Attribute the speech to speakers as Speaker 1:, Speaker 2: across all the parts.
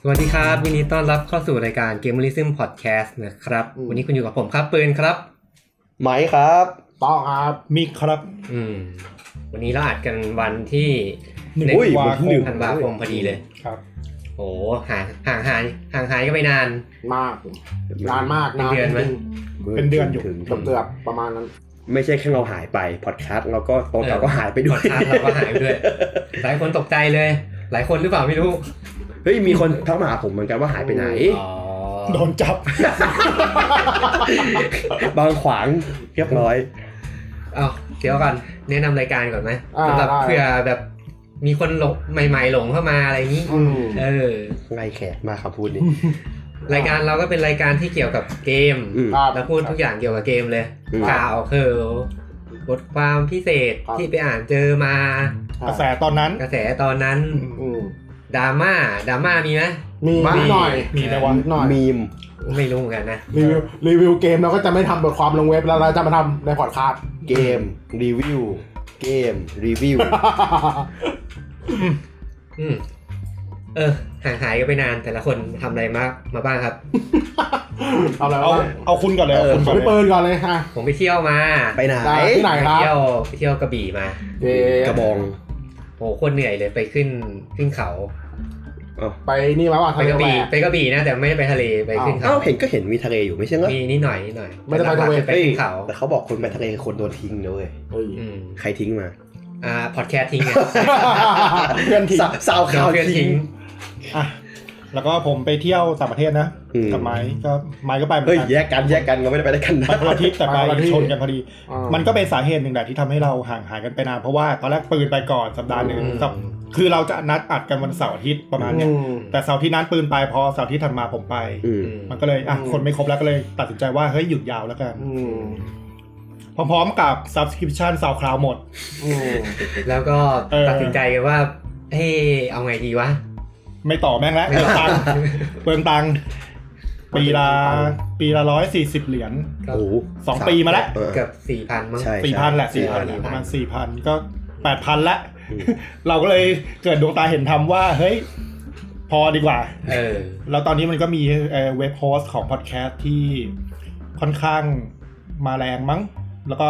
Speaker 1: สวัสดีครับยินดีต้อนรับเข้าสู่รายการ Gamerism Podcast นะครับ
Speaker 2: อืม
Speaker 1: วันนี้คุณอยู่กับผมครับปืนครับ
Speaker 3: ไหมครับ
Speaker 2: ต้องครับ
Speaker 4: มีครับ
Speaker 1: อืม วันนี้เราอัดกันวันที่
Speaker 4: หนึ่ง
Speaker 1: หนึ่ง
Speaker 3: อุ้ย
Speaker 4: ธันวาคม
Speaker 1: ธันวา
Speaker 3: ผมลืม
Speaker 1: คมพอดีเลย
Speaker 4: ครับ
Speaker 1: โอ้ห่างห่างหายห่างหายก็ไม่นาน
Speaker 2: มาก นานมากนาน
Speaker 1: เป็นเดือนไหม
Speaker 2: จริง
Speaker 4: เป็นเดือนอยู่
Speaker 3: ถึง
Speaker 2: ๆเกือบๆประมาณนั้น
Speaker 3: ไม่ใช่แค่เราหายไปพอดแคสต์เราก็โต๊ะเราก็หายไปด้วย
Speaker 1: พอดคาสต์เราก็หายไปด้วย หลายคนตกใจเลย หลายคนหรือเปล่าไม่รู้
Speaker 3: เฮ้ยมีคนทักมาหาผมเหมือนกันว่าหายไปไหน
Speaker 1: อ๋อ
Speaker 4: โดนจับ
Speaker 3: บางขวางเรียบร้อย
Speaker 1: เอาเดี๋ยวก่อนแนะนำรายการก่อนไหม
Speaker 2: อ่า
Speaker 1: สำหรับ
Speaker 2: ได้
Speaker 1: เผื่อแบบมีคนหลงใหม่ๆหลงเข้ามาอะไรอย่างนี้
Speaker 2: อืม
Speaker 1: เออ
Speaker 3: ไงแขกมาคำพูดนี้
Speaker 1: รายการเราก็เป็นรายการที่เกี่ยวกับเกม
Speaker 3: อืม
Speaker 2: ครับ
Speaker 1: เราพูดทุกอย่างเกี่ยวกับเกมเลย
Speaker 3: อืม
Speaker 1: ข่าวเคิลบทความพิเศษที่ไปอ่านเจอมา
Speaker 2: ครับ
Speaker 4: กระแสตอนนั้น
Speaker 1: กระแสตอนนั้น
Speaker 2: อืม
Speaker 1: ดราม่าดราม่ามีไหม
Speaker 2: มี
Speaker 1: บ้า
Speaker 2: นิดหน่อย
Speaker 4: มีไหมวะ
Speaker 2: นิดหน่อย
Speaker 3: มีม
Speaker 1: ไม่รู้เหมือนกันนะ
Speaker 2: รีวิวรีวิวเกมเราก็จะไม่ทำบทความลงเว็บแล้วเราจะมาทำในพอดคาสต์
Speaker 3: เกม รีวิว เกม รีวิว
Speaker 1: อืมเออห่างหายกันไปนานแต่ละคนทำอะไรมามาบ้างครับ
Speaker 2: เอาอะไร
Speaker 4: เอา
Speaker 2: วะ
Speaker 4: เอาคุณก่อนเลยเอาคุณก่อน
Speaker 2: พี่
Speaker 4: เล
Speaker 2: เปิ
Speaker 4: ย
Speaker 2: ลก่อนเลยฮะ
Speaker 1: ผมไปเที่ยวมา
Speaker 3: ไปไหน
Speaker 2: ได้ที่ไหน
Speaker 1: ไป
Speaker 2: ครับ
Speaker 1: เที่ยวไปเที่ยวกระบี่มา
Speaker 2: เย้
Speaker 3: กระบอง
Speaker 1: โหโคนเหนื่อยเลยไปขึ้นขึ้นเขา
Speaker 3: เอ้า
Speaker 2: ไปนี่มาว่า
Speaker 1: ไป
Speaker 2: ทะ
Speaker 1: กระ
Speaker 2: เลแหว
Speaker 1: บี่
Speaker 2: ก
Speaker 1: ไปกระบี่นะ แต่ไม่ได้ไปทะเลไปขึ้นเขา
Speaker 3: เอ้าเห็นก็เห็นมีทะเลอยู่ไม่ใช่เหรอ
Speaker 1: มีนิดหน่อยนิดหน่อย
Speaker 2: ไม่ได้ไปทะเล
Speaker 1: แต่หกๆคือไปขึ้นเขา
Speaker 3: แต่เขาบอกคนไปทะเลคนโดนทิ้งนะเลย
Speaker 2: เฮ้ย
Speaker 1: อืม
Speaker 3: ใครทิ้งมา
Speaker 1: อ่าพอดแคสต์ทิ้งไง
Speaker 2: เพื่อนที
Speaker 3: สาวสาวข่าว
Speaker 1: เพื่อนทิ้
Speaker 3: ทิ้
Speaker 1: ง
Speaker 3: ง
Speaker 4: อ่ะแล้วก็ผมไปเที่ยวต่างประเทศนะ
Speaker 3: อืม
Speaker 4: กับไม้ก็ไม้ก็ไปเหมือ
Speaker 3: เฮ้ย
Speaker 4: นกัน
Speaker 3: แยกกันแยกกันเราไม่ได้ไปด้วยกันนะ
Speaker 4: ไปคนละทิศแต่ไปชนกันพอดี มันก็เป็นสาเหตุหนึ่งแหละที่ทำให้เราห่างหายกันไปนานเพราะว่าตอนแรกปืนไปก่อนสัปดาห์หนึ่ง
Speaker 1: อืม
Speaker 4: สัปคือเราจะนัดอัดกันวันเสาร์อาทิตย์ประมาณเนี้ย
Speaker 2: อืม
Speaker 4: แต่เสาร์อาที่นั้นปืนไปพอเสาร์อาที่ถัดมาผมไป
Speaker 3: อืม
Speaker 1: อืม
Speaker 4: มันก็เลยอ่ะ
Speaker 2: อืม
Speaker 4: คนไม่ครบแล้วก็เลยตัดสินใจว่าเฮ้ยหยุดยาวแล้วกัน
Speaker 2: อืม
Speaker 4: พร้อมๆกับ subscription SoundCloud หมด
Speaker 2: อืม
Speaker 1: แล้วก็
Speaker 4: เออ
Speaker 1: ตัดสินใจกันว่า เฮ้ยเอาไงดีวะ
Speaker 4: ไม่ต่อแม่งแล้วเปิงตังค์เปิงตังค์ปีละปีละร้อยสี่สิบเหรียญ
Speaker 1: ก็
Speaker 3: โอ้โห
Speaker 4: สองปีมาแล้ว
Speaker 3: เออ
Speaker 1: เกือบสี่พันมั้ง
Speaker 3: ใช่
Speaker 4: สี่พันแหละสี่พัน
Speaker 3: 4,000
Speaker 4: ประมาณสี่พันก็แปดพันละ เราก็เลยเกิดดวงตาเห็นทำว่า เฮ้ย พอดีกว่า
Speaker 1: เออ
Speaker 4: แล้วตอนนี้มันก็มีเอ่อเว็บโฮสต์ของพอดแคสต์ที่ค่อนข้างมาแรงมั้ง แล้วก็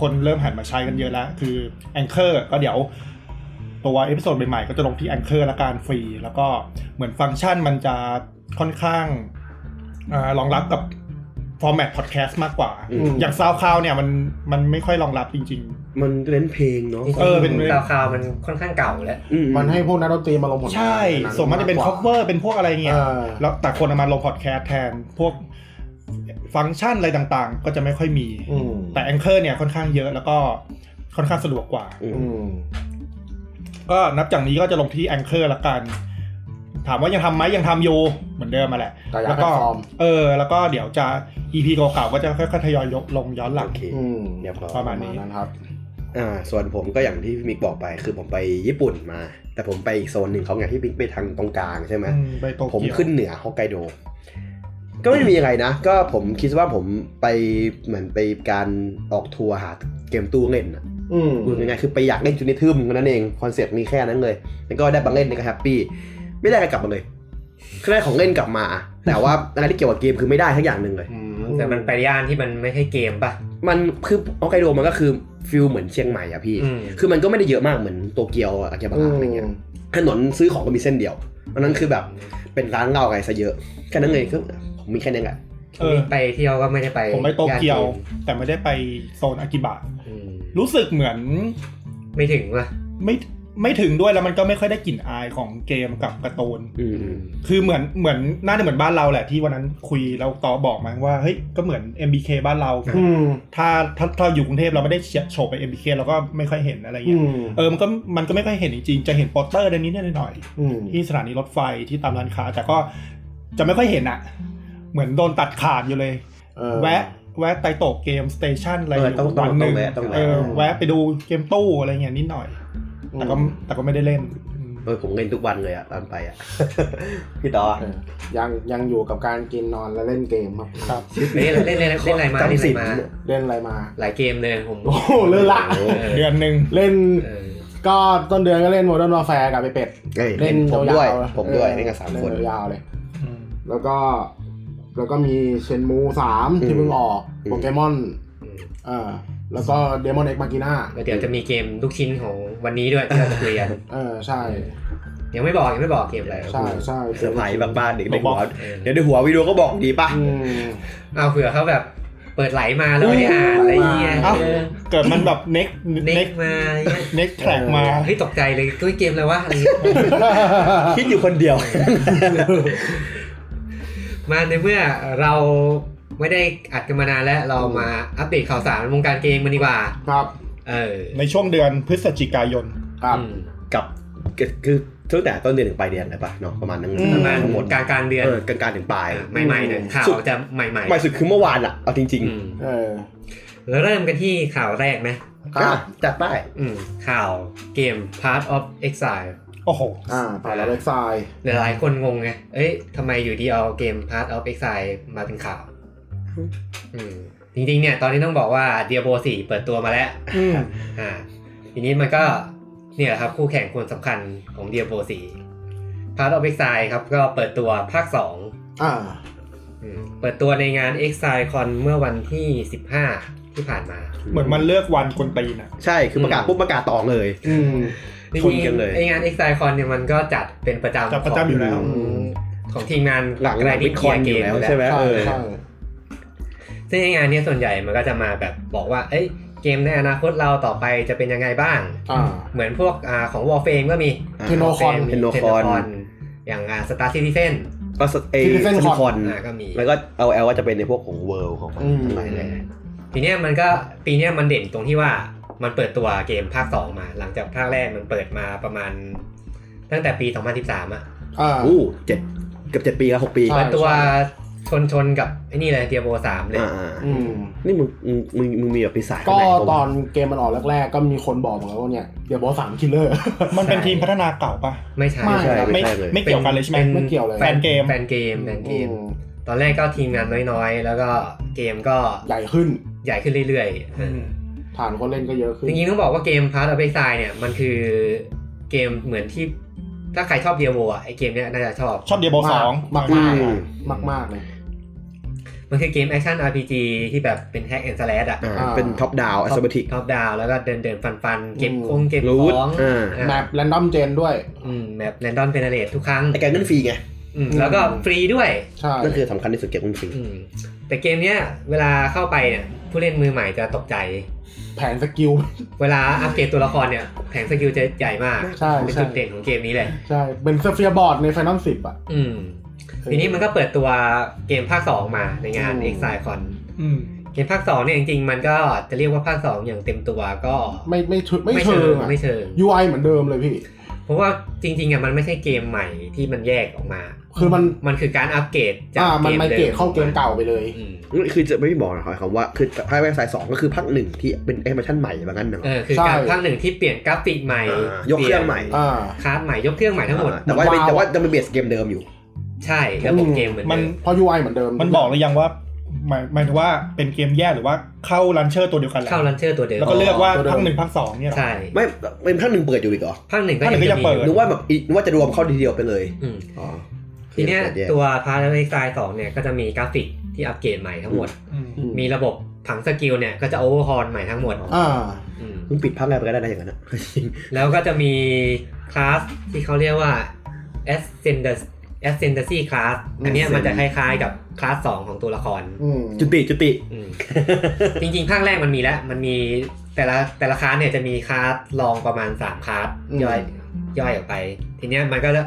Speaker 4: คนเริ่มหันมาใช้กันเยอะแล้ว คือ Anchor ก็เดี๋ยว ตัวเอพิโซดใหม่ๆ ก็จะลงที่ Anchor ละการฟรี แล้วก็เหมือนฟังก์ชันมันจะค่อนข้างเออรองรับกับฟอร์แมตพอดแคสต์มากกว่า
Speaker 3: อื
Speaker 2: ม
Speaker 4: อย่างซาวคลาวเนี่ยมันมันไม่ค่อยรองรับจริง
Speaker 3: มันเล่นเพลงเนาะ
Speaker 4: เออเป็น
Speaker 1: ดาวคราวมันค่อนข้างเก่าแล้ว
Speaker 3: อื
Speaker 2: มันให้พวกนักดนตรีมาลงผล
Speaker 4: ๆ
Speaker 2: งาน
Speaker 4: ใช่
Speaker 2: ะ
Speaker 4: ส่วนมากจะเป็น
Speaker 2: กกว่า
Speaker 4: cover เป็นพวกอะไรเงี้ย
Speaker 2: เออ
Speaker 4: แล้วแต่คนเอามาลงพอดแคสต์แทน พวกฟังก์ชันอะไรต่างๆ ก็จะไม่ค่อยมี
Speaker 2: อืม
Speaker 4: แต่แองเกอร์เนี่ยค่อนข้างเยอะแล้วก็ค่อนข้างสะดวกกว่า
Speaker 3: อืม
Speaker 2: อืม
Speaker 4: ก็นับจากนี้ก็จะลงที่แองเกอร์ละกัน ถามว่ายังทำไหมยังทำอยู่เหมือนเดิมมาแหละ
Speaker 2: แต่ย้าย
Speaker 4: แล้วก็
Speaker 2: แพลตฟอร์ม
Speaker 4: เออ แล้วก็เดี๋ยวจะ EP เก่าๆก็จะค่อยๆทยอยยกลงย้อนหลั
Speaker 3: โอง เค
Speaker 2: อืม
Speaker 3: เรียบร้อย
Speaker 4: ประมาณ
Speaker 2: นั้นครับ
Speaker 3: อ่า ส่วนผมก็อย่างที่พี่มิกบอกไป คือผมไปญี่ปุ่นมา แต่ผมไปอีกโซนหนึ่งเขาไงพี่มิกไปทางตรงกลางใช่ไหม
Speaker 4: อืมไปโต
Speaker 3: ผม
Speaker 4: เกียว
Speaker 3: ขึ้นเหนือฮอกไกโด ก็ไม่มีอะไรนะ ก็ผมคิดว่าผมไปเหมือนไปการออกทัวร์หาเกมตู้เล่นอะ
Speaker 2: อืม
Speaker 3: พูดง่ายๆคือไปอยากเล่นจุนิทึมกันนั่นเอง คอนเซ็ปต์มีแค่นั้นเลย แล้วก็ได้บังเล่นในก็แฮปปี้ ไม่ได้อะไรกลับมาเลยแค่ได้ของเล่นกลับมา แต่ว่าอะไรที่เกี่ยวกับเกมคือไม่ได้ทั้งอย่างหนึ่งเลย
Speaker 2: อืม
Speaker 1: แต่มันไปย่านที่มันไม่ใช่เกมป่ะ
Speaker 3: มันคือฮอกไกโดมันก็คือฟิลเหมือนเชียงใหม่อะพี่
Speaker 1: อืม
Speaker 3: คือมันก็ไม่ได้เยอะมากเหมือนโตเกียวอากิฮาบาระอะไรเงี้ย ถนนซื้อของก็มีเส้นเดียวอันนั้นคือแบบเป็นร้านเหล้าอะไรซะเยอะแค่นั้นเลยก็ผมมีแค่นั้นแหละ
Speaker 4: เออ
Speaker 1: ไปเที่ยวก็ไม่ได้ไป
Speaker 4: ผมไปโตเกียว
Speaker 1: านกม
Speaker 4: แต่ไม่ได้ไปโซนอากิบะ
Speaker 1: อืม
Speaker 4: รู้สึกเหมือน
Speaker 1: ไม่ถึงว่ะ
Speaker 4: ไม่ไม่ถึงด้วยแล้วมันก็ไม่ค่อยได้กลิ่นอายของเกมกับการ์ตูน
Speaker 3: อืมอืม
Speaker 4: คือเหมือนเหมือนน่าจะเหมือนบ้านเราแหละที่วันนั้นคุยเราต่อบอกมาว่าเฮ้ยก็เหมือน MBK บ้านเรา
Speaker 2: อืม
Speaker 4: ถ้าถ้าถ้าเราอยู่กรุงเทพเราไม่ได้เฉียดโฉบไป MBK เราก็ไม่ค่อยเห็นอะไร
Speaker 2: อื
Speaker 4: เงี้ย
Speaker 2: ม
Speaker 4: เออมันก็มันก็ไม่ค่อยเห็นจริงๆ จะเห็นโปสเตอร์ในนี้นิดหน่อย
Speaker 2: อืม
Speaker 4: ที่สถานีรถไฟที่ตามร้านค้า แต่ก็จะไม่ค่อยเห็นอะเหมือนโดนตัดขาดอยู่เลย
Speaker 2: เออ
Speaker 4: แวะแวะไตโตะเกมสเตชันอะไร
Speaker 3: เออต้องต้อง
Speaker 4: วันห
Speaker 3: ต้อ
Speaker 4: นึ่
Speaker 3: ง
Speaker 4: ง
Speaker 3: แวะต้อง
Speaker 4: เอ
Speaker 3: แวะ
Speaker 4: อแวะไปดูเกมตู้อะไรเงี้ยนิดหน่อย แต่ก็
Speaker 2: อืม
Speaker 4: แต่ก็ไม่ได้เล่นอืม
Speaker 3: เออผมเล่นทุกวันเลยอะตอนไปอะ พี่ต่อ
Speaker 2: เออยังยังอยู่กับการกินนอนและเล่นเกมครับ
Speaker 4: ครับ
Speaker 1: เล่นเล่นเล่นเล่นอะไรมาเล่น
Speaker 3: จำ
Speaker 1: อะไร
Speaker 3: สิน
Speaker 1: มา
Speaker 2: เล่นอะไรมา
Speaker 1: หลายเกมเลยผม
Speaker 2: โอ้โหเล่นละ
Speaker 1: เออ
Speaker 4: เดือนหนึ่ง
Speaker 2: เล่น
Speaker 1: เออ
Speaker 2: ก็ต้นเดือนก็เล่นโมเดิร์นวอร์แฟร์กับไปเป็ด
Speaker 3: เอ้ย
Speaker 2: เล่น
Speaker 3: ผมด้วย
Speaker 2: าวๆ
Speaker 3: ผมด้วย
Speaker 2: ออ
Speaker 3: เล่นกันสามคน
Speaker 2: เล่ยาวๆเลย
Speaker 4: อืม
Speaker 2: แล้วก็แล้วก็มีเชนมูสาม
Speaker 3: อืม
Speaker 2: ที่เพิ่งออก
Speaker 3: อืม
Speaker 2: โปเกมอน
Speaker 1: อืม
Speaker 2: อ่าแล้วก็เดมอนเอ็กมากิน่า
Speaker 1: แล้วเดี๋ยวจะมีเกมลูกชิ้นของวันนี้ด้วยที่เราจะคุยกัน
Speaker 2: เออใช่
Speaker 1: ยังไม่บอกยังไม่บอกเกมอะไร
Speaker 2: ใช่ใช่
Speaker 3: เซอร์ไพรส์บ้างๆเด็กในหัว
Speaker 1: เออ
Speaker 3: เดี๋ยวในหัววิดีโอก็บอกดีป่ะ
Speaker 2: อืม
Speaker 1: เอาเผื่อเขาแบบเปิดไหลมาแล้วไม่ได้อ่านอะไรเงี้ย
Speaker 2: เอ้า
Speaker 1: เออ
Speaker 4: เกิดมันแบบ next
Speaker 1: เน็ก
Speaker 4: next
Speaker 1: มาอะไรเงี้ย
Speaker 4: next track มา
Speaker 1: เฮ้ยตกใจเลยเฮ้ยเกมอะไรวะอะไรเงี้ย
Speaker 3: คิดอยู่คนเดียว
Speaker 1: มาในเมื่อเราไม่ได้อัดกันมานานแล้วเรามาอัปเดตข่าวสารวงการเกมมันดีกว่า
Speaker 2: ครับ
Speaker 1: เออ
Speaker 4: ในช่วงเดือนพฤศจิกายน
Speaker 2: ครับ
Speaker 1: อืม
Speaker 3: กับคือคือตั้งแต่ต้นเดือนถึงปลายเดือนเลยป่ะเนาะประมาณนั้น
Speaker 4: อืม
Speaker 1: ประมาณ
Speaker 3: ทั้งหมด
Speaker 1: กลางกลางๆเดือน
Speaker 3: เออกลางๆถึงปลาย
Speaker 1: ใหม่ๆเนี่ยข่าว
Speaker 3: สุด
Speaker 1: จะใหม่ๆ
Speaker 3: หมายสุดคือเมื่อวานอะเอาจริง
Speaker 1: อืม
Speaker 2: เออ
Speaker 1: แล้วเริ่มกันที่ข่าวแรกไหม
Speaker 3: ๆอ่ะจัดไป
Speaker 1: อืมข่าวเกม Path of Exile
Speaker 4: โอ้โห
Speaker 2: อ่าผ่านแล้วเว็บไซต์
Speaker 1: หลายๆคนงงไง เอ้ยทำไมอยู่ดีเอาเกม Path of Exile มาเป็นข่าว อืมจริงๆเนี่ย ตอนนี้ต้องบอกว่า Diablo 4 เปิดตัวมาแล้ว
Speaker 4: อืม
Speaker 1: อ่าทีนี้มันก็เนี่ยแหละครับคู่แข่งคนสำคัญของ Diablo 4 Path of Exile ครับก็เปิดตัวภาค2
Speaker 2: อ่า
Speaker 1: อืมเปิดตัวในงาน Exile Con เมื่อวันที่ 15 ที่ผ่านมา
Speaker 4: เหมือนมันเลือกวันคนตีนอะ
Speaker 3: ใช่คือประกาศ
Speaker 1: อืม
Speaker 3: ปุ๊บประกาศต่อเลย
Speaker 2: อืม
Speaker 3: ชนกันเลย
Speaker 1: จริงๆไองาน Exile Con เนี่ยมันก็จัดเป็นประจำ
Speaker 4: จับประจำอยู่แล้ว
Speaker 1: ขงของทีมงาน
Speaker 3: หลังหลัง
Speaker 1: ดิ
Speaker 3: บิตคอยน์อยู่แล้วใช่ไหม
Speaker 2: ใช่
Speaker 3: เออ
Speaker 2: ใช่
Speaker 1: ซึ่งไอ้งานเนี้ยส่วนใหญ่มันก็จะมาแบบบอกว่า เอ้ยเกมในอนาคตเราต่อไปจะเป็นยังไงบ้าง
Speaker 2: อ่า
Speaker 1: เหมือนพวกอ่าของ Warframe ก็มี
Speaker 2: เทโนคอน
Speaker 1: เทโนคอน อย่างสตาร์ซิติเซน
Speaker 3: ก็สเอ
Speaker 2: Citizen
Speaker 3: ซิลิคอน
Speaker 2: Con
Speaker 1: อ่าก็มี
Speaker 3: แล้วก็เอาแอลว่าจะเป็นในพวกของเวิลด์ของมัน
Speaker 2: อืม
Speaker 3: ทั้งหลายแหละ
Speaker 1: ทีเนี้ยมันก็ปีเนี้ยมันเด่นตรงที่ว่ามันเปิดตัวเกมภาค 2 มา หลังจากภาคแรกมันเปิดมาประมาณ ตั้งแต่ปี 2013 อ่ะ
Speaker 2: อ่า
Speaker 3: อู้เจ็ดเกือบเจ็ดปีแล้วหกปี
Speaker 2: ใช่
Speaker 1: เปิดตัวชนชนๆกับไอ้นี่เลยเดียโบ3 เลย
Speaker 3: อ่าอ่า
Speaker 2: อืม
Speaker 3: นี่มึงมึงมึงมึงมีแบบปีศาจ
Speaker 2: ก็
Speaker 3: ข้างในปะวะ
Speaker 2: ตอนเกมมันออกแรกๆ ก็มีคนบอกเหมือนกันว่าเนี่ยเดี๋ยวบอสสามคิลเลอร์
Speaker 4: มันเป็นทีมพัฒนาเก่าปะ
Speaker 1: ไม่ใช่
Speaker 2: ไม่
Speaker 3: ใช่
Speaker 4: ไม่
Speaker 3: ไม่ใช่เลย
Speaker 4: ไม่เกี่ยวกันเลยใช่ไหม
Speaker 2: ไม่เกี่ยวเลย
Speaker 4: แฟนเกม
Speaker 1: แฟนเกมแฟนเกม
Speaker 2: อื
Speaker 1: ตอนแรกก็ทีมงานน้อยๆ แล้วก็เกมก็
Speaker 2: ใหญ่ขึ้น
Speaker 1: ใหญ่ขึ้นเรื่อยๆเอ
Speaker 4: อื
Speaker 1: อ
Speaker 4: ม
Speaker 2: ฐานคนเล่นก็เยอะขึ้น
Speaker 1: จริงๆต้องบอกว่าเกม Path of Exile เนี่ยมันคือเกมเหมือนที่ถ้าใครชอบเดียโวอ่ะไอเกมเนี้ยน่าจะชอบ
Speaker 4: ชอบเดียโบสอง
Speaker 2: มาก
Speaker 3: อื
Speaker 2: มาก
Speaker 3: ม
Speaker 2: มากมากๆเลย
Speaker 1: มันคือเกมแอคชั่น RPG ที่แบบเป็นแฮกแอนด์สแลดอ่ะ
Speaker 3: อ่าเป็นท็อปดาวน์อสเบติก
Speaker 1: ท็อปดาวแล้วก็เดินเดินฟันฟันๆเก็บ
Speaker 2: อืม
Speaker 1: คงเก็บ
Speaker 3: รู
Speaker 1: ข
Speaker 3: ท
Speaker 1: อง
Speaker 3: อ่า
Speaker 1: อ่า
Speaker 2: แมปแรนดอมเจนด้วย
Speaker 1: อืมแบบแรนดอมเพนเนเรตทุกครั้ง
Speaker 3: แต่แกเงินฟรีไง
Speaker 1: อืมแล้วก็ฟรีด้วย
Speaker 2: ใช่
Speaker 3: นั่นคือสำคัญที่สุดเก็บเงินฟรี
Speaker 1: อืมแต่เกมเนี้ยเวลาเข้าไปเนี่ยผู้เล่นมือใหม่จะตกใจ
Speaker 2: แผนสกิล
Speaker 1: เวลาอัปเกรดตัวละครเนี่ยแผงสกิลจะใหญ่มาก
Speaker 2: ใช่
Speaker 1: เป็น
Speaker 2: ใช่
Speaker 1: จุดเด่นของเกมนี้เลย
Speaker 2: ใช่ เป็นเซเฟียบอร์ดในไฟนอลสิบอ่ะ
Speaker 1: อืม ทีนี้มันก็เปิดตัวเกมภาค 2 มาในงาน
Speaker 2: อืม
Speaker 1: Exile Con
Speaker 4: อืม
Speaker 1: เกมภาค 2 เนี่ยจริงๆ มันก็จะเรียกว่าภาค 2 อย่างเต็มตัวก็
Speaker 2: ไม่ไม่ถึงไม่เชิงอะ
Speaker 1: ไม่เชิง
Speaker 2: UI เหมือนเดิมเลยพี่
Speaker 1: เพราะว่าจริงๆอ่ะมันไม่ใช่เกมใหม่ที่มันแยกออกมา
Speaker 2: คือมัน
Speaker 1: มันคือการอัปเกรดจาก
Speaker 2: อ่า มัน
Speaker 1: เกม
Speaker 2: ไม่
Speaker 1: เดิ
Speaker 2: เกตเข้าเกมเก่าไปเลย
Speaker 1: อืม
Speaker 3: คือจะไม่ได้บอกหรอกหมายความว่าคือภาคแรกสายสองก็คือภาคหนึ่งที่เป็นเอ็กซ์เพรสชั่นใหม่แบบนั้นเนาะ
Speaker 1: เออคือ
Speaker 2: ใช่
Speaker 1: การภาคหนึ่งที่เปลี่ยนกราฟิกใหม่
Speaker 3: อ่ายกเครื่องใหม่
Speaker 2: อ่า
Speaker 1: คาร์ดใหม่ยกเครื่องใหม่ทั้งหมด
Speaker 3: อ่าแต่ว่าจะเป็นแต่ว่าจะเป็นเบสเกมเดิมอยู่
Speaker 1: ใช่ระบบเกมเหมือน
Speaker 4: มั
Speaker 1: เดิ
Speaker 4: น
Speaker 1: ม
Speaker 2: เพราะ UI เหมือนเดิม
Speaker 4: มันบอกหรือยังว่าหมายหมายถึงว่าเป็นเกมแย่หรือว่าเข้าลันเชอร์ตัวเดียวกันแหละ
Speaker 1: เข้าลันเชอร์ตัวเดิม
Speaker 4: แล้วก็เลือกว่าภาคหนึ่งภาคสองเนี่ยเหรอ
Speaker 1: ใช่
Speaker 3: ไม่เป็นภาคหนึ่งเปิดอยู่อีกเหรอ
Speaker 1: ภาคหนึ่งก็
Speaker 4: ภาคหนึ่งก็ยัง
Speaker 1: มี
Speaker 4: เปิด
Speaker 3: นึกว่าแบบอีนึกว่าจะรวมเข้าทีเดียวไปเลย
Speaker 1: อืม
Speaker 3: อ๋อ
Speaker 1: ทีเนี้ย
Speaker 3: ปิดแก
Speaker 1: ตัวพาราไ i ไซสองเนี่ยก็จะมีกราฟิกที่อัปเกรดใหม่ทั้งหมด
Speaker 4: อืม
Speaker 2: อื
Speaker 1: มีระบบผังสกิลเนี่ยก็จะโอเวอร์ฮอลใหม่ทั้งหมด
Speaker 3: อ๋อ
Speaker 2: อ่า
Speaker 1: ม
Speaker 3: มึงปิดภาคแรกไปก็ได้นะอย่างนั้นอะจริง
Speaker 1: แล้วก็จะมีคลาสที่เขาเรียกว่า ascendancy ascendancy class อันเนี้ยมันจะคล้ายๆกับคลาสสองของตัวละคร
Speaker 2: อืม
Speaker 3: จุติจุติ
Speaker 1: อืม จริงๆภาคแรกมันมีแล้ว มันมีแต่ละแต่ละคลาสเนี่ยจะมีคลาสรองประมาณ 3คลาส
Speaker 2: อืม
Speaker 1: ย่อยย่อยออกไป ทีเนี้ยมันก็จะ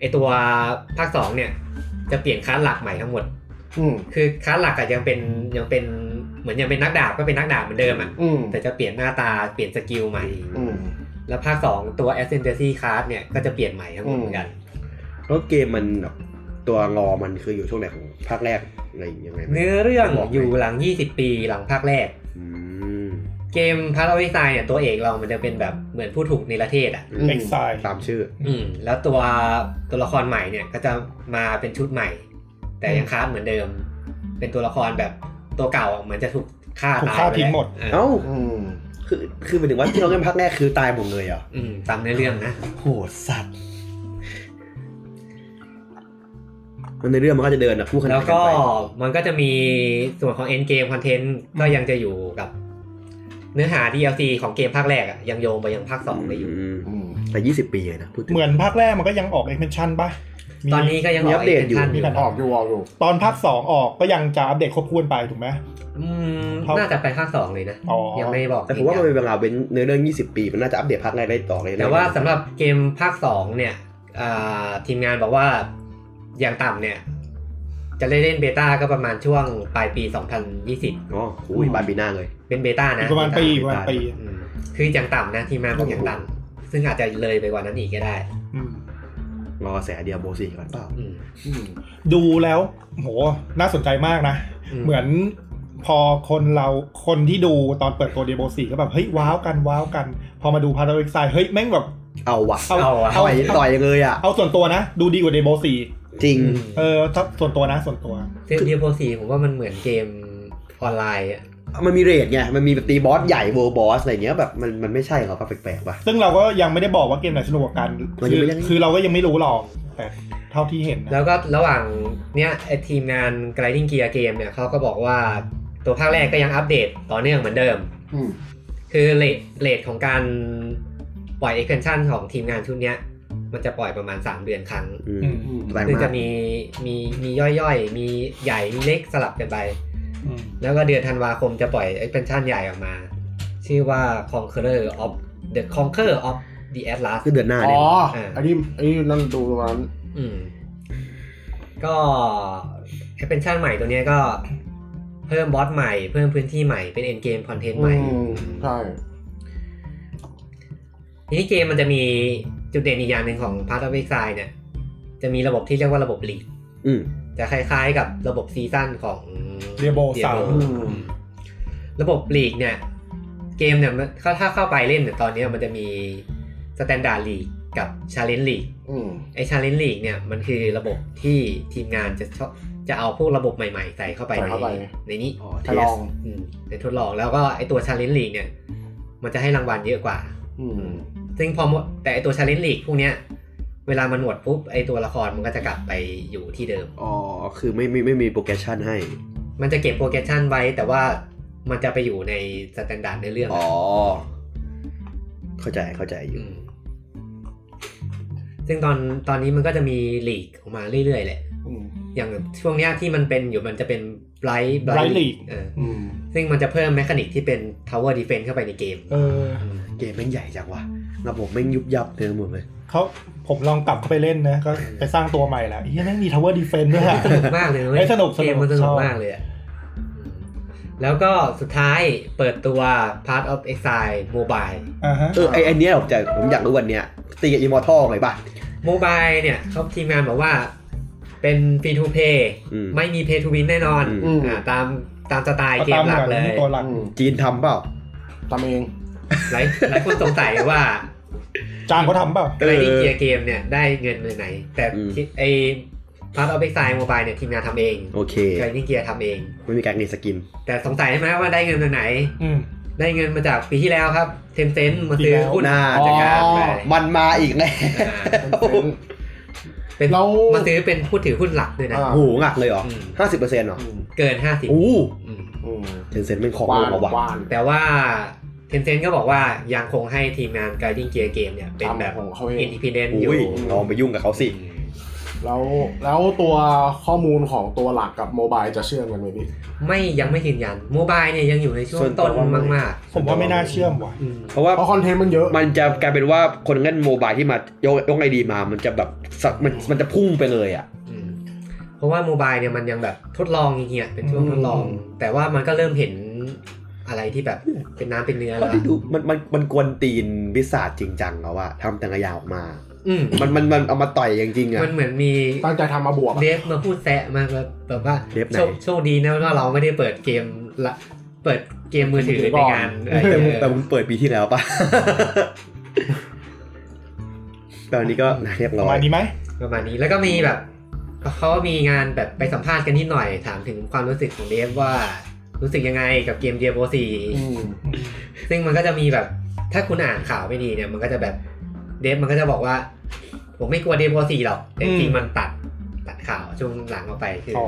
Speaker 1: ไอตัวภาคสองเนี่ยจะเปลี่ยนคลาสหลักใหม่ทั้งหมด
Speaker 2: อืม
Speaker 1: คือคลาสหลักอะยังเป็นยังเป็นเหมือนยังเป็นนักดาบก็เป็นนักดาบเหมือนเดิมอะ
Speaker 2: อืม
Speaker 1: แต่จะเปลี่ยนหน้าตาเปลี่ยนสกิลใหม่
Speaker 2: อืม
Speaker 1: แล้วภาค 2 ตัว Ascendancy Class เนี่ยก็จะเปลี่ยนใหม่ทั้งหมดเหมือนกัน
Speaker 3: แล้วเกมมันแบบตัวรอมันคืออยู่ช่วงไหนของภาคแรกอะไรอย่างเงี้ยไหม
Speaker 1: เนื้อเรื่องอยู่หลัง 20 ปีหลังภาคแรก
Speaker 3: อืม
Speaker 1: เกมพาราวิซายเนี่ยตัวเอกเรามันจะเป็นแบบเหมือนผู้ถูกในประเทศอ่ะ
Speaker 2: อืม
Speaker 4: เอ็กซ์ไซด์
Speaker 3: ตามชื่อ
Speaker 1: อืมแล้วตัวตัวละครใหม่เนี่ยก็จะมาเป็นชุดใหม่ แต่ยังคลาสเหมือนเดิม เป็นตัวละครแบบตัวเก่าอะเหมือนจะถูกฆ่า
Speaker 4: ถูก
Speaker 1: ตาย
Speaker 4: ฆ่า
Speaker 1: ไป
Speaker 4: ทิ้งหมด
Speaker 1: แล้วเออ
Speaker 3: เอ้า
Speaker 2: อืม
Speaker 3: คือคือหมายถึงว่าที่เราเล่นภาคแรกคือตายหมดเลยเหรอ
Speaker 1: อืมตามในอเรื่องนะ
Speaker 3: โหดสัตว์มันในเรื่องมันก็จะเดินนะคู่ขนา
Speaker 1: แล้
Speaker 3: น
Speaker 1: ว
Speaker 3: กั
Speaker 1: ก็
Speaker 3: นไป
Speaker 1: มันก็จะมีส่วนของ end game content ก็ยังจะอยู่กับ เนื้อหา DLC ของเกมภาคแรกอะยังโยงไปยังภาคสองไปอยู่
Speaker 3: อืม
Speaker 2: อืม
Speaker 3: แต่ยี่สิบปีเลยนะพูดถึง
Speaker 4: เหมือนภาคแรกมันก็ยังออกเอ็กเพนชั่นปะมี
Speaker 1: ตอนนี้ก็ยัง
Speaker 3: มีอัปเดตอยู่
Speaker 1: ก expansion
Speaker 4: มีการ
Speaker 2: อ
Speaker 4: อ
Speaker 2: อ
Speaker 4: อก
Speaker 2: กอยู่ออกอยู่
Speaker 4: ตอนภาคสองออกก็ยังจะอัปเดตควบคู่กันไปถูกไหม
Speaker 1: อืม
Speaker 4: เพราะ
Speaker 1: น่าจะไปภาคสองเลยนะ
Speaker 4: อ๋อ
Speaker 1: ยังไม่บอก
Speaker 3: แต่ผมว่ามั
Speaker 1: จ
Speaker 3: นเป็
Speaker 1: ริง
Speaker 3: นเวลาเว้นเนื้อเรื่องยี่สิบปี มันน่าจะอัปเดตภาคแรกได้ต่อเลย
Speaker 1: ๆ
Speaker 3: นะ
Speaker 1: แต่ว่าสำหรับเกมภาคสองเนี่ยอ่าทีมงานบอกว่าอย่างต่ำเนี่ย จะได้เล่นเบต้าก็ประมาณช่วงปลายปี 2020
Speaker 3: อ๋อโอ้ยบานปีหน้าเลย
Speaker 1: เป็นเบต้า
Speaker 4: อี
Speaker 1: นะ
Speaker 4: กประมาณปีอีกประมาณปี
Speaker 1: อืมคืออย่างต่ำนะทีมงานบอกอย่างต่ำซึ่งอาจจะเลยไปกว่านั้นอีกก็ได้
Speaker 4: อืม
Speaker 3: รอกระแสเดียโบสี่ก่อนเปล่า
Speaker 1: อืม
Speaker 2: อืม
Speaker 4: ดูแล้วโหน่าสนใจมากนะ
Speaker 1: อืม
Speaker 4: เหมือนพอคนเราคนที่ดูตอนเปิดตัวเดโบสี่ก็แบบ เฮ้ย ว้าวกันว้าวกัน พอมาดูพาราเอ็กไซเฮ้ย แม่งแบบ
Speaker 3: เอาว่ะ
Speaker 4: เอา
Speaker 1: เอาอะ
Speaker 3: ต่อยต่อยเลยอ่ะ
Speaker 4: เอาส่วนตัวนะ ดูดีกว่าเดโบสี่
Speaker 3: จริง
Speaker 4: เออถ้าส่วนตัวนะส่วนตัว
Speaker 1: เซนเดียโปสีผมว่ามันเหมือนเกมออนไลน์อะ
Speaker 3: มันมีเรทไง มันมีแบบตีบอสใหญ่เวอร์บอสอะไรเงี้ยแบบมันมันไม่ใช่เหรอป่ะแปลกๆป่ะ
Speaker 4: ซึ่งเราก็ยังไม่ได้บอกว่าเกมไหนสนุกกว่ากัน
Speaker 3: เรา
Speaker 4: คื
Speaker 3: ยัง
Speaker 4: อ
Speaker 3: ไม่ได้
Speaker 4: คือเราก็ยังไม่รู้หรอก แต่เท่าที่เห็นนะ
Speaker 1: แล้วก็ระหว่างเนี้ยไอทีมงาน Grinding Gear เกมเนี่ยเขาก็บอกว่าตัวภาคแรกก็ยังอัปเดตต่อเนื่องเหมือนเดิม
Speaker 2: อืม
Speaker 1: คือเลทเลทของการปล่อย expansion ของทีมงานชุดเนี้ย มันจะปล่อยประมาณ 3 เดือนครั้ง
Speaker 3: อืม
Speaker 4: อืม
Speaker 2: อืม
Speaker 3: แปลก
Speaker 1: ซึ่ง
Speaker 3: มา
Speaker 1: จะ
Speaker 3: ก
Speaker 1: มีมีมีย่อยๆ มีใหญ่ มีเล็กสลับกันไป
Speaker 4: อืม
Speaker 1: แล้วก็เดือนธันวาคมจะปล่อย expansion ใหญ่ออกมา ชื่อว่า Conqueror of the Conquer of the Atlas
Speaker 3: คือเดือนหน้า
Speaker 2: อ๋
Speaker 3: เนี่ย
Speaker 2: ออันนี้อันนี้นั่นดูประมาณนั้น
Speaker 1: อืม ก็แอปเป็นชั่นใหม่ตัวเนี้ยก็เพิ่มบอสใหม่ เพิ่มพื้นที่ใหม่เป็นเอ็นเกมคอนเทนต์ใหม่
Speaker 2: อืมใช่
Speaker 1: ทีนี้เกมมันจะมีจุดเด่นอีกอย่างหนึ่งของ p a t h of Exile เนี่ย จะมีระบบที่เรียกว่าระบบลีก
Speaker 3: อืม
Speaker 1: จะคล้ายๆกับระบบซีซั่นของ
Speaker 4: เดโบสาม
Speaker 1: Diablo
Speaker 2: อืม
Speaker 1: ระบบลีกเนี่ย เกมเนี่ยมันถ้าเข้าไปเล่นเนี่ยตอนเนี้ยมันจะมีสแตนดาร์ดลีกกับชาเลนจ์ลีก
Speaker 2: อืม
Speaker 1: ไอชาเลนจ์ลีกเนี่ยมันคือระบบที่ทีมงานจะชอบจะเอาพวกระบบใหม่ๆ ใส่เข้าไปในในนี้
Speaker 3: อ๋อ
Speaker 2: ท
Speaker 3: เท
Speaker 2: ดล
Speaker 3: ส
Speaker 2: อง
Speaker 1: อืมในทดลองแล้วก็ไอตัวชาเลนจ์ลีกเนี่ย มันจะให้รางวัลเยอะกว่า
Speaker 2: อืม
Speaker 1: ซึ่งพอหมดแต่ไอตัวชาเลนจ์ลีกพวกเนี้ยเวลามันหมดปุ๊บไอตัวละครมันก็จะกลับไปอยู่ที่เดิม
Speaker 3: อ๋อ คือไม่ไม่ไม่มีโปรแกรชันให้
Speaker 1: มันจะเก็บโปรแกรชั่นไว้ แต่ว่ามันจะไปอยู่ในสแตนดาร์ดในเรื่อง
Speaker 3: อ๋อ เข้าใจเข้าใจอยู่
Speaker 1: มซึ่งตอนตอนนี้มันก็จะมีลีกออกมาเรื่อยๆแหละ
Speaker 2: อืม
Speaker 1: อย่างช่วงเนี้ยที่มันเป็นอยู่มันจะเป็นไบรท์
Speaker 4: Bright League
Speaker 1: เออ
Speaker 2: อืม
Speaker 1: ซึ่งมันจะเพิ่มแมคานิกที่เป็น Tower Defense เข้าไปในเกม
Speaker 4: เออ
Speaker 1: ม
Speaker 3: เกมแม่งใหญ่จังวะระบบแม่งยุบยับเต็มไปหมดเลย
Speaker 4: เขาผมลองกลับเข้าไปเล่นนะ ก็ไปสร้างตัวใหม่ละเฮ้ยแม่งมีทาวเวอร์ดีเฟนด้วยอะ
Speaker 1: สนุกมากเลยเว้
Speaker 4: เฮ้
Speaker 1: ย
Speaker 4: ยสนุกสนุก
Speaker 1: เกมมันสนุ
Speaker 4: ช
Speaker 1: ก
Speaker 4: อบ
Speaker 1: มากเลยอะอืมแล้วก็สุดท้ายเปิดตัว Part of Exile Mobile
Speaker 4: อ่าฮะ
Speaker 3: เออไอไอเนี้ยผมจะผมอยากรู้วันเนี้ยตีกับอิมอร์ทัลไงป่ะ
Speaker 1: Mobile เนี่ยเขาทีมงานบอกว่าเป็น Free to Play
Speaker 3: อืม
Speaker 1: ไม่มี Pay to Win แน่นอน
Speaker 2: อืม
Speaker 1: อ่าตามตามสไตล์
Speaker 4: ก็
Speaker 1: เก
Speaker 4: ตาม
Speaker 1: มหลัก
Speaker 4: ห
Speaker 1: เล
Speaker 4: ลัง
Speaker 1: ย
Speaker 4: ตัวหลัก
Speaker 2: อืม
Speaker 3: จีนทำเปล่า
Speaker 2: ทำเอง
Speaker 1: หลายหลายคนสงสัยว่า
Speaker 4: จางเขาทำเปล่า
Speaker 1: ไกด์เกียร์เกมเนี่ยได้เงินมาจากไหน แต่
Speaker 3: อืม
Speaker 1: ที่ไอ้พาร์ทออฟเอ็กซ์ไซน์โมบายเนี่ยทีมงานทำเอง
Speaker 3: โอเค
Speaker 1: ไกด์เกียร์ทำเอง
Speaker 3: ไม่มีการรีสกิน
Speaker 1: แต่สงสัยใช่ไหมว่าได้เงินมาจากไหน
Speaker 4: อืม
Speaker 1: ได้เงินมาจากปีที่แล้วครับเทนเซนมาซื้อหุ้น
Speaker 3: น่าจะงานไป
Speaker 2: อ๋อ
Speaker 3: มันมาอีกแล้ว
Speaker 1: เป็น
Speaker 2: แล้ว
Speaker 1: มาซื้อเป็นผู้ถือหุ้นหลักด้วยนะ
Speaker 2: อ่า
Speaker 3: โอ้โหงักเลยเหรอ
Speaker 1: อืม
Speaker 3: ห้าสิบเปอร์เซ็นต์เหรอ
Speaker 2: อืม
Speaker 1: เกิน 50
Speaker 3: อู้
Speaker 1: อืม
Speaker 2: อืม
Speaker 3: เทนเซ็นต์เป็นของ
Speaker 2: วา
Speaker 3: โล
Speaker 2: น
Speaker 3: กว่ะ
Speaker 2: วาน
Speaker 1: แต่ว่าเทนเซนก็บอกว่ายังคงให้ทีมงานไกด์เกียร์เกมเนี่ยเป็นแบบ
Speaker 2: ทำของเขาเอ
Speaker 1: อิ
Speaker 2: ง
Speaker 1: นดิพเดนต์อยู่
Speaker 3: อุ้ยลองไปยุ่งกับเขาสิ
Speaker 2: แล้วแล้วตัวข้อมูลของตัวหลักกับโมบายจะเชื่อมกันไหมพี่
Speaker 1: ไม่ยังไม่ยืนยันโมบายเนี่ยยังอยู่ในช่วง
Speaker 3: ส่วนตั
Speaker 1: ต้
Speaker 3: วน ว่าไม่
Speaker 1: มาก
Speaker 4: ผมว่าไม่น่าเชื่อมว่ะ
Speaker 1: ๆอืม
Speaker 3: เพราะว่า
Speaker 2: เพราะคอนเทนต์มันเยอะ
Speaker 3: มันจะกลายเป็นว่าคนเล่นโมบายที่มายกยกไอดีมา มันจะแบบสักมันมันจะพุ่งไปเลยอ่ะ
Speaker 1: อืมเพราะว่าโมบายเนี่ยมันยังแบบทดลองอย่างเงี้ยเป็นช่วง
Speaker 4: อืม
Speaker 1: ทดลอง แต่ว่ามันก็เริ่มเห็นอะไรที่แบบเป็นน้ำเป็นเนื้อแล้
Speaker 3: เท่าว ที่ดูมันมันมันกวนตีนวิสาจจริงจังแล้วอะทำแต่งยาวออกมา
Speaker 1: อืม
Speaker 3: มันมันมันเอามาต่อยจริงๆอะ
Speaker 1: มันเหมือนมี
Speaker 2: ตั้งใจทำมาบวกอะ
Speaker 1: เดฟมาพูดแซะมาแบบแบบว่า
Speaker 3: เดฟไหน
Speaker 1: โชคโชคดีนะว่าเราไม่ได้เปิดเกมละเปิดเกมมือถือในงานเออ
Speaker 3: แต่มึง แต่มึงเปิดปีที่แล้ว ปะ แต่วันนี้ก็นะเรียบ
Speaker 4: ป
Speaker 3: ร้
Speaker 4: ระ
Speaker 3: อ
Speaker 4: มาย ณนี้ไหม
Speaker 1: ประมาณนี้แล้วก็มีแบบเขามีงานแบบไปสัมภาษณ์กันนิดหน่อยถามถึงความรู้สึกของเดฟว่า รู้สึกยังไงกับเกมเดียโบสี่
Speaker 2: อืม
Speaker 1: ซึ่งมันก็จะมีแบบ ถ้าคุณอ่านข่าวไม่ดีเนี่ย มันก็จะแบบเดฟมันก็จะบอกว่า ผมไม่กลัวเดียโบสี่หรอกแต่จริงๆมันตัดตัดข่าวช่วงหลังออกไปคืออ
Speaker 4: อ๋อ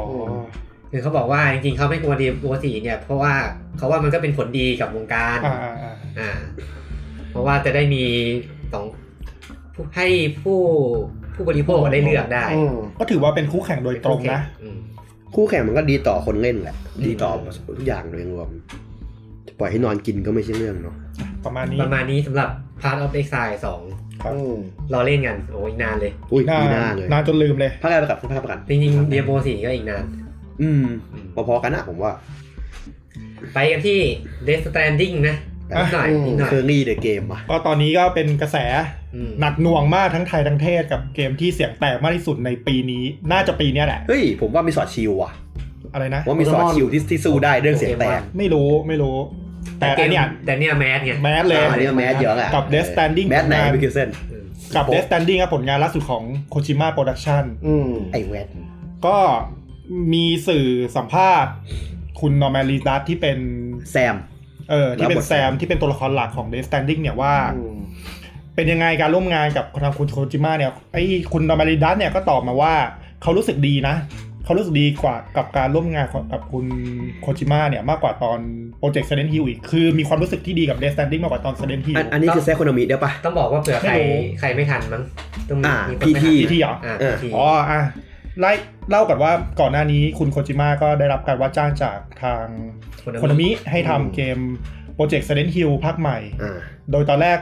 Speaker 1: คือเขาบอกว่าจริงๆเขาไม่กลัวเดียโบสี่เนี่ย เพราะว่าเขาว่ามันก็เป็นผลดีกับวงการ
Speaker 4: อ่าอ่าอ่า
Speaker 1: อ่า เพราะว่าจะได้มีสองผู้ให้ผู้ผู้บริโภคได้เลือกได้
Speaker 2: อืม
Speaker 4: ก็ถือว่าเป็นคู่แข่งโดยตรงนะ
Speaker 1: อืม
Speaker 3: คู่แข่งมันก็ดีต่อคนเล่นแหละ ดีต่อทุกอย่างโดยรวม จะปล่อยให้นอนกินก็ไม่ใช่เรื่องเนาะ
Speaker 4: ประมาณนี้
Speaker 1: ประมาณนี้สำหรับ Part of Exile
Speaker 2: อืม
Speaker 1: 2รอเล่นกัน โอ้อีกนานเลย
Speaker 3: อุ้ย
Speaker 4: หน้า
Speaker 3: มีหน้าเลย
Speaker 4: หน้าจนลืมเลย
Speaker 3: ภาคแรกประกาศภาคประกาศ
Speaker 1: จริงๆเดียโบสีก็อีกนาน
Speaker 3: อืมพอๆกันอะผมว่า
Speaker 1: ไปกันที่ Death Stranding นะ
Speaker 4: อ่ะ
Speaker 1: นิดหน่อยนิดหน่อย
Speaker 3: เคอรี่เดอะเกมอะ
Speaker 4: ก็ตอนนี้ก็เป็นกระแส
Speaker 1: อืม
Speaker 4: หนักหน่วงมากทั้งไทยทั้งเทศกับเกมที่เสียงแตกมากที่สุดในปีนี้ น่าจะปีเนี้ยแหละ
Speaker 3: เฮ้ย ผมว่ามีสอดชิวว่ะ
Speaker 4: อะไรนะ
Speaker 3: ว่ามีสอดชิวที่ที่สู้ได้เรื่องเสียงแตก
Speaker 4: ไม่รู้ไม่รู้ แต่
Speaker 1: แต่
Speaker 4: อัน
Speaker 1: เนี่
Speaker 4: เนี่ย ย
Speaker 1: แต่เนี่ยแมสไง
Speaker 4: แมสเลย
Speaker 3: อันนี้ก็แมสเยอะแหละ
Speaker 4: กับ Death Stranding
Speaker 3: แมสไหน
Speaker 4: ของงาน
Speaker 3: วิกิเซน
Speaker 1: อืม
Speaker 4: กับ Death Standing ครับผลงานล่าสุดของโคชิม a โปรดักชั o น
Speaker 2: อืม
Speaker 3: ไอแวด
Speaker 4: ก็มีสื่อสัมภาษณ์ คุณนอร์แมนลีดัสที่เป็น
Speaker 3: แซม
Speaker 4: เออที่เป็
Speaker 3: รั
Speaker 4: น
Speaker 3: บบท
Speaker 4: แซม ที่เป็นตัวละครหลักของ Death Standing เนี่ยว่า
Speaker 2: อืม
Speaker 4: เป็นยังไงการร่วมงานกับทางคุณโคจิมะเนี่ยไอ้คุณนอร์มาริดัสเนี่ยก็ตอบมาว่าเขารู้สึกดีนะเขารู้สึกดีกว่ากับการร่วมงานของกับคุณโคจิมะเนี่ยมากกว่าตอนโปรเจกต์ Silent Hill อีก คือมีความรู้สึกที่ดีกับ Death Standing มากกว่าตอน Silent
Speaker 3: อั
Speaker 4: Hill
Speaker 3: นอันนี้คือแซคโคโนมิเดี๋ยวปะ
Speaker 1: ต้องบอกว่าเผื่อใคร
Speaker 4: ไม่รู้
Speaker 1: ใครไม่ทันมั้งต้องมี
Speaker 3: อ่า
Speaker 1: มีคนไม่ทัน
Speaker 3: พี่
Speaker 4: ที่ที่เหรอ
Speaker 1: อ่า
Speaker 3: เออ
Speaker 1: พี่
Speaker 4: อ๋ออ่ะไล่เล่าก่อนว่าก่อนหน้านี้คุณโคจิมะก็ได้รับการว่าจ้างจากทาง
Speaker 1: คน
Speaker 4: คน
Speaker 1: ละ
Speaker 4: มิให้ทำเกมโปรเจกต์ Silent Hill ภาคใหม่
Speaker 3: อ่า
Speaker 4: โดยตอนแรก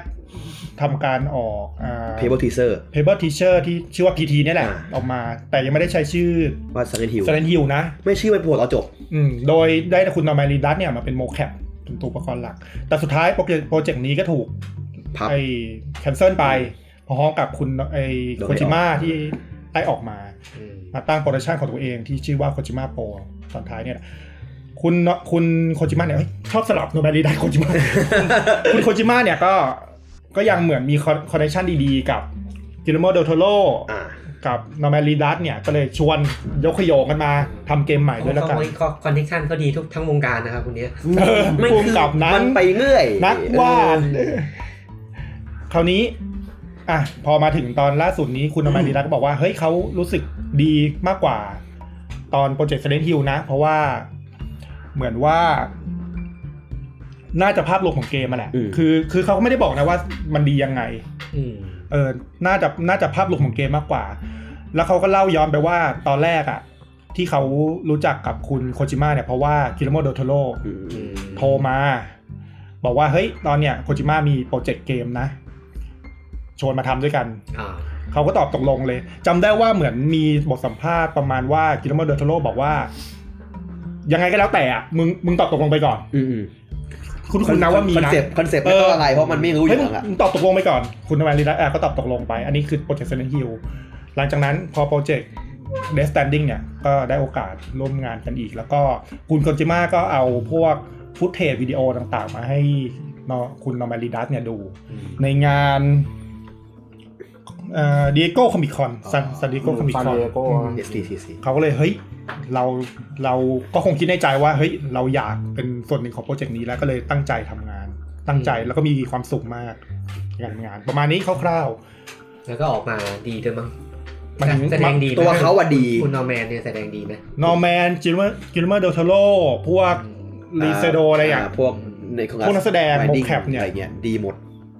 Speaker 4: ทำการออกอ่า
Speaker 3: เพเบิลทีเซอร์
Speaker 4: p a p e r Teacher ที่ชื่อว่า PT เนี่ยแหละ
Speaker 3: อ่า
Speaker 4: ออกมา แต่ยังไม่ได้ใช้ชื่อ
Speaker 3: ว่าสังเกตฮิว
Speaker 4: Silent Hill นะ
Speaker 3: ไม่ชื่อไม่ปวดเอาจบ
Speaker 4: อืมโดยได้คุณนอร์แมนรีดัสเนี่ยมาเป็นโมแคปเป็นตัวประกอบหลัก แต่สุดท้ายโปรเจกต์โปรเจกต์นี้ก็ถูก
Speaker 3: พับ
Speaker 4: ไอ้แคนเซิลไปพร้อมกับคุณไอ้
Speaker 3: โดน
Speaker 4: โค
Speaker 3: ไม่ออก
Speaker 4: จิมะที่ได้ออกมา
Speaker 1: อืม
Speaker 4: มาตั้งโปรดักชันของตัวเองที่ชื่อว่าโคจิมะโปรตอนท้ายเนี่ยนะคุณคุณโคจิมะเนี่ยเอ้ยชอบสลับโนแมนรีดัสโคจิ มะ คุณโคจิมะเนี่ยก็ก็ยังเหมือนมีคอนเนคชันดีๆ กับจิโรโมโดโทโร
Speaker 3: อ่า
Speaker 4: กับนอร์แมนรีดัสเนี่ย ก็เลยชวนยกขยงกันมาทำเกมใหม่ด้วยแล้วกัน
Speaker 1: เขาคอนเนคชั่นเขาดีทุกทั้งวงการนะครับคนเนี้ย
Speaker 4: เออ
Speaker 3: ไม่
Speaker 4: ภู
Speaker 3: คื
Speaker 4: มิ
Speaker 3: อ
Speaker 4: กับนั้
Speaker 3: มัน นไปเรื่อย
Speaker 4: นักวาด
Speaker 3: เออ
Speaker 4: คราวนี้อ่ะพอมาถึงตอนล่าสุดนี้คุณนอร์แมนรีดัสก็บอกว่า เฮ้ยเขารู้สึกดีมากกว่า ตอนโปรเจกต์เซเลนฮิลนะ เพราะว่าเหมือนว่า น่าจะภาพรวมของเกมมาแหละ คือ คือเขาก็ไม่ได้บอกนะว่ามันดียังไง
Speaker 1: อืม
Speaker 4: เออ น่าจะ น่าจะภาพรวมของเกมมากกว่า แล้วเขาก็เล่าย้อนไปว่าตอนแรกอะที่เขารู้จักกับคุณโคจิมะเนี่ยเพราะว่าคิโรโมโดโทโร
Speaker 3: อืม
Speaker 1: อืม
Speaker 4: โทรมา บอกว่าเฮ้ยตอนเนี้ยโคจิมะมีโปรเจกต์เกมนะ ชวนมาทำด้วยกัน
Speaker 1: อ่า
Speaker 4: เขาก็ตอบตกลงเลยจำได้ว่าเหมือนมีบทสัมภาษณ์ประมาณว่าคิโรโมโดโทโรบอกว่า ยังไงก็แล้วแต่อะมึงมึงตอบตกลงไปก่อน
Speaker 3: อืม
Speaker 4: คุณคุณนะว่ามี
Speaker 3: คอน
Speaker 4: นะ
Speaker 3: เซ็ปต์คอนเซ็ปต์ไม่ต้องอะไรเพราะมันไม่รู้อยู่แล้ว
Speaker 4: เฮ้
Speaker 3: อะ
Speaker 4: มึมึตอบตกลงไปก่อน คุณนวลลีรัตน์อ่ะก็ตอบตกลงไป อันนี้คือโปรเจกต์เซนต์ฮิลหลังจากนั้นพอโปรเจกต์เดส t ตนดิ้งเนี่ย ก็ได้โอกาสร่วมงานกันอีก แล้วก็คุณโกจิมาก็เอาพวกฟุตเทจวิดีโอต่างๆ มาให้นอคุณนอร์แมนลีดัสเนี่ยดู
Speaker 1: อืม
Speaker 4: ในงานดิเอโก้คอมิคอนซันดิเอโก้คอมิค
Speaker 2: ซาน
Speaker 4: อน
Speaker 2: ดิเอโกอ่ะ
Speaker 3: เอสทีซีซี
Speaker 4: เขาก็เลยเฮ้ยเราเราก็คงคิดในใจว่าเฮ้ยเราอยากเป็นส่วนหนึ่งของโปรเจกต์นี้แล้วก็เลยตั้งใจทำงาน ตั้งใจแล้วก็มีความสุขมากงานงาน ประมาณนี้คร่าว
Speaker 1: แล้วก็ออกมาดีด้วยมั้ง
Speaker 4: มัน
Speaker 1: แสดงดีไหม
Speaker 3: ตัวเขาอะดี
Speaker 1: คุณนอร์แมนเนี่ยแสดงดีไหม
Speaker 4: ๆนอร์แมนจิลเมอร์จิลเมอร์โดทโลพวก
Speaker 3: อ่า
Speaker 4: ลีเซโดอะไรอย่าง
Speaker 3: พวกในของ
Speaker 4: พวกนักแสดง
Speaker 3: ไวดิ้
Speaker 4: mocap เนี่ย
Speaker 3: อะไรเงี้ยดีหมด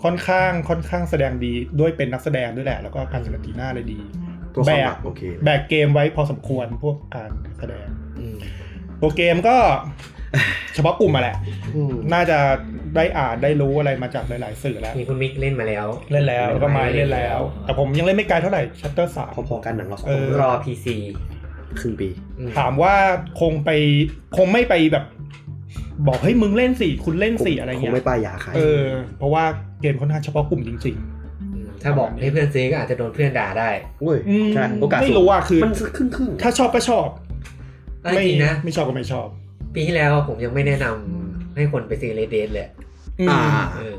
Speaker 4: ค่อนข้างค่อนข้างแสดงดีด้วยเป็นนักแสดงด้วยแหละ แล้วก็การแสดงตีหน้าเลยดี
Speaker 3: ตัวความหลัก
Speaker 4: แบบ
Speaker 3: โอเค
Speaker 4: แบกเกมไว้พอสมควรพวกการแสดง
Speaker 1: อืม
Speaker 4: ตัวเกมก็ เฉพาะกลุ่มมาแหละ
Speaker 2: อืม
Speaker 4: น่าจะได้อ่านได้รู้อะไรมาจากหลาย ๆ สื่อแล้ว
Speaker 1: มีคุณมิกเล่นมาแล้ว
Speaker 4: เล่นแล้วแล้วก็ไม้เล่นแล้ว แต่ผมยังเล่นไม่ไกลเท่าไหร่ชัตเตอร์สาม
Speaker 3: พอๆกันหนังเราสอง
Speaker 4: เออ
Speaker 1: รอพีซี
Speaker 3: ครึ่งปี
Speaker 4: ถามว่าคงไปคงไม่ไปแบบ บอกเฮ้ยมึงเล่นสิคุณเล่นสิอะไร
Speaker 3: คง
Speaker 4: เงี้ย
Speaker 3: ไม่ป้ายยาขาย
Speaker 4: เออ เพราะว่าเกมค่อนข้างเฉพาะกลุ่มจริง
Speaker 1: ถ้าบอกให้เพื่อนซื้อก็อาจจะโดนเพื่อนด่าได้
Speaker 3: เว้ย
Speaker 4: ๆอืม
Speaker 3: ใช่โอกาส
Speaker 4: ไม่
Speaker 3: สูง
Speaker 4: รู้ว่าคือ
Speaker 3: มันครึ่งครึ่งๆ
Speaker 4: ถ้าชอบก็ชอบ
Speaker 1: เอาจริงๆนะ
Speaker 4: ไม่ชอบก็ไม่ชอบ
Speaker 1: ปีที่แล้วผมยังไม่แนะนำให้คนไปซื้อเลดเดสเลย
Speaker 4: อืม
Speaker 3: อ่า
Speaker 1: เออ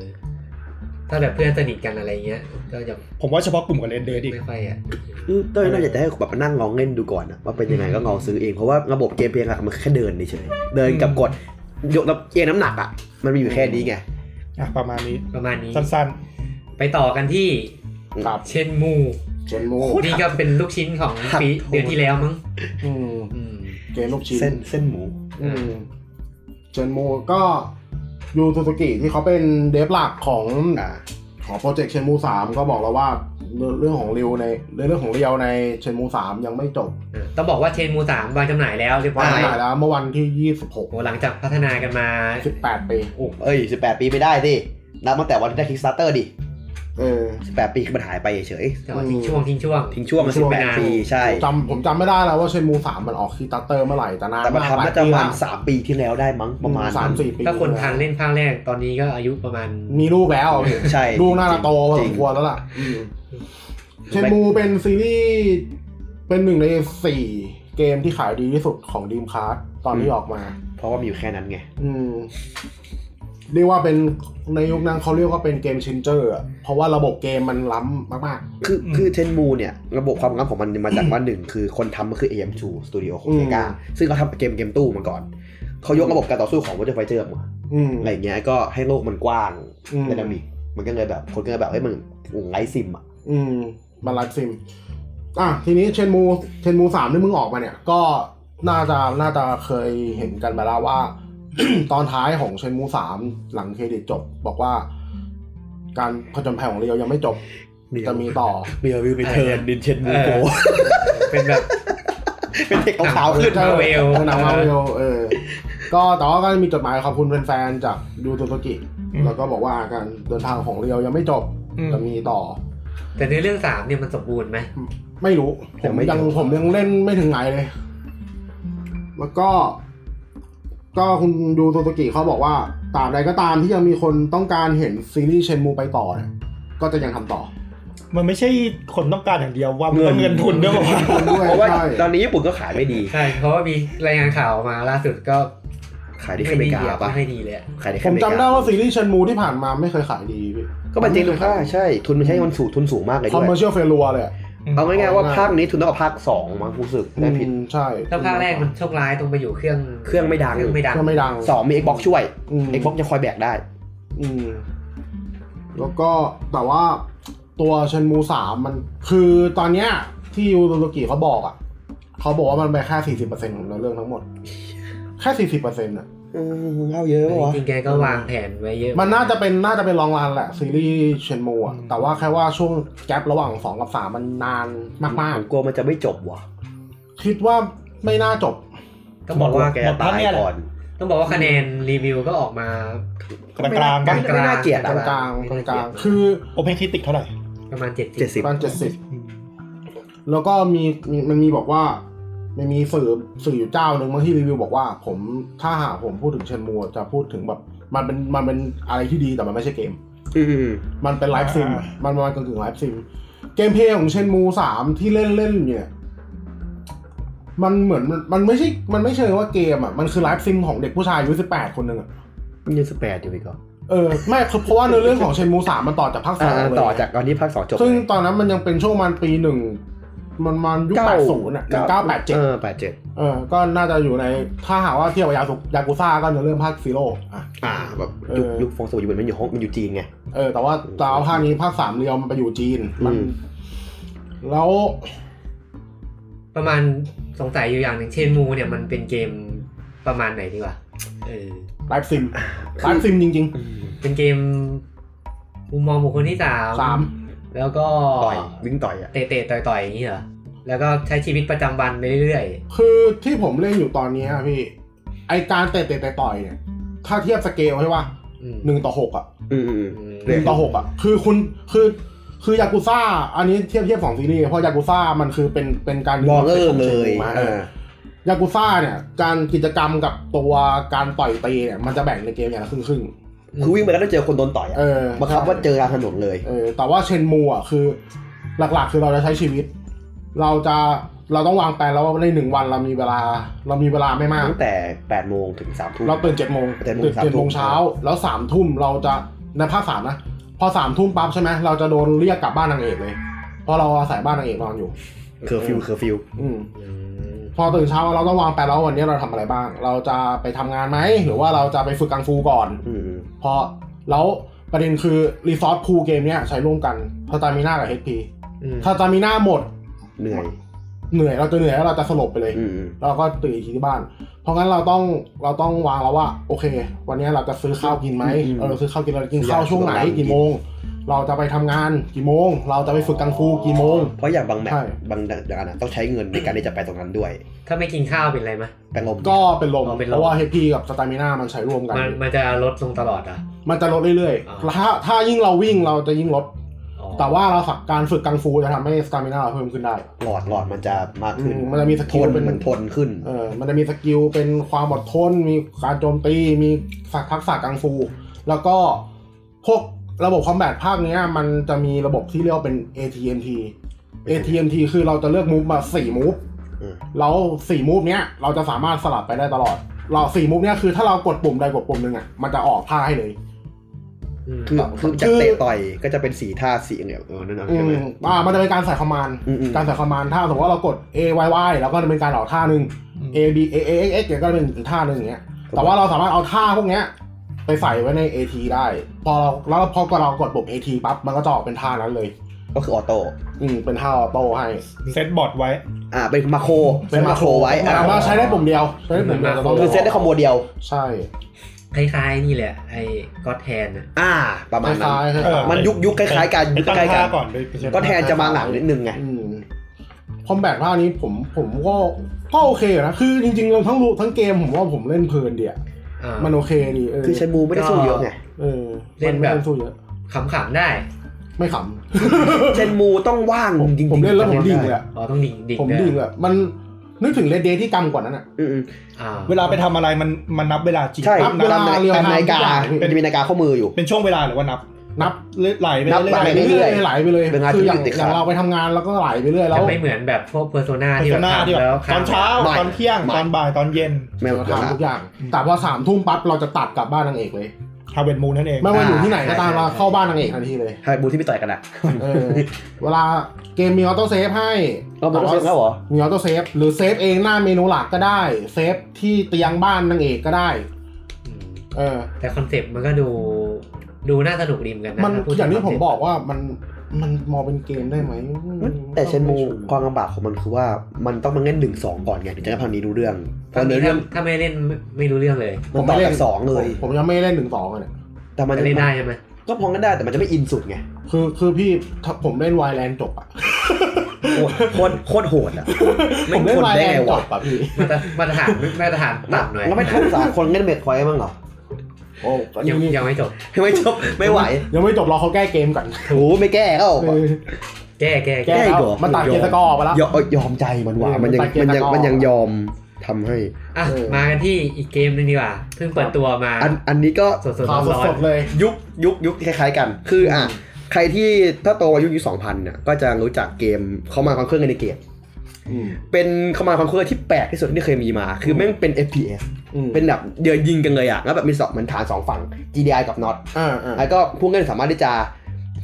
Speaker 1: ถ้าแบบเพื่อนสนิทกันอะไรเงี้ย ก็จะ
Speaker 4: ผมว่าเฉพาะกลุ่มกับเลนเดดอีก
Speaker 1: ไม่ค่อยอ่ะ
Speaker 3: คือเต้ยน่าจะให้แบบมานั่งลองเล่นดูก่อนนะว่าเป็นยังไงก็ลองซื้อเองเพราะว่าระบบเกมเพลย์หลักมันแค่เดินเฉยๆเดินกับกด ยกน้ำเอียงน้ำหนักอ่ะ มันมีอยู่แค่นี้ไง
Speaker 4: อ่ะประมาณนี้
Speaker 1: ประมาณนี้
Speaker 4: สั้น
Speaker 1: ไปต่อกันที่
Speaker 2: ครับ
Speaker 1: เชนมู
Speaker 2: เจนมู
Speaker 3: โคตร
Speaker 1: นี่ก็เป็นลูกชิ้นของปี
Speaker 3: หักโหด
Speaker 1: เดือนที่แล้วมั้ง
Speaker 2: อืม
Speaker 1: อืม
Speaker 2: เกมลูกชิ้น
Speaker 3: เส้นเส้นหมู
Speaker 2: อืมเจนมูก็ยูซูซูกิที่เขาเป็นเดฟหลักของ
Speaker 3: อ่า
Speaker 2: ของโปรเจกต์เชนมูสามก็บอกแล้วว่าเรื่องของเรียวในเรื่องของเรียวในเชนมูสามยังไม่จบ
Speaker 1: เออต้องบอกว่าเชนมูสามวางจำหน่ายแล้วเรียบร้
Speaker 2: วา
Speaker 1: อง ย
Speaker 2: จำหน่ายแล้วเมื่อวันที่ยี่สิบหก
Speaker 1: โอ้หลังจากพัฒนากันมา
Speaker 2: สิบแปดปี
Speaker 3: เอ้ยสิบแปดปีไม่ได้สินับตั้งแต่วันที่ได้คิกสตาร์เตอร์ดิ
Speaker 2: เออ
Speaker 3: สิบแปดปีคือมันหายไปเฉย
Speaker 1: แต่ว่าทิ้งช่วงทิ้งช่วง
Speaker 3: ๆทิ้งช่วงมา
Speaker 2: ช่
Speaker 3: สิบ
Speaker 2: วง
Speaker 3: แปดปีใช่
Speaker 2: ผมจำผมจำไม่ได้แล้วว่าเชนมูสามมันออกคีตัตเตอร์เมื่อไหร่แต่นาน
Speaker 3: แต่มันทำน่าจะประมาณสามปีที่แล้วได้มั้งประมาณ
Speaker 2: สามสี่ปี
Speaker 1: ถ้าคนทานเล่นภาคแรกตอนนี้ก็อายุประมาณ
Speaker 2: มีลูกแล้ว
Speaker 3: ใช่
Speaker 2: ลูกน่าจะโตพอ
Speaker 3: จ
Speaker 2: ส
Speaker 3: ริง
Speaker 2: มควรแล้วล่ะเชนมูเป็นซีรีส์เป็นหนึ่งในสี่เกมที่ขายดีที่สุดของดีมคาร์ดตอนที่ออกมา
Speaker 3: เพราะว่ามีอยู่แค่นั้นไง
Speaker 2: อืม เรียกว่าเป็นในยุคนั้นเขาเรียกว่าเป็นเกมเชนเจอร์อะเพราะว่าระบบเกมมันล้ำมาก
Speaker 3: คือคือเทนมูเนี่ย ระบบความงามของมันมาจากว่า หนึ่งคือคนทำมันคือ AM2 Studio ของ
Speaker 2: อืม
Speaker 3: เซกาซึ่งเขาทำเกมเกมตู้มาก่อน เขายกระบบการต่อสู้ของ Virtua Fighter ออกมา
Speaker 2: ๆ อืม
Speaker 3: อะไรอย่างเงี้ยก็ให้โลกมันกว้าง
Speaker 2: อืม
Speaker 3: ไดนามิกมันก็เลยแบบ คนก็เลยแบบเอ้ยมันไลท์ซิมอ่ะ
Speaker 2: อืมมาลัดซิม อ่ะ ทีนี้เชนมูเชนมูสามที่มึงออกมาเนี่ย ก็น่าจะน่าจะเคยเห็นกันมาแล้วว่า ตอนท้ายของเชนมูสามหลังเครดิตจบ บอกว่า การผจญภัยของเรียวยังไม่จบ
Speaker 3: เรียว
Speaker 2: จะมีต่อ
Speaker 3: เบียร์วิวไปเทิร์นดินเชนมูโก
Speaker 1: เออ เป็นแบบ
Speaker 3: เป็นเด็กขาวๆขึ้น
Speaker 1: เออ Marvel
Speaker 2: เออหนังมาเวลเออ ก็แต่ว่าก็มีจดหมายขอบคุณแฟนๆจากยูโตโตกิ
Speaker 4: อืม
Speaker 2: แล้วก็บอกว่าการเดินทางของเรียวยังไม่จบ
Speaker 4: อืม
Speaker 2: จะมีต่อ
Speaker 1: แต่ในเรื่องสามเนี่ยมันสมบูรณ์ไหม
Speaker 2: ไม่รู้ผ
Speaker 3: ยั
Speaker 2: ม
Speaker 3: งไม่
Speaker 2: ยัง
Speaker 3: ถึง
Speaker 2: ผมยังเล่นไม่ถึงไหนเลย แล้วก็ ก็คุณดูโตโตกิเขาบอกว่าตราบใดก็ตามที่ยังมีคนต้องการเห็นซีรีส์เชนมูไปต่อเนี่ยก็จะยังทำต่อ
Speaker 4: มันไม่ใช่คนต้องการอย่างเดียวว่ามันต้องเงินทุนด้วยบอกว่า
Speaker 2: คนด้วย
Speaker 3: เพราะว่า
Speaker 2: ใช่
Speaker 3: ตอนนี้ญี่ปุ่นก็ขายไม่ดี
Speaker 1: ใช่ เพราะว่ามีรายงานข่าวมาล่าสุดก็
Speaker 3: ขายได้แค่อเมริกา
Speaker 1: อะ
Speaker 3: ปะ
Speaker 1: ไม่ดีเลยอะ
Speaker 3: ขายได้
Speaker 2: ผ
Speaker 3: แค่อ
Speaker 2: ม
Speaker 3: เมริ
Speaker 2: จำ
Speaker 3: กา
Speaker 2: ได้ว่าซีรีส์เชนมูที่ผ่านมาไม่เคยขายดีพี่
Speaker 3: ก็มันจริงถูกป่ะใช่ทุนมันใช้มันสูงทุนสูงมากเลย
Speaker 2: คอม
Speaker 3: ด้
Speaker 2: เมอ
Speaker 3: ว
Speaker 2: ร์
Speaker 3: ย
Speaker 2: เชียลเฟลัวเลยอะ
Speaker 3: เอาง่ายๆว่าภาคนี้ทุนเท่ากับภาคสองมั้งรู้สึกได้ผิด
Speaker 2: อืมใช่
Speaker 1: ถ้าภาคแรกมันโชคร้ายตรงไปอยู่เครื่อง
Speaker 3: เครื่องไม่ดัง
Speaker 1: เครื่องไม่ดัง
Speaker 2: ก็ไม่ดัง
Speaker 3: สองมี Xbox ช่วย
Speaker 2: อืม
Speaker 3: Xbox จะคอยแบกได้
Speaker 2: อืม แล้วก็แต่ว่าตัวเชนมูสามมันคือตอนเนี้ยที่ยูโรกิเขาบอกอ่ะเขาบอกว่ามันไปแค่สี่สิบเปอร์เซ็นของเนื้อเรื่องทั้งหมด แค่สี่สิบเปอร์เซ็นต์อ่ะ
Speaker 3: อืมเล่าเยอะวะ
Speaker 1: จริงๆแกก็วางแผนไว้เยอะ
Speaker 2: มันน่าจะเป็นน่าจะเป็นลองรันแหละ ซีรีส์เชนมูอ่ะ แต่ว่าแค่ว่าช่วงแกประหว่างสองกับสามมันนานมาก
Speaker 3: ผมกลัวมันจะไม่จบวะ
Speaker 2: ๆ คิดว่าไม่น่าจบ
Speaker 1: ต้องบอกว่า
Speaker 3: แก
Speaker 4: หมดภา
Speaker 3: ตาย
Speaker 4: คเนี่ยแหละ
Speaker 3: ก่อน
Speaker 1: ต้องบอกว่าคะแนนรีวิวก็ออกมา
Speaker 4: กลางกลางๆ
Speaker 1: ก
Speaker 4: ปะ
Speaker 1: ลาง
Speaker 3: ไม่น่าเกลียด
Speaker 2: ก
Speaker 3: อะ
Speaker 2: ลางๆกลางๆคือ
Speaker 4: โอเพนคริติกเท่าไหร่
Speaker 1: ประมาณเจ็ด
Speaker 3: เจ็ด
Speaker 1: สิบ
Speaker 3: สิบ
Speaker 2: ประมาณเจ็ดสิบ แล้วก็มีมีมันมีบอกว่ามันมีสื่อสื่ออยู่เจ้าหนึ่งบางที่รีวิวบอกว่า ผมถ้าหากผมพูดถึงเชนมัวจะพูดถึงแบบ มันเป็นมันเป็นอะไรที่ดีแต่มันไม่ใช่เกม
Speaker 3: อืม
Speaker 2: มันเป็นไลฟ์ซิมมันประมาณกึ่งกึ่งไลฟ์ซิมเกมเพลย์ของเชนมูสามที่เล่นเล่นอยู่เนี่ย มันเหมือนมันมันไม่ใช่ มันไม่เชิงว่าเกมอ่ะมันคือไลฟ์ซิมของเด็กผู้ชายอายุสิบแปดคนหนึ่งอ่ะ
Speaker 3: มันยังสแปดอยู่อีกเหรอ
Speaker 2: เออไม่คือเพราะว่าเนื้อเรื่องของเชนมูสามมันต่อจากภาคสอ
Speaker 3: อ่าง
Speaker 2: เลย
Speaker 3: ต่อจากตอนที่ภาคสองจบ
Speaker 2: ซึ่งตอนนั้นมันยังเป็นช่วงมันปีหนึ่งมันมันยุคแปดศูนย์อ่ะหนึ่งเก้าแปดเจ็ด
Speaker 3: เออแปดเจ็ด
Speaker 2: เออ ก็น่าจะอยู่ใน ถ้าหากว่าเทียบกับยาสุยากุซ่าก็จะเริ่มภาคซีโร่อ่ะ
Speaker 3: อ่าแบบ
Speaker 2: เออ
Speaker 3: ยุคยุคฟองสบู่ญี่ปุ่นมันอยู่ห้องมันอยู่จีนไง
Speaker 2: เออ แต่ว่าแต่ว่าภาคนี้ภาคสามเรียวมันไปอยู่จีน มัน
Speaker 3: อืม
Speaker 2: แล้ว
Speaker 1: ประมาณสงสัยอยู่อย่างหนึ่งเชนมูเนี่ยมันเป็นเกมประมาณไหนดีกว่าเออ
Speaker 2: ไลฟ์ ซิม ไลฟ์ซิมจริง
Speaker 1: เป็นเกมมุมมองบุคคลที่สาม
Speaker 2: สาม
Speaker 1: แล้วก็
Speaker 3: ต่อยวิ่งต่อยอ่ะ
Speaker 1: เตะเตะต่อยต่อยอย่างนี้เหรอแล้วก็ใช้ชีวิตประจำวันไปเรื่อย
Speaker 2: ๆ คือที่ผมเล่นอยู่ตอนนี้อะพี่ ไอการเตะเตะเตะต่อยเนี่ย ถ้าเทียบสเกลใช่ป่ะ
Speaker 1: ๆอืม
Speaker 2: หนึ่งต่อหกอ่ะ
Speaker 3: อืมอืม
Speaker 1: ม
Speaker 2: หนึ่งต่อหกอ่ะ คือคุณ คือ คือยากุซ่า อันนี้เทียบเทียบของซีรีส์ เพราะยากุซ่ามันคือเป็น เป็นการ
Speaker 3: บอลเออร์
Speaker 2: ของ
Speaker 3: เล
Speaker 2: ชน
Speaker 3: ย
Speaker 2: มูมาเอ
Speaker 3: อ่า
Speaker 2: อ ยากุซ่าเนี่ย การกิจกรรมกับตัวการต่อยตีเนี่ย มันจะแบ่งในเกมอย่างละครึ่งครึ่ง
Speaker 3: คือวิ่งไปแล้วต้องเจอคนโดนต่อย
Speaker 2: ๆ
Speaker 3: อ่ะ
Speaker 2: เออ
Speaker 3: บังคับว่าเจอกลางถนนเลย
Speaker 2: เออ แต่ว่าเชนมูอ่ะคือ หลักๆ คือเราจะใช้ชีวิต เราจะเราต้องวางแผนแล้วว่าในหนึ่งวันเรามีเวลา เรามีเวลาไม่มาก
Speaker 3: ตั้งแต่แปดโมงถึงสามทุ่ม
Speaker 2: เราตื่นเจ็ดโมง
Speaker 3: เจ็ดโมง
Speaker 2: ตื่น
Speaker 3: สามทุ่ม
Speaker 2: เจ็ดโมงเช้า แล้วสามทุ่มเราจะในภาคสามนะพอสามทุ่มปั๊บใช่ไหมเราจะโดนเรียกกลับบ้านนางเอกเลย เพราะเราอาศัยบ้านนางเอกนอนอยู่
Speaker 3: เคอร์ฟิวเคอร์ฟิว
Speaker 2: อืม
Speaker 1: อืม
Speaker 2: พอตื่นเช้าเราต้องวางแผนแล้ววันนี้เราทำอะไรบ้าง เราจะไปทำงานไหม หรือว่าเราจะไปฝึกกังฟูก่อน
Speaker 3: อืม
Speaker 2: เพราะแล้วประเด็นคือรีซอสคูเกมเนี้ยใช้ร่วมกันสตามิน่ากับ HP
Speaker 1: อืม
Speaker 2: ถ้าสตามิน่าหมด
Speaker 3: เหนื่อย
Speaker 2: เหนื่อยเราจะเหนื่อยแล้วเราจะสลบไปเลย
Speaker 3: อืมอืม
Speaker 2: เราก็ตื่นอีกทีที่บ้าน เพราะงั้นเราต้องเราต้องวางแล้วว่า โอเค วันนี้เราจะซื้อข้าวกินไหมเออซื้อข้าวกินเราจะกินข้าวช่วงไหนกี่โมง เราจะไปทำงานกี่โมง เราจะไปฝึกกังฟูกี่โมง
Speaker 3: เพราะอย่างบางแมต
Speaker 2: ใช่
Speaker 3: ช์บางอย่างนะต้องใช้เงินในการที่จะไปตรงนั้นด้วย
Speaker 1: ถ้าไม่กินข้าวเป็นไรไหม
Speaker 3: แปลงลม
Speaker 2: ก็เป็นลม
Speaker 1: อ๋อเป็นลม
Speaker 2: เพราะว่าเฮพีกับสตามิน่ามันใช้ร่วมกัน
Speaker 1: มันมันจะลดลงตลอดอ่ะ
Speaker 2: มันจะลดเรื่อย
Speaker 1: อ่า
Speaker 2: ๆถ้าถ้ายิ่งเราวิ่งเราจะยิ่งลด
Speaker 1: อ๋อ
Speaker 2: แต่ว่าเราสักการฝึกกังฟูจะทำให้สตามิน่าเราเพิ่มขึ้นได้
Speaker 3: หลอดหลอดมันจะมากขึ้น
Speaker 2: อืมมันจะมีสกิ
Speaker 3: ท
Speaker 2: ล
Speaker 3: น
Speaker 2: เป็น
Speaker 3: มันทนขึ้น
Speaker 2: เออมันจะมีสกิลเป็นความอดทน มีการโจมตี มีศักทักษะกังฟู แล้วก็พวกระบบคอมแบทภาคเนี้ยมันจะมีระบบที่เรียกว่าเป็น ATMT ATMT คือเราจะเลือกมูฟมา4มูฟ
Speaker 3: อืม
Speaker 2: แล้ว4มูฟเนี้ยเราจะสามารถสลับไปได้ตลอด เรา4มูฟเนี้ยคือถ้าเรากดปุ่มใดกดปุ่มหนึ่งอ่ะมันจะออกท่าให้เลย
Speaker 1: อืม
Speaker 3: คือคือ
Speaker 2: คื
Speaker 3: จาก
Speaker 2: อ
Speaker 3: เตะต่อยก็จะเป็นสีท่าสีเนี่ยเออนั่นนะ
Speaker 2: อื
Speaker 3: ใช่ไหม
Speaker 2: มอ่ามันจะเป็นการใส่คอมมานด์
Speaker 3: อืมอืม
Speaker 2: การใส่คอมมานด์ถ้าสมมติว่าเรากด A Y Y แล้วก็จะเป็นการออกท่าหนึ่ง
Speaker 4: อืม
Speaker 2: A B A A X X เนี่ยก็เป็นอีกท่าหนึ่งอย่างเงี้ย แต่ว่าเราสามารถเอาท่าพวกเนี้ยไปใส่ไว้ใน AT ได้ พอเราแล้วพอเรากดปุ่ม AT ปั๊บมันก็จะออกเป็นท่านั้นเลย
Speaker 3: ก็คือออโต้
Speaker 2: อืมเป็นท่าออโต้ให้
Speaker 4: เซตบอร์ดไว้
Speaker 3: อ่าเป็นมาโคร
Speaker 2: เป็นมาโคร
Speaker 3: ไว้อ่า
Speaker 2: แต่ว่าใช้ได้ปุ่มเดียวใช้ได้ปุ่มเดียวแต่ต้อง
Speaker 3: คือเซตได้คอมโบเดียว
Speaker 2: ใช่
Speaker 1: คล้ายๆนี่แหละ ไอ้ก็แทนนะ
Speaker 3: อ่า ประ
Speaker 2: ค
Speaker 3: มาณ
Speaker 2: ล้ายๆค
Speaker 3: นั้น
Speaker 2: ล้าย
Speaker 4: เออ
Speaker 2: ๆ
Speaker 3: มันยุคยุคคล้ายๆกัน
Speaker 4: ไป
Speaker 3: ยุค
Speaker 4: ตั้ง
Speaker 3: ใกล้ๆกั
Speaker 4: ท่าน ก่อนไปเซต
Speaker 3: ก็แทนจะมาหลังนิดนึงไง
Speaker 2: อืมคอมแบทภาคนี้ผมผมก็ก็โอเคอยู่นะ คือจริงๆเราทั้งรู้ทั้งเกมผมว่าผมเล่นเพลินเดียว
Speaker 1: อ่า
Speaker 2: มันโอเคดีเออ
Speaker 3: คือใช้มูไม่ได้สู้เยอะไง
Speaker 2: เออ
Speaker 1: เล่นแบบ
Speaker 2: มัไม่ต้องสู้เยอะ
Speaker 1: ขำๆได้
Speaker 2: ไม่ข
Speaker 3: เชนมูต้องว่างจริง
Speaker 2: ำ
Speaker 3: ๆ
Speaker 2: ผมเล่นแล้วผมดิ่งเลย
Speaker 3: อ่ะ
Speaker 2: อะ
Speaker 1: อ๋อต้องดิ่งดิ่ง
Speaker 2: ผม
Speaker 1: ด้
Speaker 2: ดิ่
Speaker 1: ว
Speaker 2: ง
Speaker 1: ย
Speaker 2: เลยอะมันนึกถึงเลดเดที่กำกว่านั้นอะ
Speaker 3: อืม
Speaker 1: อ่า
Speaker 4: เวลาไปทำอะไรมันมันนับเวลาจริง
Speaker 3: ๆใช่
Speaker 2: นับ
Speaker 3: เวลา
Speaker 2: เวลาเรียล
Speaker 3: ตาม
Speaker 2: ไทม์
Speaker 3: นาฬิกา
Speaker 2: ทุกอย่าง
Speaker 3: มันจะมีนาฬิกาข้อมืออยู่
Speaker 4: เป็นช่วงเวลาหรือว่านับ
Speaker 2: นับ
Speaker 4: เลื่อยไหลไป
Speaker 3: นับ
Speaker 4: เรื่อ
Speaker 2: ไหล
Speaker 4: ยๆ
Speaker 2: ไปเรื่อย
Speaker 3: ไปเรื่อย
Speaker 2: ๆไหลไปเลย
Speaker 3: เป็นงาน
Speaker 2: คืออย่าง
Speaker 3: ที่ติดขั
Speaker 2: อย่า
Speaker 3: ด
Speaker 2: งเราไปทำงานแล้วก็ไหลไปเรื่อยแล้
Speaker 1: จะ
Speaker 2: ว
Speaker 1: ไม่เหมือนแบบพวกเพอร์โซนา
Speaker 4: เพอร์
Speaker 1: ที่
Speaker 4: โซ
Speaker 1: แบบ
Speaker 4: นาที่แบ
Speaker 1: ทำแล้ว
Speaker 4: บตอนเช้า
Speaker 3: ไม่
Speaker 4: ตอนเที่ยงตอนบ่ายตอนเย็น
Speaker 3: ไม่
Speaker 2: เรา
Speaker 3: เวลา
Speaker 2: ทำทุกอย่าง แต่พอสามทุ่มปั๊บเราจะตัดกลับบ้านนางเอกเลย
Speaker 4: ฮาเวนมูนนั่นเอง
Speaker 2: ไม่ว่าอยู่ที่ไหนก็ตาม
Speaker 3: ใช่
Speaker 2: เราเข้าบ้านนางเอกทันทีเลย
Speaker 3: ใช่บูที่ไม่ต่อยกันอ่ะ
Speaker 2: เอ อ เวลาเกมมีออโต้เซฟให้
Speaker 3: เราไม่ต้องเซฟแล้วเหรอ
Speaker 2: มีออโต้เซฟหรือเซฟเองหน้าเมนูหลักก็ได้ เซฟที่เตียงบ้านนางเอกก็ได้
Speaker 1: อืม
Speaker 2: เออ
Speaker 1: แต่คอนเซปต์มันก็ดูดูน่าสนุกดีเหมือนกันนะ
Speaker 2: มัน
Speaker 1: ถ้พูด
Speaker 2: อย่างที่ผม
Speaker 1: ถึค
Speaker 2: บ
Speaker 1: น
Speaker 2: อ
Speaker 1: เซป
Speaker 2: ก
Speaker 1: ต์
Speaker 2: ว่ามันมันมองเป็นเกมได้ไหม
Speaker 3: แต่เชนมูค
Speaker 2: ก็
Speaker 3: วามลำบากของมันคือว่ามันต้องมาเล่นหนึ่งสองก่อนไงถึงจะให้พังนี้รู้เรื่องเพ
Speaker 1: ตอน
Speaker 3: ราะเนื้
Speaker 1: นี้
Speaker 3: อเรื่อง
Speaker 1: ถ้าไม่เล่นไม่ไม่รู้เรื่องเลย
Speaker 3: มันต่อจากสองเลย
Speaker 2: ผมยังไม่ได้เล่นถึงสองเลย
Speaker 3: แต่มัน
Speaker 1: จะเล่นได้ใช่ไหม
Speaker 3: ก็พองกันได้แต่มันจะไม่อินสุดไง
Speaker 2: คือคือพี่ถ้าผมเล่นไวแลนจบอะ
Speaker 3: โคตรโคตรโคตรโหดอ่ะ
Speaker 2: ผ
Speaker 3: ไม่
Speaker 2: มเล่
Speaker 3: ท
Speaker 2: น
Speaker 3: น
Speaker 2: ไว
Speaker 3: ได้
Speaker 2: แลน
Speaker 3: ไง
Speaker 2: จ
Speaker 3: วะ
Speaker 2: บอะพี่
Speaker 1: มาตรมาตรฐานมาตรฐานต่ำหน่อย
Speaker 3: แล้วไม่ทนสามคนเล่นเมทคอยมั้างเหรอ
Speaker 2: โอ้
Speaker 1: ยัง
Speaker 2: นี่
Speaker 1: ยังไม่จบ
Speaker 3: ไม่จบไม่ไหว
Speaker 2: ยังไม่จบรอเขาแก้เกมก่อน
Speaker 3: ถูไม่แก้ก็
Speaker 2: เออ
Speaker 1: แก้แก้
Speaker 2: แก้
Speaker 1: แก้
Speaker 3: อี
Speaker 2: แล้ว
Speaker 3: กเหรอ
Speaker 2: มันตัดเกมสกอร์ออกไปแล้ว
Speaker 3: ยอมเอ้ยยอมใจมันว่ะ
Speaker 2: เออ
Speaker 3: มันยัง
Speaker 2: มันไปเกม
Speaker 3: มันยัง
Speaker 2: ตะกร้อ
Speaker 3: มันยังยอมทำให้
Speaker 1: อ่ะ
Speaker 2: เออ
Speaker 1: มากันที่อีกเกมหนึงดีกว่าเพิ่งเปิดตัวมา
Speaker 3: อันอันนี้ก็
Speaker 1: สดๆ
Speaker 2: ข่าว
Speaker 1: ร้อน
Speaker 2: สดๆเลย
Speaker 3: ยุคยุคยุคคล้ายๆกัน คืออ่ะใครที่ถ้าโตอายุยุคสองพันเนี่ยก็จะรู้จักเกมเข้ามาคอนเครื่องในเกม
Speaker 2: อืม
Speaker 3: เป็นเข้ามาคอนเครื่องที่แปลกที่สุดที่เคยมีมา คือแม่งเป็น FPS
Speaker 2: อืม
Speaker 3: เป็นแบบเดือยิงกันเลยอ่ะแล้วแบบมีสองเหมือนฐานสองฝั่ง GDI กับน็อต
Speaker 2: อ่าอ่า
Speaker 3: แล้วก็พวกเงินสามารถที่จะ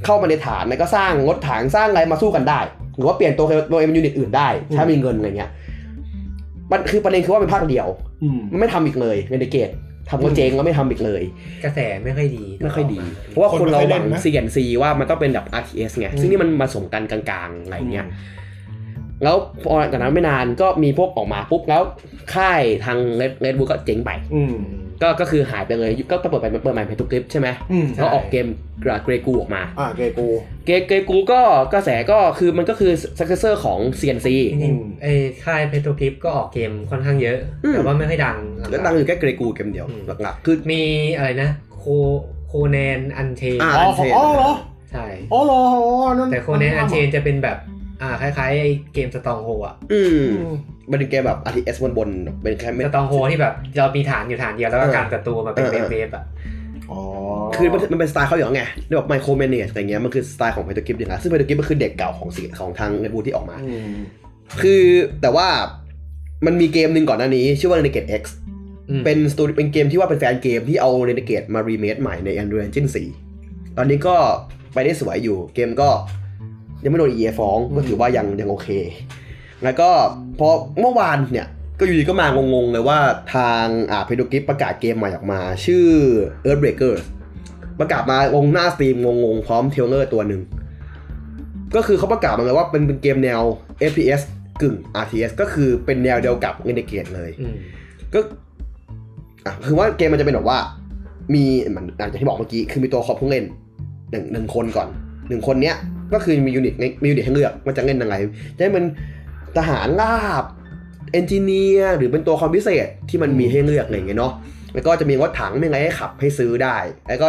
Speaker 3: เข้ามาในฐานแล้วก็สร้างรถถังสร้างอะไรมาสู้กันได้ หรือว่าเปลี่ยนตัวตัวเองเป็นยูนิตอื่นได้ถ้ามีเงินอะไรเงี้ยมันคือประเด็นคือว่าเป็นภาคเดียว
Speaker 2: อืม
Speaker 3: ไม่ทำอีกเลยเรนเดเกตทำก็เจ๊งแล้วไม่ทำอีกเลย
Speaker 1: ๆกระแสไม่ค่อยดี
Speaker 3: ไม่ค่อยดี เพ
Speaker 1: เพ
Speaker 3: ราะ
Speaker 1: ราะ
Speaker 3: ว่าค
Speaker 4: คน นไม่
Speaker 3: เรา
Speaker 4: ค่อ
Speaker 3: ห
Speaker 4: ยเล่
Speaker 3: วัง
Speaker 4: นนะ
Speaker 3: CNC ว่ามันต้องเป็นแบบ RTS ไง ซึ่งนี่มันผสมกันกลางๆอะไรเงี้ย แล้วพอจากนั้นไม่นานก็มีพวกออกมาปุ๊บ แล้วค่ายทางเลดเลดบูก็เจ๊งไป
Speaker 2: อืม
Speaker 3: ก็ก็คือหายไปเลยก็เปิดไปเปิดใหม่เพทุกคลิปใช่ไหม
Speaker 2: อืม
Speaker 3: ก็ออกเกมเกรกูออกมา
Speaker 2: อ่าเกกู
Speaker 3: เกเกกูก็กระแสก็คือมันก็คือ successor ของ CNC
Speaker 1: จริงๆไอ้ค่ายเพโทรคลิปก็ออกเกมค่อนข้างเยอะ
Speaker 3: อืม
Speaker 1: แต่ว่าไม่ค่อยดัง
Speaker 3: ก็ตั้งอยู่แค่เกรกูเกมเดียวหลักๆคือ
Speaker 1: มีอะไรนะ โคโคแนนอันเชน
Speaker 3: อ่า
Speaker 2: อ๋อของอ๋อเหรอ
Speaker 1: ใช่
Speaker 2: อ๋อเหรออ๋อนั่น
Speaker 1: แต่โคแนนอันเชนจะเป็นแบบ อ่าคล้ายๆไอ้เกมสตองโฮอ่ะ
Speaker 3: อืม
Speaker 2: อืม
Speaker 3: มันเป็นเกมแบบ RTS บนๆเป็นแค่ไม่
Speaker 1: สตองโฮที่แบบเรามีฐานอยู่ฐานเดียวแล้วก็
Speaker 3: เออ
Speaker 1: การศัตรูมาเป็น
Speaker 3: เออเออ
Speaker 1: เวฟๆอ่ะ
Speaker 2: อ๋อ
Speaker 3: คือมันมันเป็นสไตล์เขาอยู่แล้วไงเรียกว่าไมโครเมเนจอะไรเงี้ยมันคือสไตล์ของไพโตกิฟอย่างนั้นซึ่งไพโตกิฟก็คือเด็กเก่าของสิของทางเงินบูที่ออกมา
Speaker 2: อืม
Speaker 3: คือแต่ว่ามันมีเกมหนึ่งก่อนหน้านี้ ชื่อว่า Renegade X
Speaker 1: อืม
Speaker 3: เป็นสตูดิเป็นเกมที่ว่าเป็นแฟนเกมที่เอา Renegade มารีเมคใหม่ใน Unreal Engine 4 ตอนนี้ก็ไปได้สวยอยู่เกมก็ยังไม่โดน EA ฟ้องก็ถือว่ายังยังโอเค แล้วก็พอเมื่อวานเนี่ย ก็อยู่ดีก็มางงๆเลยว่าทางอ่าเพโดกิฟประกาศเกมใหม่ออกมา ชื่อ Earthbreaker ประกาศมาลงหน้าสตรีมงงๆ พร้อมเทรลเลอร์ตัวหนึ่ง ก็คือเขาประกาศมาเลยว่าเป็นเป็นเกมแนว FPS กึ่ง RTS ก็คือเป็นแนวเดียวกับ i n d i c a t e เลย
Speaker 1: อืม
Speaker 3: ก็อ่ะคือว่าเกมมันจะเป็นแบบว่า มีเหมือนอ่ะอย่างที่บอกเมื่อกี้ คือมีตัวคอปผู้เล่นหนึ่งหนึ่งคนก่อนหนึ่งคนเนี้ย ก็คือมียูนิตมียูนิตให้เลือกว่าจะเล่นยังไงจะให้มันทหารราบเอนจิเนียร์หรือเป็นตัวความพิเศษที่มันมีให้เลือกอะไรอย่างเงี้ยเนาะแล้วก็จะมีรถถังมีอะไรให้ขับให้ซื้อได้ แล้วก็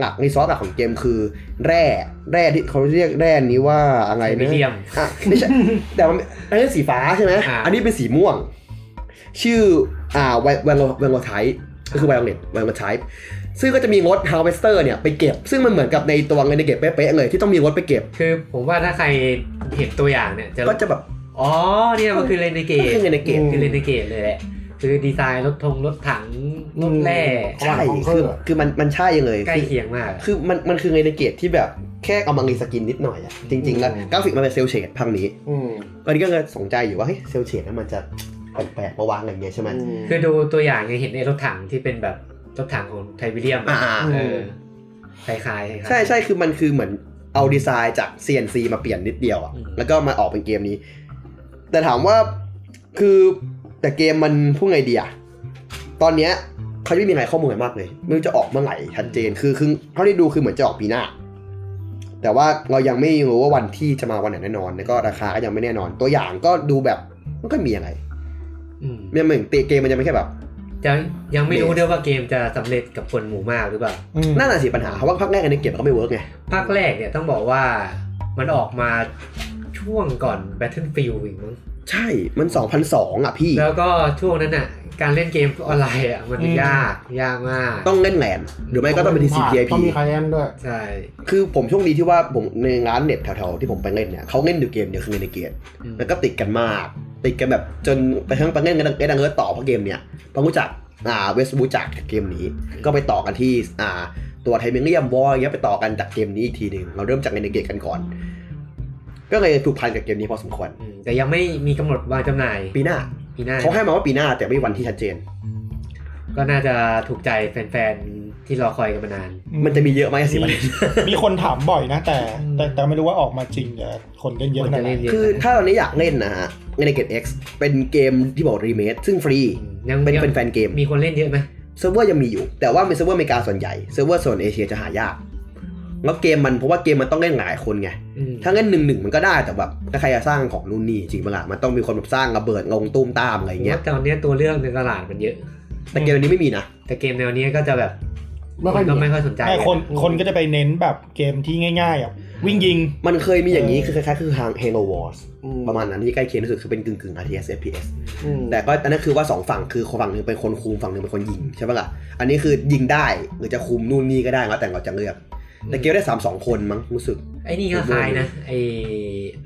Speaker 3: หลักๆรีซอสหลักของเกมคือ แร่แร่ที่เขาเรียกแร่นี้ว่าอะไร
Speaker 1: ไม่
Speaker 3: นะ
Speaker 1: เทียม
Speaker 3: อ่ะไม่ใช่ แต่มันอันนี้สีฟ้าใช่ไหม
Speaker 1: อ่า
Speaker 3: อันนี้เป็นสีม่วง ชื่ออ่าไวแวงโลแวงโลไทป์ก็คือไวโอเลตแวงโลไทป์ซึ่งก็จะมีรถฮาวเวสเตอร์เนี่ยไปเก็บ ซึ่งมันเหมือนกับในตัวเงินในเก็บเป๊ะๆเลยที่ต้องมีรถไปเก็บ
Speaker 1: คือผมว่าถ้าใครเห็นตัวอย่างเนี่ยจะ
Speaker 3: ก็จะแบบ
Speaker 1: อ๋อเนี่ยมันคือเรนเกต
Speaker 3: ก็คือ Renegade
Speaker 1: คือเรนเกตเลยแหละคือดีไซน์รถทงรถถังรถแร่
Speaker 2: อื
Speaker 3: ใช่
Speaker 2: ของเครื่
Speaker 3: คือ อง คือมันมันใช่ยังเลย
Speaker 1: ใกล้
Speaker 3: คือ
Speaker 1: เคียงมาก
Speaker 3: คือมันมันคือเงินในเก็บที่แบบแค่เอามารีสกินนิดหน่อยอะจริงๆแล้ว
Speaker 2: อืม
Speaker 3: กราฟิกมันเป็นเซลเชดพังนี้
Speaker 2: อืม
Speaker 3: ตอนนี้ก็เลยสนใจอยู่ว่าเฮ้ยเซลเชดนั้นมันจะแปลกๆมาวางอะไรอย่างเงี้ยใช่ไหม
Speaker 2: อืม
Speaker 1: คือดูตัวอย่างยังเห็นในรถถังที่เป็นแบบรถถังของไทวิเลียม
Speaker 3: อ่า
Speaker 1: เออคล้ายๆคล้ายๆ
Speaker 3: ใช่ใช่คือมันคือเหมือนเอาดีไซน์จาก CNC มาเปลี่ยนนิดเดียวอะ
Speaker 1: อืม
Speaker 3: แล้วก็มาออกเป็นเกมนี้ แต่ถามว่าคือแต่เกมมันพูดไงดีอะตอนเนี้ยเขายังไม่มีไงข้อมูลอะไรมากเลย ไม่รู้จะออกเมื่อไหร่ชัดเจนคือคือเท่าที่ดูคือเหมือนจะออกปีหน้า แต่ว่าเรายังไม่รู้ว่าวันที่จะมาวันไหนแน่นอนแล้วก็ราคาก็ยังไม่แน่นอน ตัวอย่างก็ดูแบบมันก็มีอะไร
Speaker 1: อืม
Speaker 3: ไม่เหมือนเกมมันยังไม่แค่แบบ
Speaker 1: ยังยังไม่รู้ด้วยว่าเกมจะสำเร็จกับคนหมู่มากหรือเปล่า
Speaker 4: อืม
Speaker 3: น่าหนาสิปัญหาเพราะว่าภาคแรกในเกมมันก็ไม่เวิร์กไง
Speaker 1: ภาคแรกเนี่ยต้องบอกว่ามันออกมาช่วงก่อน Battlefield อีกมั้ง
Speaker 3: ใช่มัน2002อ่ะพี่
Speaker 1: แล้วก็ช่วงนั้นอ่ะ การเล่นเกมออนไลน์อ่ะมัน
Speaker 4: อืม
Speaker 1: ยากยากมาก
Speaker 3: ต้องเล่นแหลนหรือไม่ก็ต้องเป็น TCP/IP
Speaker 2: ต้องมีคาแอนด้วย
Speaker 1: ใช่
Speaker 3: คือผมโชคดีที่ว่าผมในร้านเน็ตแถวๆที่ผมไปเล่นเนี่ยเขาเล่นอยู่เกมเดียวคือเงินในเกม
Speaker 1: อืม
Speaker 3: แล้วก็ติดกันมาก ติดกันแบบจนไปทั้งไปเล่นกันเล่นกันเออต่อเพราะเกมเนี่ยเพราะรู้จักอ่าเวสบูจักเกมนี้ ก็ไปต่อกันที่อ่าตัวไทเมเนียมวอลอย่างเงี้ยไปต่อกันจากเกมนี้อีกทีหนึ่งเราเริ่มจากเงินในเกมกันก่อน ก็เลยถูกพันกับเกมนี้พอสมควร
Speaker 1: อืมแต่ยังไม่มีกำหนดวางจำหน่าย
Speaker 3: ปีหน้า
Speaker 1: ปีหน้า
Speaker 3: เขาให้มาว่าปีหน้าแต่ไม่มีวันที่ชัดเจน
Speaker 1: ก็น่าจะถูกใจแฟนๆ ที่รอคอยกันมานาน
Speaker 3: มันจะมีเยอะไหมสิ
Speaker 4: มี
Speaker 3: ประเด็น
Speaker 4: มีคนถามบ่อยนะแต่
Speaker 1: อืม
Speaker 4: แต่แต่ไม่รู้ว่าออกมาจริงเนี่ยคนเล่นเยอะ
Speaker 1: ค
Speaker 4: ข
Speaker 1: น
Speaker 4: นาด
Speaker 1: จะ
Speaker 4: ไหน
Speaker 1: เล่นเยอะ
Speaker 3: คือถ้าตอนนี้อยากเล่นนะฮะเงินในเกม X เป็นเกมที่บอกรีเมคซึ่งฟรี
Speaker 1: อืมยัง
Speaker 3: เป็น
Speaker 1: ยัง
Speaker 3: เป็นแฟนเกม
Speaker 1: มีคนเล่นเยอะไหม
Speaker 3: เซิร์ฟเวอร์ยังมีอยู่ แต่ว่าเป็นเซิร์ฟเวอร์อเมริกาส่วนใหญ่ เซิร์ฟเวอร์ส่วนเอเชียจะหายาก แล้วเกมมันเพราะว่าเกมมันต้องเล่นหลายคนไง
Speaker 1: อืม
Speaker 3: ถ้าเล่นหนึ่งหนึ่งมันก็ได้แต่แบบถ้าใครจะสร้างของนู่นนี่จริงปะล่ะมันต้องมีคนแบบสร้างระเบิดลงตุ้มตามอะไรอย่างเงี้ย
Speaker 1: ว่าตอนเนี้ยตัวเรื่องในตลาดมันเยอะ
Speaker 3: แต่เกมอันนี้ไม่มีนะ
Speaker 1: แต่เกมแนวเนี้ยก็จะแบบ
Speaker 2: ไม่ค่อย
Speaker 1: ก็
Speaker 2: มี
Speaker 1: ไม่ค่อยสนใจ
Speaker 4: ใช่คนคนก็จะไปเน้นแบบเกมที่ง่ายๆอ่ะวิ่งยิง
Speaker 3: มันเคยมีอย่างนี้
Speaker 4: เออ
Speaker 3: คือคล้ายๆคือ Halo Wars
Speaker 2: อืม
Speaker 3: ประมาณนั้นที่ใกล้เคียงที่สุดคือเป็นกึ่งกึ่ง RTS FPS
Speaker 2: อืม
Speaker 3: แต่ก็อันนั้นคือว่าสองฝั่งคือฝั่งหนึ่งเป็นคนคุมฝั่งหนึ่งเป็นคนยิงใช่ปะล่ะ อันนี้คือยิงได้หรือจะคุมนู่นนี่ก็ได้แล้วแต่เราจะเลือก แต่เกมได้สามสองคนมั้งรู้สึก
Speaker 1: ไอ้นี่ก็คล้ายนะ ไอ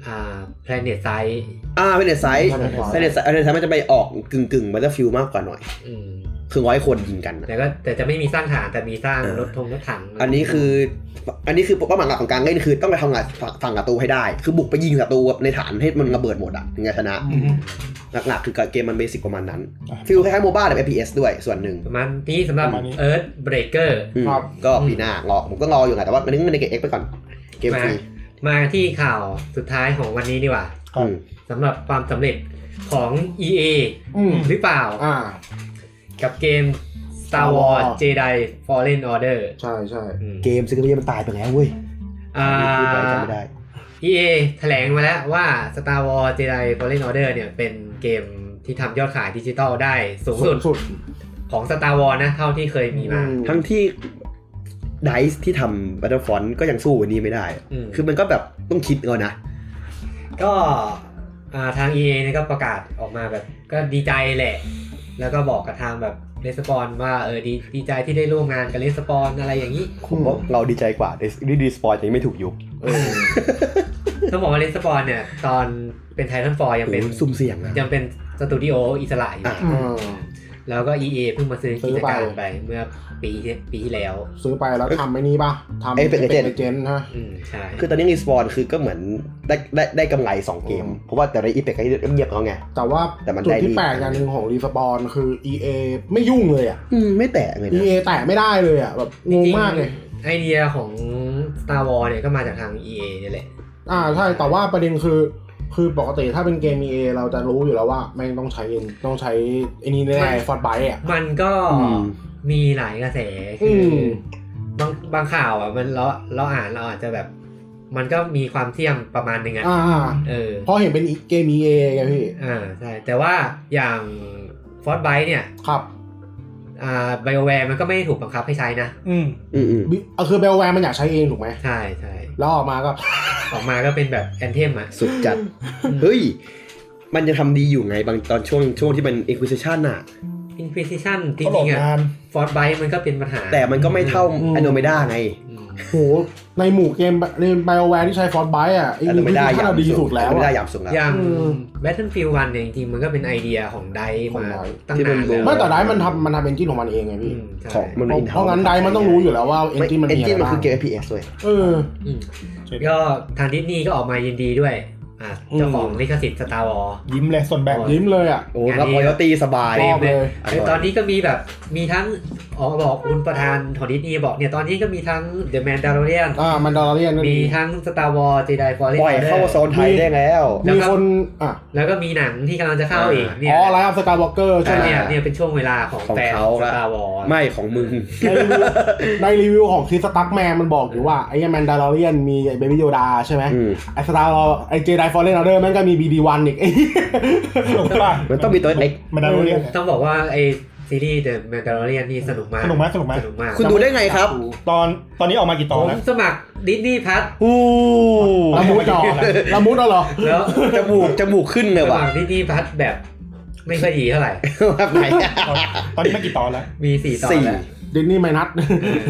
Speaker 1: อ่า Planet Side
Speaker 3: อ่าเป็นเน็ตไซส์
Speaker 2: ไม่ได้ขวา
Speaker 3: ไซเลนไซเลนไซมันจะไปออกกึ่งกึ่งบัตเตอร์ฟิลมากกว่าหน่อย
Speaker 1: อืม
Speaker 3: คือร้อยคนยิงกันน่ะ
Speaker 1: แต่ก็แต่จะไม่มีสร้างฐานแต่มีสร้าง
Speaker 3: เออ
Speaker 1: รถทงรถถัง
Speaker 3: อันนี้คือ อันนี้คือเป้าหมายหลักของการเล่นคือต้องไปทำงานฝั่งฝั่งศัตรูให้ได้ คือบุกไปยิงศัตรูในฐานให้มันระเบิดหมดอ่ะถึงจะชนะ
Speaker 4: อืม
Speaker 3: หลักๆคือเกมมันเบสิกประมาณนั้น
Speaker 4: อ่ะ
Speaker 3: ฟิลคล้ายๆโมบ้าแบบ FPS ด้วยส่วนหนึ่ง
Speaker 1: ประมาณนี้สำหรับ
Speaker 4: ประมาณนี้
Speaker 1: Earth Breaker
Speaker 3: อืม
Speaker 2: ครับ
Speaker 3: ก็ปีหน้ารอผมก็รออยู่ไงแต่ว่ามันนึงมันในเกมเอ็กไปก่อนเกมฟรี
Speaker 1: มาที่ข่าวสุดท้ายของวันนี้ดีกว่า
Speaker 4: ครับ
Speaker 3: อืม
Speaker 1: สำหรับความสำเร็จของ EA
Speaker 2: อืม
Speaker 1: หรือเปล่า
Speaker 2: อ่า
Speaker 1: กับเกม Star Wars Jedi Fallen Order
Speaker 2: ใช่ใช่
Speaker 1: อืม
Speaker 3: เกมซิงเกิลมันตายไปแล้วเว้ย
Speaker 1: อ่า
Speaker 3: พูดไปจำไม่ได้
Speaker 1: EA แถลงมาแล้วว่า Star Wars Jedi Fallen Order เนี่ยเป็นเกมที่ทำยอดขายดิจิตอลได้สูงสุด
Speaker 2: สุด
Speaker 1: ของ Star Wars นะ เท่าที่เคยมีมา
Speaker 2: อื
Speaker 3: ทั้งที่ไดซ์ที่ทำ Battlefront ก็ยังสู้วันนี้ไม่ได้
Speaker 1: อืม
Speaker 3: คือมันก็แบบต้องคิดเอานะ
Speaker 1: ก็อ่าทาง EA เนี่ยก็ประกาศออกมาแบบก็ดีใจแหละ แล้วก็บอกกับทางแบบเลสปอนว่าเออดีดีใจที่ได้ร่วมงานกับเลสปอนอะไรอย่างนี้
Speaker 3: ผมว่าเราดีใจกว่าที่ดีสปอยยังไม่ถูกยุบ
Speaker 2: เออ
Speaker 1: ต้องบอกว่าเลสปอนเนี่ยตอนเป็นไททันฟอร์ยังเป็น
Speaker 3: ซุ่มเสี่ยงนะ
Speaker 1: ยังเป็นสตูดิโออิสระอยู่
Speaker 3: อ่า
Speaker 2: อืม
Speaker 1: แล้วก็ EA เพิ่งมาซื้อ
Speaker 2: ซื้
Speaker 1: กิ
Speaker 2: อ
Speaker 1: จ
Speaker 2: ไป
Speaker 1: การไปเมื่อปีที่ปีที่แล้ว
Speaker 2: ซื้อไปแล้วทำไอ้นี่ปะทำ
Speaker 3: เอเป็กเอเจนต์
Speaker 2: เจนต์ฮะ
Speaker 1: อืมใช่
Speaker 3: คือตอนนี้รีสปอนคือก็เหมือนได้ได้ได้กำไรสองเกม
Speaker 2: อืม
Speaker 3: เพราะว่าแต่ในอีเปกก็เงียบเขาไง
Speaker 2: แต่ว่า
Speaker 3: แต่มัน
Speaker 2: จุด
Speaker 3: ได้
Speaker 2: ที่
Speaker 3: ดี
Speaker 2: แปลกอย่างหนึ่งของรีสปอนคือ EA ไม่ยุ่งเลยอ่ะ
Speaker 3: อืมไม่แตะเลยนะ
Speaker 2: EA แตะไม่ได้เลยอ่ะแบบงงมากเลย
Speaker 1: ไอเดียของ Star Wars เนี่ยก็มาจากทาง EA เนี่ยแหละ
Speaker 2: อ่าใช่แต่ว่าประเด็นคือ คือปกติถ้าเป็นเกม EA เราจะรู้อยู่แล้วว่าแม่งต้องใช้ต้องใช้ไอ้นี่แน่ฟอร์ดไบอ่ะ
Speaker 1: มันก็
Speaker 3: อืม
Speaker 1: มีหลายกระแส
Speaker 2: อื
Speaker 1: คือ
Speaker 2: ม
Speaker 1: บางบางข่าวอ่ะมันเราเราอ่านเราอาจจะแบบ มันก็มีความเที่ยงประมาณนึงอ่ะ
Speaker 2: อ่า
Speaker 1: เออ
Speaker 2: เพราะเห็นเป็นเกม EA ไงพี่
Speaker 1: อ่าใช่แต่ว่าอย่างฟอสไบเนี่ย
Speaker 2: ครับ
Speaker 1: อ่าไบโอแวร์มันก็ไม่ได้ถูกบังคับให้ใช้นะ
Speaker 4: อืม
Speaker 3: อืมอืม
Speaker 2: บิเอาคือเบลแวร์มันอยากใช้เองถูกไหม
Speaker 1: ใช่ใช่
Speaker 2: แล้วออกมาก็
Speaker 1: ออกมาก็เป็นแบบแอนเทมอ่ะ
Speaker 3: สุดจัด เฮ้ย มันจะทำดีอยู่ไงบางตอนช่วงช่วงที่มัน Acquisition น่ะ
Speaker 1: Inquisition จ
Speaker 4: เขาหล
Speaker 1: ริง
Speaker 4: บ
Speaker 1: ๆอ่ะ
Speaker 4: นาน
Speaker 1: ฟอสไบมันก็เป็นปัญหา
Speaker 3: แต่มันก็ไม่เท่า
Speaker 2: อืม
Speaker 3: a n o m e d a ไง
Speaker 1: อืม
Speaker 2: โหในหมู่เกมในเบลแวร์ที่ใช้ฟอร์ดไบอ่ะไอ้
Speaker 3: a n o m e d a
Speaker 2: ที่
Speaker 3: ยา
Speaker 2: ถ้ามเราดีสุดแล้ว
Speaker 3: ไม่
Speaker 2: อะ
Speaker 3: ได้ยามสูงแล้ว
Speaker 1: อย่าง
Speaker 2: อืม
Speaker 1: Battlefield 1เนี่ยจริงๆมันก็เป็นไอเดียของได
Speaker 2: ของ
Speaker 1: มา
Speaker 2: Dice
Speaker 1: ตั้ง
Speaker 3: ที่มัน
Speaker 1: นาน
Speaker 3: บู
Speaker 1: แล้ว
Speaker 2: ไม่แต่ได้มันทำมันทำเอนจินของมันเองไงพี่
Speaker 3: ข
Speaker 1: ข
Speaker 3: อ
Speaker 1: อง ง
Speaker 3: มัน
Speaker 2: เพราะเพราะงั้นไดมันต้องรู้อยู่แล้วว่าเอนจินมัน
Speaker 3: เอน
Speaker 2: มีอะ
Speaker 3: จิน
Speaker 2: ไร
Speaker 3: มัน
Speaker 2: บ้า
Speaker 3: คื
Speaker 2: ง
Speaker 3: อเกม FPS เว้ย
Speaker 2: เออ
Speaker 1: ก็ทางดิสนีย์ก็ออกมายินดีด้วยอ่ะ
Speaker 2: อืม
Speaker 1: เจ้าของลิขสิทธิ์สตาร์วอ
Speaker 4: ยิ้มเลยส่วนแบ่ง
Speaker 2: ยิ้มเลยอ่ะ
Speaker 3: โอ้รับ
Speaker 1: อันนี้
Speaker 3: รอยตีสบาย
Speaker 2: ชอบเลย
Speaker 1: คือตอนนี้ก็มีแบบมีทั้งออกมาบอกคุณประธานของดิสนีย์บอกเนี่ยตอนนี้ก็มีทั้ง The Mandalorian
Speaker 2: อ่ามันดอลลาเรียนนั่น
Speaker 1: มีทั้ง Star Wars Jedi Fallen
Speaker 3: ปล่อยเข้าโซนไทยได้แล้ว
Speaker 1: แล้ว
Speaker 2: มี
Speaker 1: ก็
Speaker 2: คนอ่ะ
Speaker 1: แล้วก็มีหนังที่กำลังจะเข้าอีกเนี่ย
Speaker 2: อ๋อไลฟ์อัพสกายวอล์กเกอร์ใช่ไหม
Speaker 1: เนี่ยเนี่ยเป็นช่วงเวลาของ
Speaker 3: ของ
Speaker 1: แฟน
Speaker 3: เขาละ
Speaker 1: Star Wars
Speaker 3: ไม่ของมึง
Speaker 2: ในรีวิวในรีวิวของคริสตักแมนมันบอกอยู่ว่า ไอ้แมนดาร์เรียนมีไอ้เบบี้โยดาใช่ไหม
Speaker 3: อืม
Speaker 2: ไอ้สตาร์ไอ้เจไดฟอร์เรนออเดอร์แม่งก็มีบีดีวันอีกไอ้เหี้ย
Speaker 4: ใช่ป่ะ
Speaker 3: มันต้องมีตัวเล็ก
Speaker 4: มันได้เรื่อง
Speaker 1: ต้องบอกว่าไอซีรีส์ The Mandalorian นี่สนุกมาก
Speaker 4: สนุกไหมสนุกไหม
Speaker 1: สนุกมาก
Speaker 3: คุณดูได้ไงครับ
Speaker 4: ตอนตอนนี้ออกมากี่ต
Speaker 1: ผ
Speaker 4: อน
Speaker 1: ม
Speaker 4: แล้ว
Speaker 1: สมัครดิสนีย์พัท
Speaker 3: อู้
Speaker 2: ละมุดเหรอละมุดเหรอ
Speaker 1: แล้ว
Speaker 3: จมูกจมูกขึ้นเลย
Speaker 1: ระห
Speaker 3: ว่ะ
Speaker 1: ว่างที่นี่พัดแบบไม่ค่อยดีเท่าไหร่
Speaker 3: แบบไหน
Speaker 4: ตอนนี้ไม่กี่ตอนแล้ว
Speaker 1: มีสี่ตอน
Speaker 3: สี่
Speaker 1: แล้ว
Speaker 2: ดินนี่ไมนัด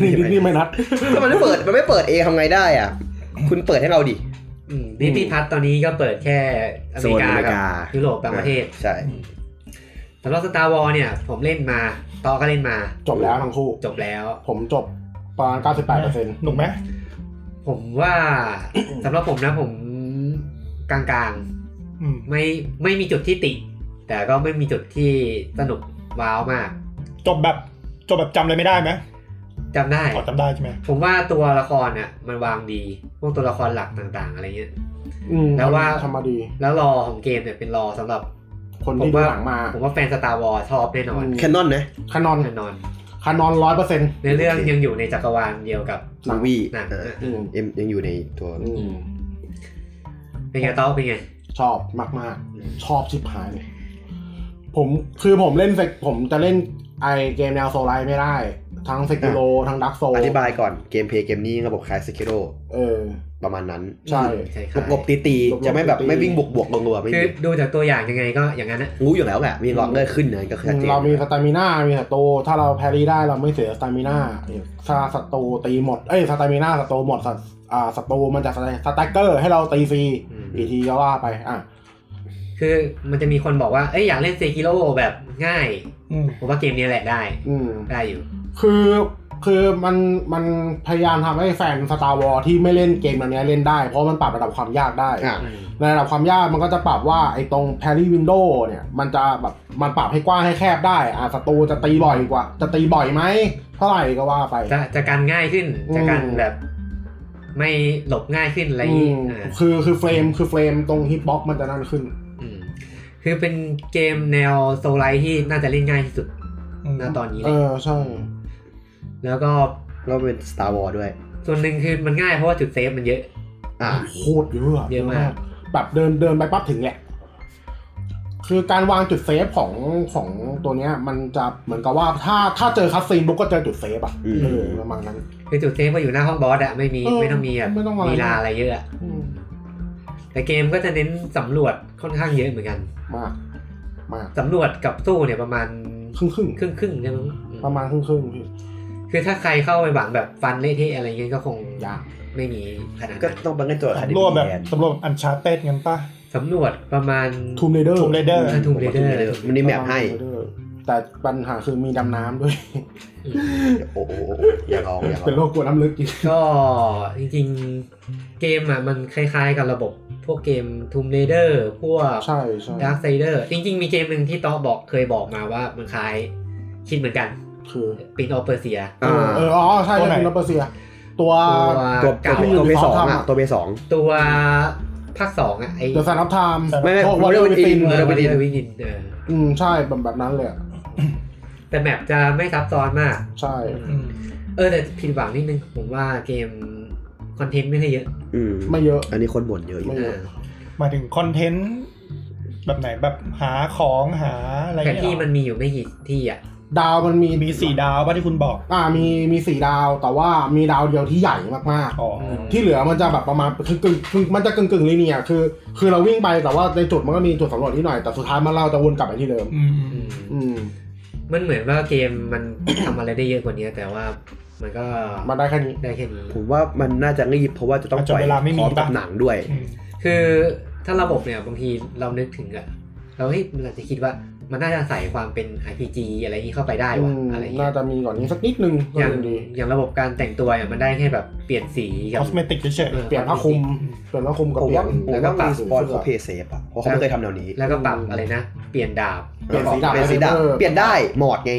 Speaker 2: นี่ดินนี่ไมนัด
Speaker 3: ถ้ามันไม่เปิดมันไม่เปิดเองทำไงได้อ่ะ คุณเปิดให้เราดิ
Speaker 1: อืมดิสนีย์พัทตอนนี้ก็เปิดแค่อเมริกา
Speaker 3: โซนอเมริ
Speaker 1: กับ
Speaker 3: กา
Speaker 1: ยุโรปบางประเทศ
Speaker 3: ใช่
Speaker 1: สำหรับสตาร์วอลเนี่ย ผมเล่นมาต่อก็เล่นมา
Speaker 2: จบแล้วทั้งคู่
Speaker 1: จบแล้ว
Speaker 2: ผมจบประมาณ 98เปอร์เซ็นต์
Speaker 4: หนุกไหม
Speaker 1: ผมว่า สำหรับผมนะผมกลาง
Speaker 4: อืม
Speaker 1: ๆ ไม่ไม่มีจุดที่ติ แต่ก็ไม่มีจุดที่สนุกว้าวมาก
Speaker 4: จบแบบจบแบบจำอะไรไม่ได้ไหม
Speaker 1: จำได้
Speaker 4: ขอจำได้ใช่ไหม
Speaker 1: ผมว่าตัวละครน่ะมันวางดี พวกตัวละครหลักต่างๆ อะไรเงี้ย แล้วว่า
Speaker 2: ทำมาดี
Speaker 1: แล้วรอของเกมเนี่ยเป็นรอสำหรับ
Speaker 2: คน
Speaker 1: ผม
Speaker 2: ที่ดู
Speaker 1: ว่า
Speaker 2: หลังมา
Speaker 1: ผมว่าแฟนสตาร์วอลชอบแน่นอน
Speaker 2: อืม
Speaker 3: แคนนอนนะ
Speaker 2: คานอน
Speaker 1: แน่นอน
Speaker 2: คานอนร้อยเปอร์เซ็นต์
Speaker 1: ในเรื่องยังอยู่ในจักรวาลเดียวกับ
Speaker 2: หนั
Speaker 3: มู
Speaker 2: ง
Speaker 3: วี่
Speaker 1: หนัง
Speaker 3: เออเอ็มยังอยู่ในตัว
Speaker 1: เป็นไงต้อเป็นไง
Speaker 2: ชอบมาก ๆ ชอบชิบหายเลย ผมคือผมเล่น Sek- ผมจะเล่นไอเกมแนวโซลไลท์ไม่ได้ ทั้งเซกิโลทั้งดักโซ
Speaker 3: อธิบายก่อนเกมเพลย์เกมนี้ระบบคล้ายสกิโร
Speaker 2: เออ
Speaker 3: ประมาณนั้น
Speaker 2: ใช่
Speaker 1: ใช่ค
Speaker 3: ง
Speaker 1: รับบ
Speaker 3: งบตีตีๆ
Speaker 2: งบๆ
Speaker 3: จะไม่แบบ
Speaker 2: ตีๆ
Speaker 3: ไม่วิ่งบวกบวกๆรัวๆไม่
Speaker 1: คื
Speaker 3: มี
Speaker 1: อดูจากตัวอย่างยังไงก็อย่างนั้นนะ
Speaker 3: รู้อยู่แล้วแหละมีหลอดเลือดขึ้นเนี่ยก็ชัดเจน
Speaker 2: เรามีสตามิน่ามีศัตรูถ้าเราแพรรี่ได้เราไม่เสียสตามิน่าถ้าศัตรูตีหมด เอ้ยสตามิน่าศัตรูหมดศัตอ่าศัตรูมันจะสแต็กเกอร์ให้เราตีฟรี
Speaker 1: อืม
Speaker 2: อีกทีก็ว่าไป อ่ะ
Speaker 1: คือมันจะมีคนบอกว่าเอ้ยอยากเล่นเซกิโ o แบบง่าย
Speaker 4: อืม
Speaker 1: ผมว่าเกมนี้แหละได้
Speaker 2: อืม
Speaker 1: ได้อยู่
Speaker 2: คือคือมันมันพยายามทำให้แฟนสตาร์วอลที่ไม่เล่นเกมแบบเนี้ยเล่นได้ เพราะมันปรับระดับความยากได้
Speaker 3: อ่ะ
Speaker 1: อืม
Speaker 2: ในระดับความยากมันก็จะปรับว่าไอ้ตรงแพรี่วินโดเนี่ยมันจะแบบมันปรับให้กว้างให้แคบได้อ่าศัตรูจะตีบ่อยกว่า จะตีบ่อยไหมเท่าไหร่ก็ว่าไป
Speaker 1: จะจะการง่ายขึ้น
Speaker 2: อืม
Speaker 1: จะการแบบ ไม่หลบง่ายขึ้นอะไรอย่าง
Speaker 2: อื
Speaker 1: นี้
Speaker 2: ม
Speaker 1: อ่า
Speaker 2: คือคือเฟรมคือเฟรมตรงฮิปบ็อกมันจะนั่นขึ้น
Speaker 1: อืมคือเป็นเกมแนวโซลไลท์ที่น่าจะเล่นง่ายที่สุด
Speaker 4: อืม
Speaker 1: ณตอนนี้เล
Speaker 2: เอย อใช่
Speaker 1: แล้วก็
Speaker 3: แล้วเป็น Star Wars ด้วย
Speaker 1: ส่วนหนึ่งคือมันง่ายเพราะว่าจุดเซฟมันเยอะ
Speaker 3: อ่ะ
Speaker 2: โคตรเยอะ
Speaker 1: เยอะมาก
Speaker 2: แบบเดินเดินไปปั๊บถึงแหละ คือการวางจุดเซฟของของตัวเนี้ย มันจะเหมือนกับว่าถ้าถ้าเจอคัสซีนบุ๊กก็เจอจุดเซฟอ่ะ
Speaker 3: อืม
Speaker 2: เออประมาณนั้น
Speaker 1: คือจุดเซฟก็อยู่หน้าห้องบอสอะไม่มี
Speaker 2: เออ
Speaker 1: ไม่ต้องมีแบบ
Speaker 2: ไม่ต้องอะไร
Speaker 1: ลีลาอะไรเยอะอะ
Speaker 2: อืม
Speaker 1: แต่เกมก็จะเน้นสำรวจค่อนข้างเยอะเหมือนกัน
Speaker 2: มากมาก
Speaker 1: สำรวจกับสู้เนี่ยประมาณ
Speaker 2: ครึ่งครึ่ง
Speaker 1: ครึ่งครึ่งๆใช่ไหมยอื
Speaker 2: ประมาณครึ่งครึ่งพี่
Speaker 1: คือถ้าใครเข้าไปหวังแบบฟันเละเทะอะไรเงี้ยก็คง
Speaker 2: ยาก
Speaker 1: ไม่มีขนาด
Speaker 3: ก็
Speaker 1: นั้น
Speaker 3: ต้องบังเอิญตัว
Speaker 4: สำรวจแบบสำรวจอันชาเต็ดงั้นป่ะ
Speaker 1: สำรวจประมาณ
Speaker 2: ทูมเรเดอร์
Speaker 4: Tomb Raider
Speaker 1: เออ Tomb Raider
Speaker 3: มันมีแมปให้
Speaker 2: แต่ปัญหาคือมีดำน้ำด้วย
Speaker 3: โอ้โหอย่าลองอย่าลอง
Speaker 2: เป็นโรคกลัวน้ำลึกอีก
Speaker 1: ก็จริงๆเกมอ่ะมันคล้ายๆกับระบบพวกเกม Tomb Raider พวก
Speaker 2: ใช่ใช่
Speaker 1: ดาร์คไซเดอร์จริง ๆ มีเกมหนึ่งที่ต๊อกบอกเคยบอกมาว่ามันคล้ายคิดเหมือนกัน
Speaker 2: คือ
Speaker 1: ปินออเปอร์เซีย
Speaker 2: เอ
Speaker 3: อ่า
Speaker 2: อเอออ๋อใช่
Speaker 4: ตัวไหน
Speaker 2: ใช่เป็นเปอร์เซีย ตัว
Speaker 3: ตัว
Speaker 1: เก่า
Speaker 2: ที่
Speaker 3: ตัว
Speaker 2: ยู่
Speaker 3: เบสอง
Speaker 2: ในซอง
Speaker 3: อะ
Speaker 2: อะ
Speaker 3: ตัวเบสอง
Speaker 1: ตัวภาคสองอ่ะไอ้
Speaker 2: เดอะแซนด์ออฟไทม์
Speaker 3: ไม่ไม่
Speaker 2: โอ้วอลเล
Speaker 3: Warrior
Speaker 2: ย์วิ
Speaker 3: Within
Speaker 2: ติน
Speaker 3: Warrior
Speaker 1: วินวินเออ
Speaker 2: อืมใช่แบบแบบนั้นเลยอะ
Speaker 1: แต่แมปจะไม่ซับซ้อนมาก
Speaker 2: ใช่
Speaker 4: อืม
Speaker 1: เออแต่ผิดหวังนิดนึง ผมว่าเกมคอนเทนต์ไม่ได้เยอะ
Speaker 3: อืม
Speaker 2: ไม่เยอะ
Speaker 3: อันนี้คนบ่นเยอะอยู่
Speaker 2: ไม่
Speaker 1: เออ
Speaker 4: หมายถึงคอนเทนต์แบบไหนแบบหาของหาอะไร
Speaker 1: แต่
Speaker 4: เงี้ย
Speaker 1: ที่มัน
Speaker 4: เหรอ
Speaker 1: มีอยู่ไม่กี่ที่อ่ะ
Speaker 2: ดาวมันมี
Speaker 4: มีสี่ดาวป่ะที่คุณบอก
Speaker 2: อ่ามีมีสี่ดาวแต่ว่ามีดาวเดียวที่ใหญ่มาก
Speaker 4: อ๋อ
Speaker 1: อืม
Speaker 2: ๆ ที่เหลือมันจะแบบประมาณคือกึ่งกึ่งมันจะกึ่งกึ่งๆลิเนียร์คือ คือเราวิ่งไปแต่ว่าในจุดมันก็มีจุดสำรวจนิดหน่อยแต่สุดท้ายมันเราจะวนกลับไปที่เดิม
Speaker 4: อืม
Speaker 1: อืม
Speaker 2: อืม
Speaker 1: มันเหมือนว่าเกมมัน ทำอะไรได้เยอะกว่านี้ แต่ว่ามันก็
Speaker 2: มันได้แค่นี้
Speaker 1: ได้แค่นี้
Speaker 3: ผมว่ามันน่าจะงีบเพราะว่าจะต้องปล่อยพร้อมกับหนังด้วย
Speaker 4: อืม
Speaker 1: คือถ้าระบบเนี่ยบางทีเรานึกถึงอะเราเฮ้ยเราจะคิดว่ามันน่าจะใส่ความเป็น RPG อะไรนี้เข้าไปได้วะ
Speaker 2: อืม
Speaker 1: อะไรอย่าง
Speaker 2: น่า
Speaker 1: เงี้ย
Speaker 2: จะมีก่อนนี้สักนิดนึงก็
Speaker 1: อย่าง
Speaker 2: ยังดี
Speaker 1: อย่างระบบการแต่งตัวเนี่ยมันได้แค่แบบเปลี่ยนสี
Speaker 4: ค
Speaker 1: กับ
Speaker 4: อสเมติกเฉย
Speaker 1: ออ
Speaker 2: เปลี่ยนผ้าคลุมเปลี่ยนผ้าคลุมกับ
Speaker 3: ผม
Speaker 2: เปลี่ย
Speaker 3: ว่าน ผม
Speaker 2: แล้วก็ป
Speaker 3: ว่า
Speaker 2: รับ
Speaker 3: มีส
Speaker 2: สี
Speaker 3: ปอน
Speaker 2: เสื้
Speaker 3: เขา
Speaker 2: อ
Speaker 3: เพย์เซฟอะเพราะเขาไม่เคยทำแนวนี้
Speaker 1: แล้วก็ปรับอะไรนะ เปลี่ยนดาบ
Speaker 2: เปลี่ยนสีดาบ
Speaker 3: เปลี่ยนสีดาบเปลี่ยนได้หมอดไง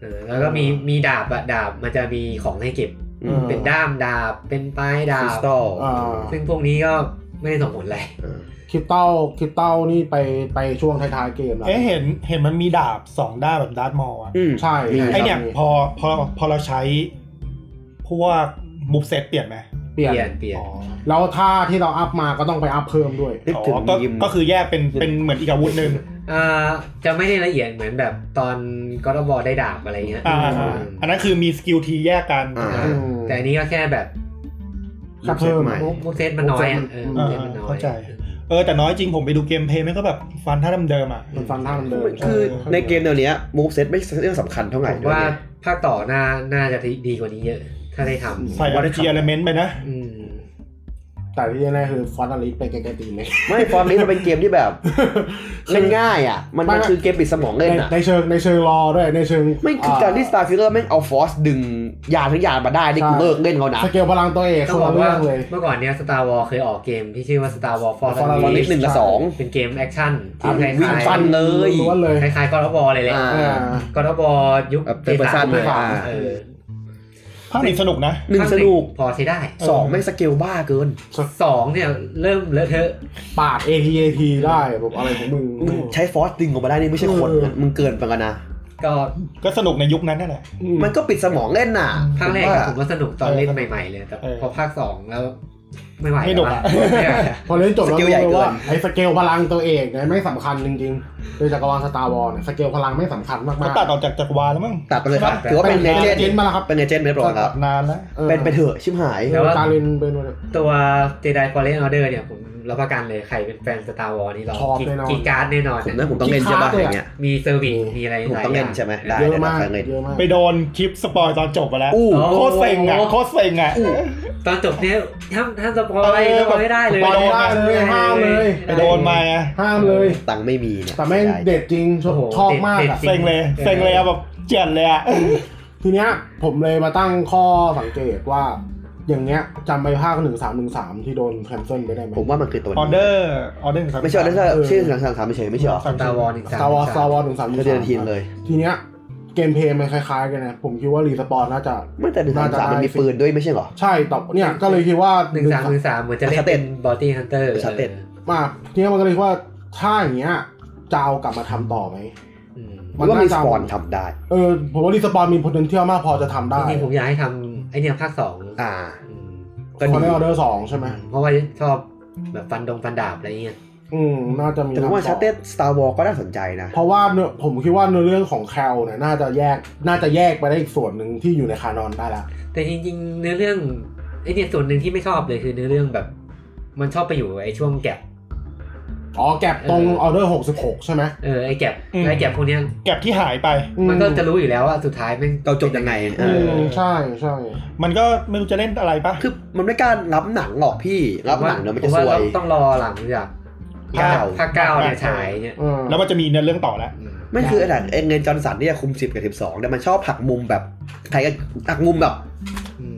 Speaker 1: เออแล้วก็มีมีดาบอะดาบมันจะมีของให้เก็บ
Speaker 3: อืม
Speaker 2: เออ
Speaker 1: เป็นด้ามดาบเป็นปลายดา
Speaker 3: คริ
Speaker 1: บ
Speaker 3: สตัล
Speaker 2: อ่า
Speaker 1: ซึ่งพวกนี้ก็ไม่ได้ส่งผลอะไร
Speaker 3: เออ
Speaker 2: คริปเต้าคริปเต้านี่ไปไปช่วงท้ายๆเกมแล้ว
Speaker 4: เอ๊ะเห็นเห็นมันมีดาบสองด้ามแบบดาร์ทมอลอะ
Speaker 3: อืม
Speaker 2: ใช่
Speaker 3: มี
Speaker 4: ไอเนี่ย
Speaker 2: ครับมี
Speaker 4: พอพอพอเราใช้พวกมูฟเซตเปลี่ยนไหม
Speaker 2: เปลี่ยน
Speaker 1: เปลี่ยนเปลี่ยน
Speaker 4: อ๋อ
Speaker 2: แล้วท่าที่เราอัพมาก็ต้องไปอัพเพิ่มด้วย
Speaker 3: นึกถึง
Speaker 4: อ๋อก็
Speaker 3: ยิม
Speaker 4: ก็คือแยกเป็นเป็นเหมือนอีกอาวุธหนึ่ง
Speaker 1: อ่าจะไม่ได้ละเอียดเหมือนแบบตอนก็อดบอได้ดาบอะไรเงี้ย
Speaker 4: อ่า
Speaker 1: อื
Speaker 4: อ่าม อันนั้นคือมีสกิลทีแยกกัน
Speaker 3: อ่า
Speaker 1: อ่าแต่อันนี้ก็แค่แบบ
Speaker 2: แค่เพิ่ม
Speaker 3: ใหม่
Speaker 1: มุกมุกเซตมันน้อยอ่ะเออมุกเซต
Speaker 4: อ่า
Speaker 1: มันน้อย
Speaker 4: เข้าใจ เออแต่น้อยจริงผมไปดูเกมเพลย์มันก็แบบฟันท่าเดิมๆอ่ะ
Speaker 2: มันฟันท่ามันเดิม
Speaker 3: คือในเกมแนวเนี้มูฟเซตไม่ใช่เรื่องสำคัญเท่าไหร่
Speaker 1: ผมว่าภาคต่อหน้าน่าจะดีกว่านี้เยอะ ถ้าได้ท
Speaker 4: ใส่ RPG element ไปนะ
Speaker 1: ำอืม
Speaker 2: แต่ที่แน่ๆคือฟอนต์อลิสไปไกลๆตีนเลย
Speaker 3: ไม่ฟอร์มนี้มันเป็นเกมที่แบบเล่นง่ายอ่ะ มันมันคือเกมปิดสมอง
Speaker 2: ใน
Speaker 3: เล่นอ่ะ
Speaker 2: ในเชิงในเชิงรอด้วยในเชิง
Speaker 3: ไม่คือการที่สตาร์ฟิลเลอร์แม่งเอาฟอสดึงยานทั้งยานมาได้นี่กูเลิกเล่นเขานะ
Speaker 2: สเกลพลังตัวเอก
Speaker 1: ต้อ
Speaker 2: ค
Speaker 1: ง
Speaker 2: น
Speaker 1: บอ
Speaker 2: ละ
Speaker 1: กว่า
Speaker 2: เรื่องเลย
Speaker 1: เมื่อก่อนเนี้ย Star Wars เคยออกเกมที่ชื่อว่า Star Wars Force
Speaker 2: Force
Speaker 3: ตอนนี้
Speaker 1: Unleashed
Speaker 3: หนึ่งกับสอง
Speaker 1: เป็นเกมแอคชั่น
Speaker 2: อ่ะ
Speaker 1: ที่
Speaker 3: วิ่
Speaker 1: คล้าง ย
Speaker 3: ฟันเลย
Speaker 2: ล้วนเลย
Speaker 1: ๆคล้ายๆก็อดบอเลยแหละ
Speaker 3: อ่า
Speaker 2: อ่า
Speaker 1: ก็อดบอยุค
Speaker 3: แบบเป็น
Speaker 1: สาม
Speaker 3: เวอร์ชันเลยอ่า
Speaker 1: เออ
Speaker 4: ภาคหนึ่งสนุกนะ
Speaker 3: หนึ่งสนุก
Speaker 1: พอใช้ได้
Speaker 3: สองแม่งสเกลบ้าเกิน
Speaker 1: สองเนี่ยเริ่มเลอะเทอะ
Speaker 2: ปาด ATAT ได้แบบอะไรของมึง
Speaker 3: มึงใช้ฟอสดึงออกมาได้นี่ไม่ใช่คน
Speaker 2: เออ
Speaker 3: มึงเกินไปกันนะ
Speaker 1: ก็
Speaker 4: ก็สนุกในยุคนั้นนั่นแหละ
Speaker 2: อืม
Speaker 3: มันก็ปิดสมองเล่นน่ะ
Speaker 1: ภาคแรก
Speaker 3: ผม
Speaker 1: อะ
Speaker 3: ว่า
Speaker 1: ผมว่าสนุกตอนเล่นใหม่ๆเลยแต่
Speaker 4: เออ
Speaker 1: พอภาคสองแล้วไม่ไหว
Speaker 4: ไม่
Speaker 1: แล้ว
Speaker 4: หนุก
Speaker 1: อะ
Speaker 4: อะ
Speaker 1: ไม่ไหวอะ
Speaker 2: พอเล่นจบแล้วรู้เลยว่าไอ้สเกลพลังตัวเอกเนี่ยไม่สำคัญจริงๆโดยจักรวาลสตาร์วอลเนี่ยสเกลพลังไม่สำคัญมาก
Speaker 4: เขา
Speaker 2: ๆ
Speaker 4: ตัดออกจากจักรวาลแล้วมั้ง
Speaker 3: ตัดไปเลยครับ
Speaker 1: ใช่
Speaker 3: ถือว่าเป็นเล
Speaker 2: กา
Speaker 3: เจ
Speaker 2: ร
Speaker 3: น
Speaker 2: เจน
Speaker 3: ด์
Speaker 2: มาแล้วครับ
Speaker 3: เป็นเลเจนด์ไม่ปลอดครับ
Speaker 4: นานแล้ว
Speaker 2: ออ
Speaker 3: เป็นไปเถอะชิบหาย
Speaker 2: เออการเล่นเป็นไปเถอะ
Speaker 1: ตัวเจไดฟอร์เรนออเดอร์เนี่ยผมรับประกันเลยใครเป็นแฟนสตาร์วอ s นี่เรา
Speaker 2: ชอบ
Speaker 1: กรีด
Speaker 2: แน่นอน
Speaker 1: กรีดการ์ดแน่นอน
Speaker 3: ผมนะผมต้องเล่นใช่ป่ะอย่างเงี้ย
Speaker 1: มีเซอร์วิส
Speaker 2: โอ้
Speaker 1: มีอะไร
Speaker 3: ผมต้องเล่นใช่ไหมได้
Speaker 2: เย
Speaker 3: ได้
Speaker 2: อะ
Speaker 3: ได้
Speaker 2: มาก
Speaker 3: ได้เล่น
Speaker 2: เยอะมาก
Speaker 4: ไปโดนคลิปสปอยตอนจบไปแล้ว
Speaker 3: อู้
Speaker 4: โคตรเซ็งอ่ะ โคตรเซ็งอ่ะ
Speaker 1: ตอนจบเนี่ยห้ามห้ามสปอย
Speaker 4: เออ
Speaker 1: สปอยไม่ได้เลย
Speaker 4: สปอยไม่ได้
Speaker 2: เลยห้ามเลย
Speaker 4: ไปโดนมาอะ
Speaker 2: ห้ามเลย
Speaker 3: ตังค์ไม่มีเนี่ย
Speaker 2: แต่แม่ง
Speaker 3: สียดาย
Speaker 2: เด็ดจริงชอบ
Speaker 1: โโห
Speaker 2: ชอบมาก
Speaker 1: ด็ด
Speaker 2: อะ
Speaker 1: ด็ด
Speaker 4: เซ็งเลย เซ็งเลยอะแบบเจียนเลยอะ
Speaker 2: ทีเนี้ยผมเลยมาตั้งข้อสังเกตว่า อย่างเงี้ยจำไปภาคหนึ่งสามหนึ่งสามที่โดนแคนเซิลไปได้ไหม
Speaker 3: ผมว่ามันคือตัว
Speaker 4: ออเดอร์ ออเดอร์ครับ
Speaker 3: ไม่ใช่ออเดอร์
Speaker 2: เออ
Speaker 3: ชื่อหนังสามสามเฉยๆไม่ใช่หรอ
Speaker 1: สตาร์วอร์หนึ่งสาม
Speaker 2: สตาร์วอร์สตาร์วอร์หนึ่งสาม
Speaker 3: ก็เดือนทีนเลย
Speaker 2: ทีเนี้ยเกมเพลย์มันคล้ายๆกันนะ ผมคิดว่ารีสปอนน่าจะ
Speaker 3: ไม่แต่หนึ่งสามสาม
Speaker 2: น่าจะได้
Speaker 3: มันมีปืนด้วยไม่ใช่เหรอ
Speaker 2: ใช่ต่อเนี่ยก็เลยคิดว่า
Speaker 1: หนึ่งสามหนึ่งสามเหมือนจะเล่นเป็นบอตี้ฮันเตอร์
Speaker 3: ชัดเจน
Speaker 2: มาทีเนี้ยมันก็เลยคิดว่าถ้าอย่างเงี้ยจะเอากลับมาทำต่อไหม
Speaker 3: ผมันว่ามีส
Speaker 2: น่าจะ
Speaker 3: ปอนทำได้
Speaker 2: เออผมว่ารีสปอนมี potential มากพอจะทำ
Speaker 1: จ
Speaker 2: ได้
Speaker 1: ริงๆผมอยากให้ทำไอเนี่ยภาคสอง
Speaker 3: อ่า
Speaker 1: อืม
Speaker 3: ก็
Speaker 2: ค
Speaker 3: ดี
Speaker 2: อนเนอร์เดอร์สองใช่ไหม
Speaker 1: เพราะว่าชอบแบบฟันดงฟันดาบอะไรเงี้ย
Speaker 2: อืมน่าจะมี
Speaker 3: แต่ผมว่า
Speaker 2: ทำต่อ
Speaker 3: ชาเต้สตาร์วอลก็น่าสนใจนะ
Speaker 2: เพราะว่าเนื้อผมคิดว่าเนื้อเรื่องของแคลเนี่ยน่าจะแยกน่าจะแยกไปได้อีกส่วนหนึ่งที่อยู่ในคานอนได้ละ
Speaker 1: แต่จริงๆ เนื้อเรื่องไอเนี่ยส่วนหนึ่งที่ไม่ชอบเลยคือเนื้อเรื่องแบบ มันชอบไปอยู่ไอช่วงแก็บ
Speaker 2: อ๋อแก็บตรง
Speaker 1: เออ
Speaker 2: ออเดอร์หกสิบหกใช่ไหม
Speaker 1: เออไอแก็บไอแก็บพวกเนี้ย
Speaker 4: แก็บที่หายไป
Speaker 2: อื
Speaker 1: มันก็จะรู้อยู่แล้วว่าสุดท้ายแม่ง
Speaker 3: เราจบยังไงเอ
Speaker 2: อื
Speaker 3: อ
Speaker 2: มใช่ใช่
Speaker 4: มันก็ไม่รู้จะเล่นอะไรปะ
Speaker 3: คือมันไม่กล้ารับหนังหรอกพี่ รับหนังเดี๋ยวมันจะ
Speaker 1: ผ
Speaker 3: ซ
Speaker 1: ว่า
Speaker 3: วย
Speaker 1: ต้องรอหลังจาก ภา
Speaker 3: เก้า
Speaker 1: คภาคเก้าเนี่ยฉายเนี่ย
Speaker 2: เออ
Speaker 4: แล้วมันจะมีเนื้อเรื่องต่อแล้ว
Speaker 3: ไม่คือไอ้ดันเองเงินจอร์สันที่จะคุมสิบกับสิบสองแต่ยมันชอบหักมุมแบบใครก็หักมุมแบบ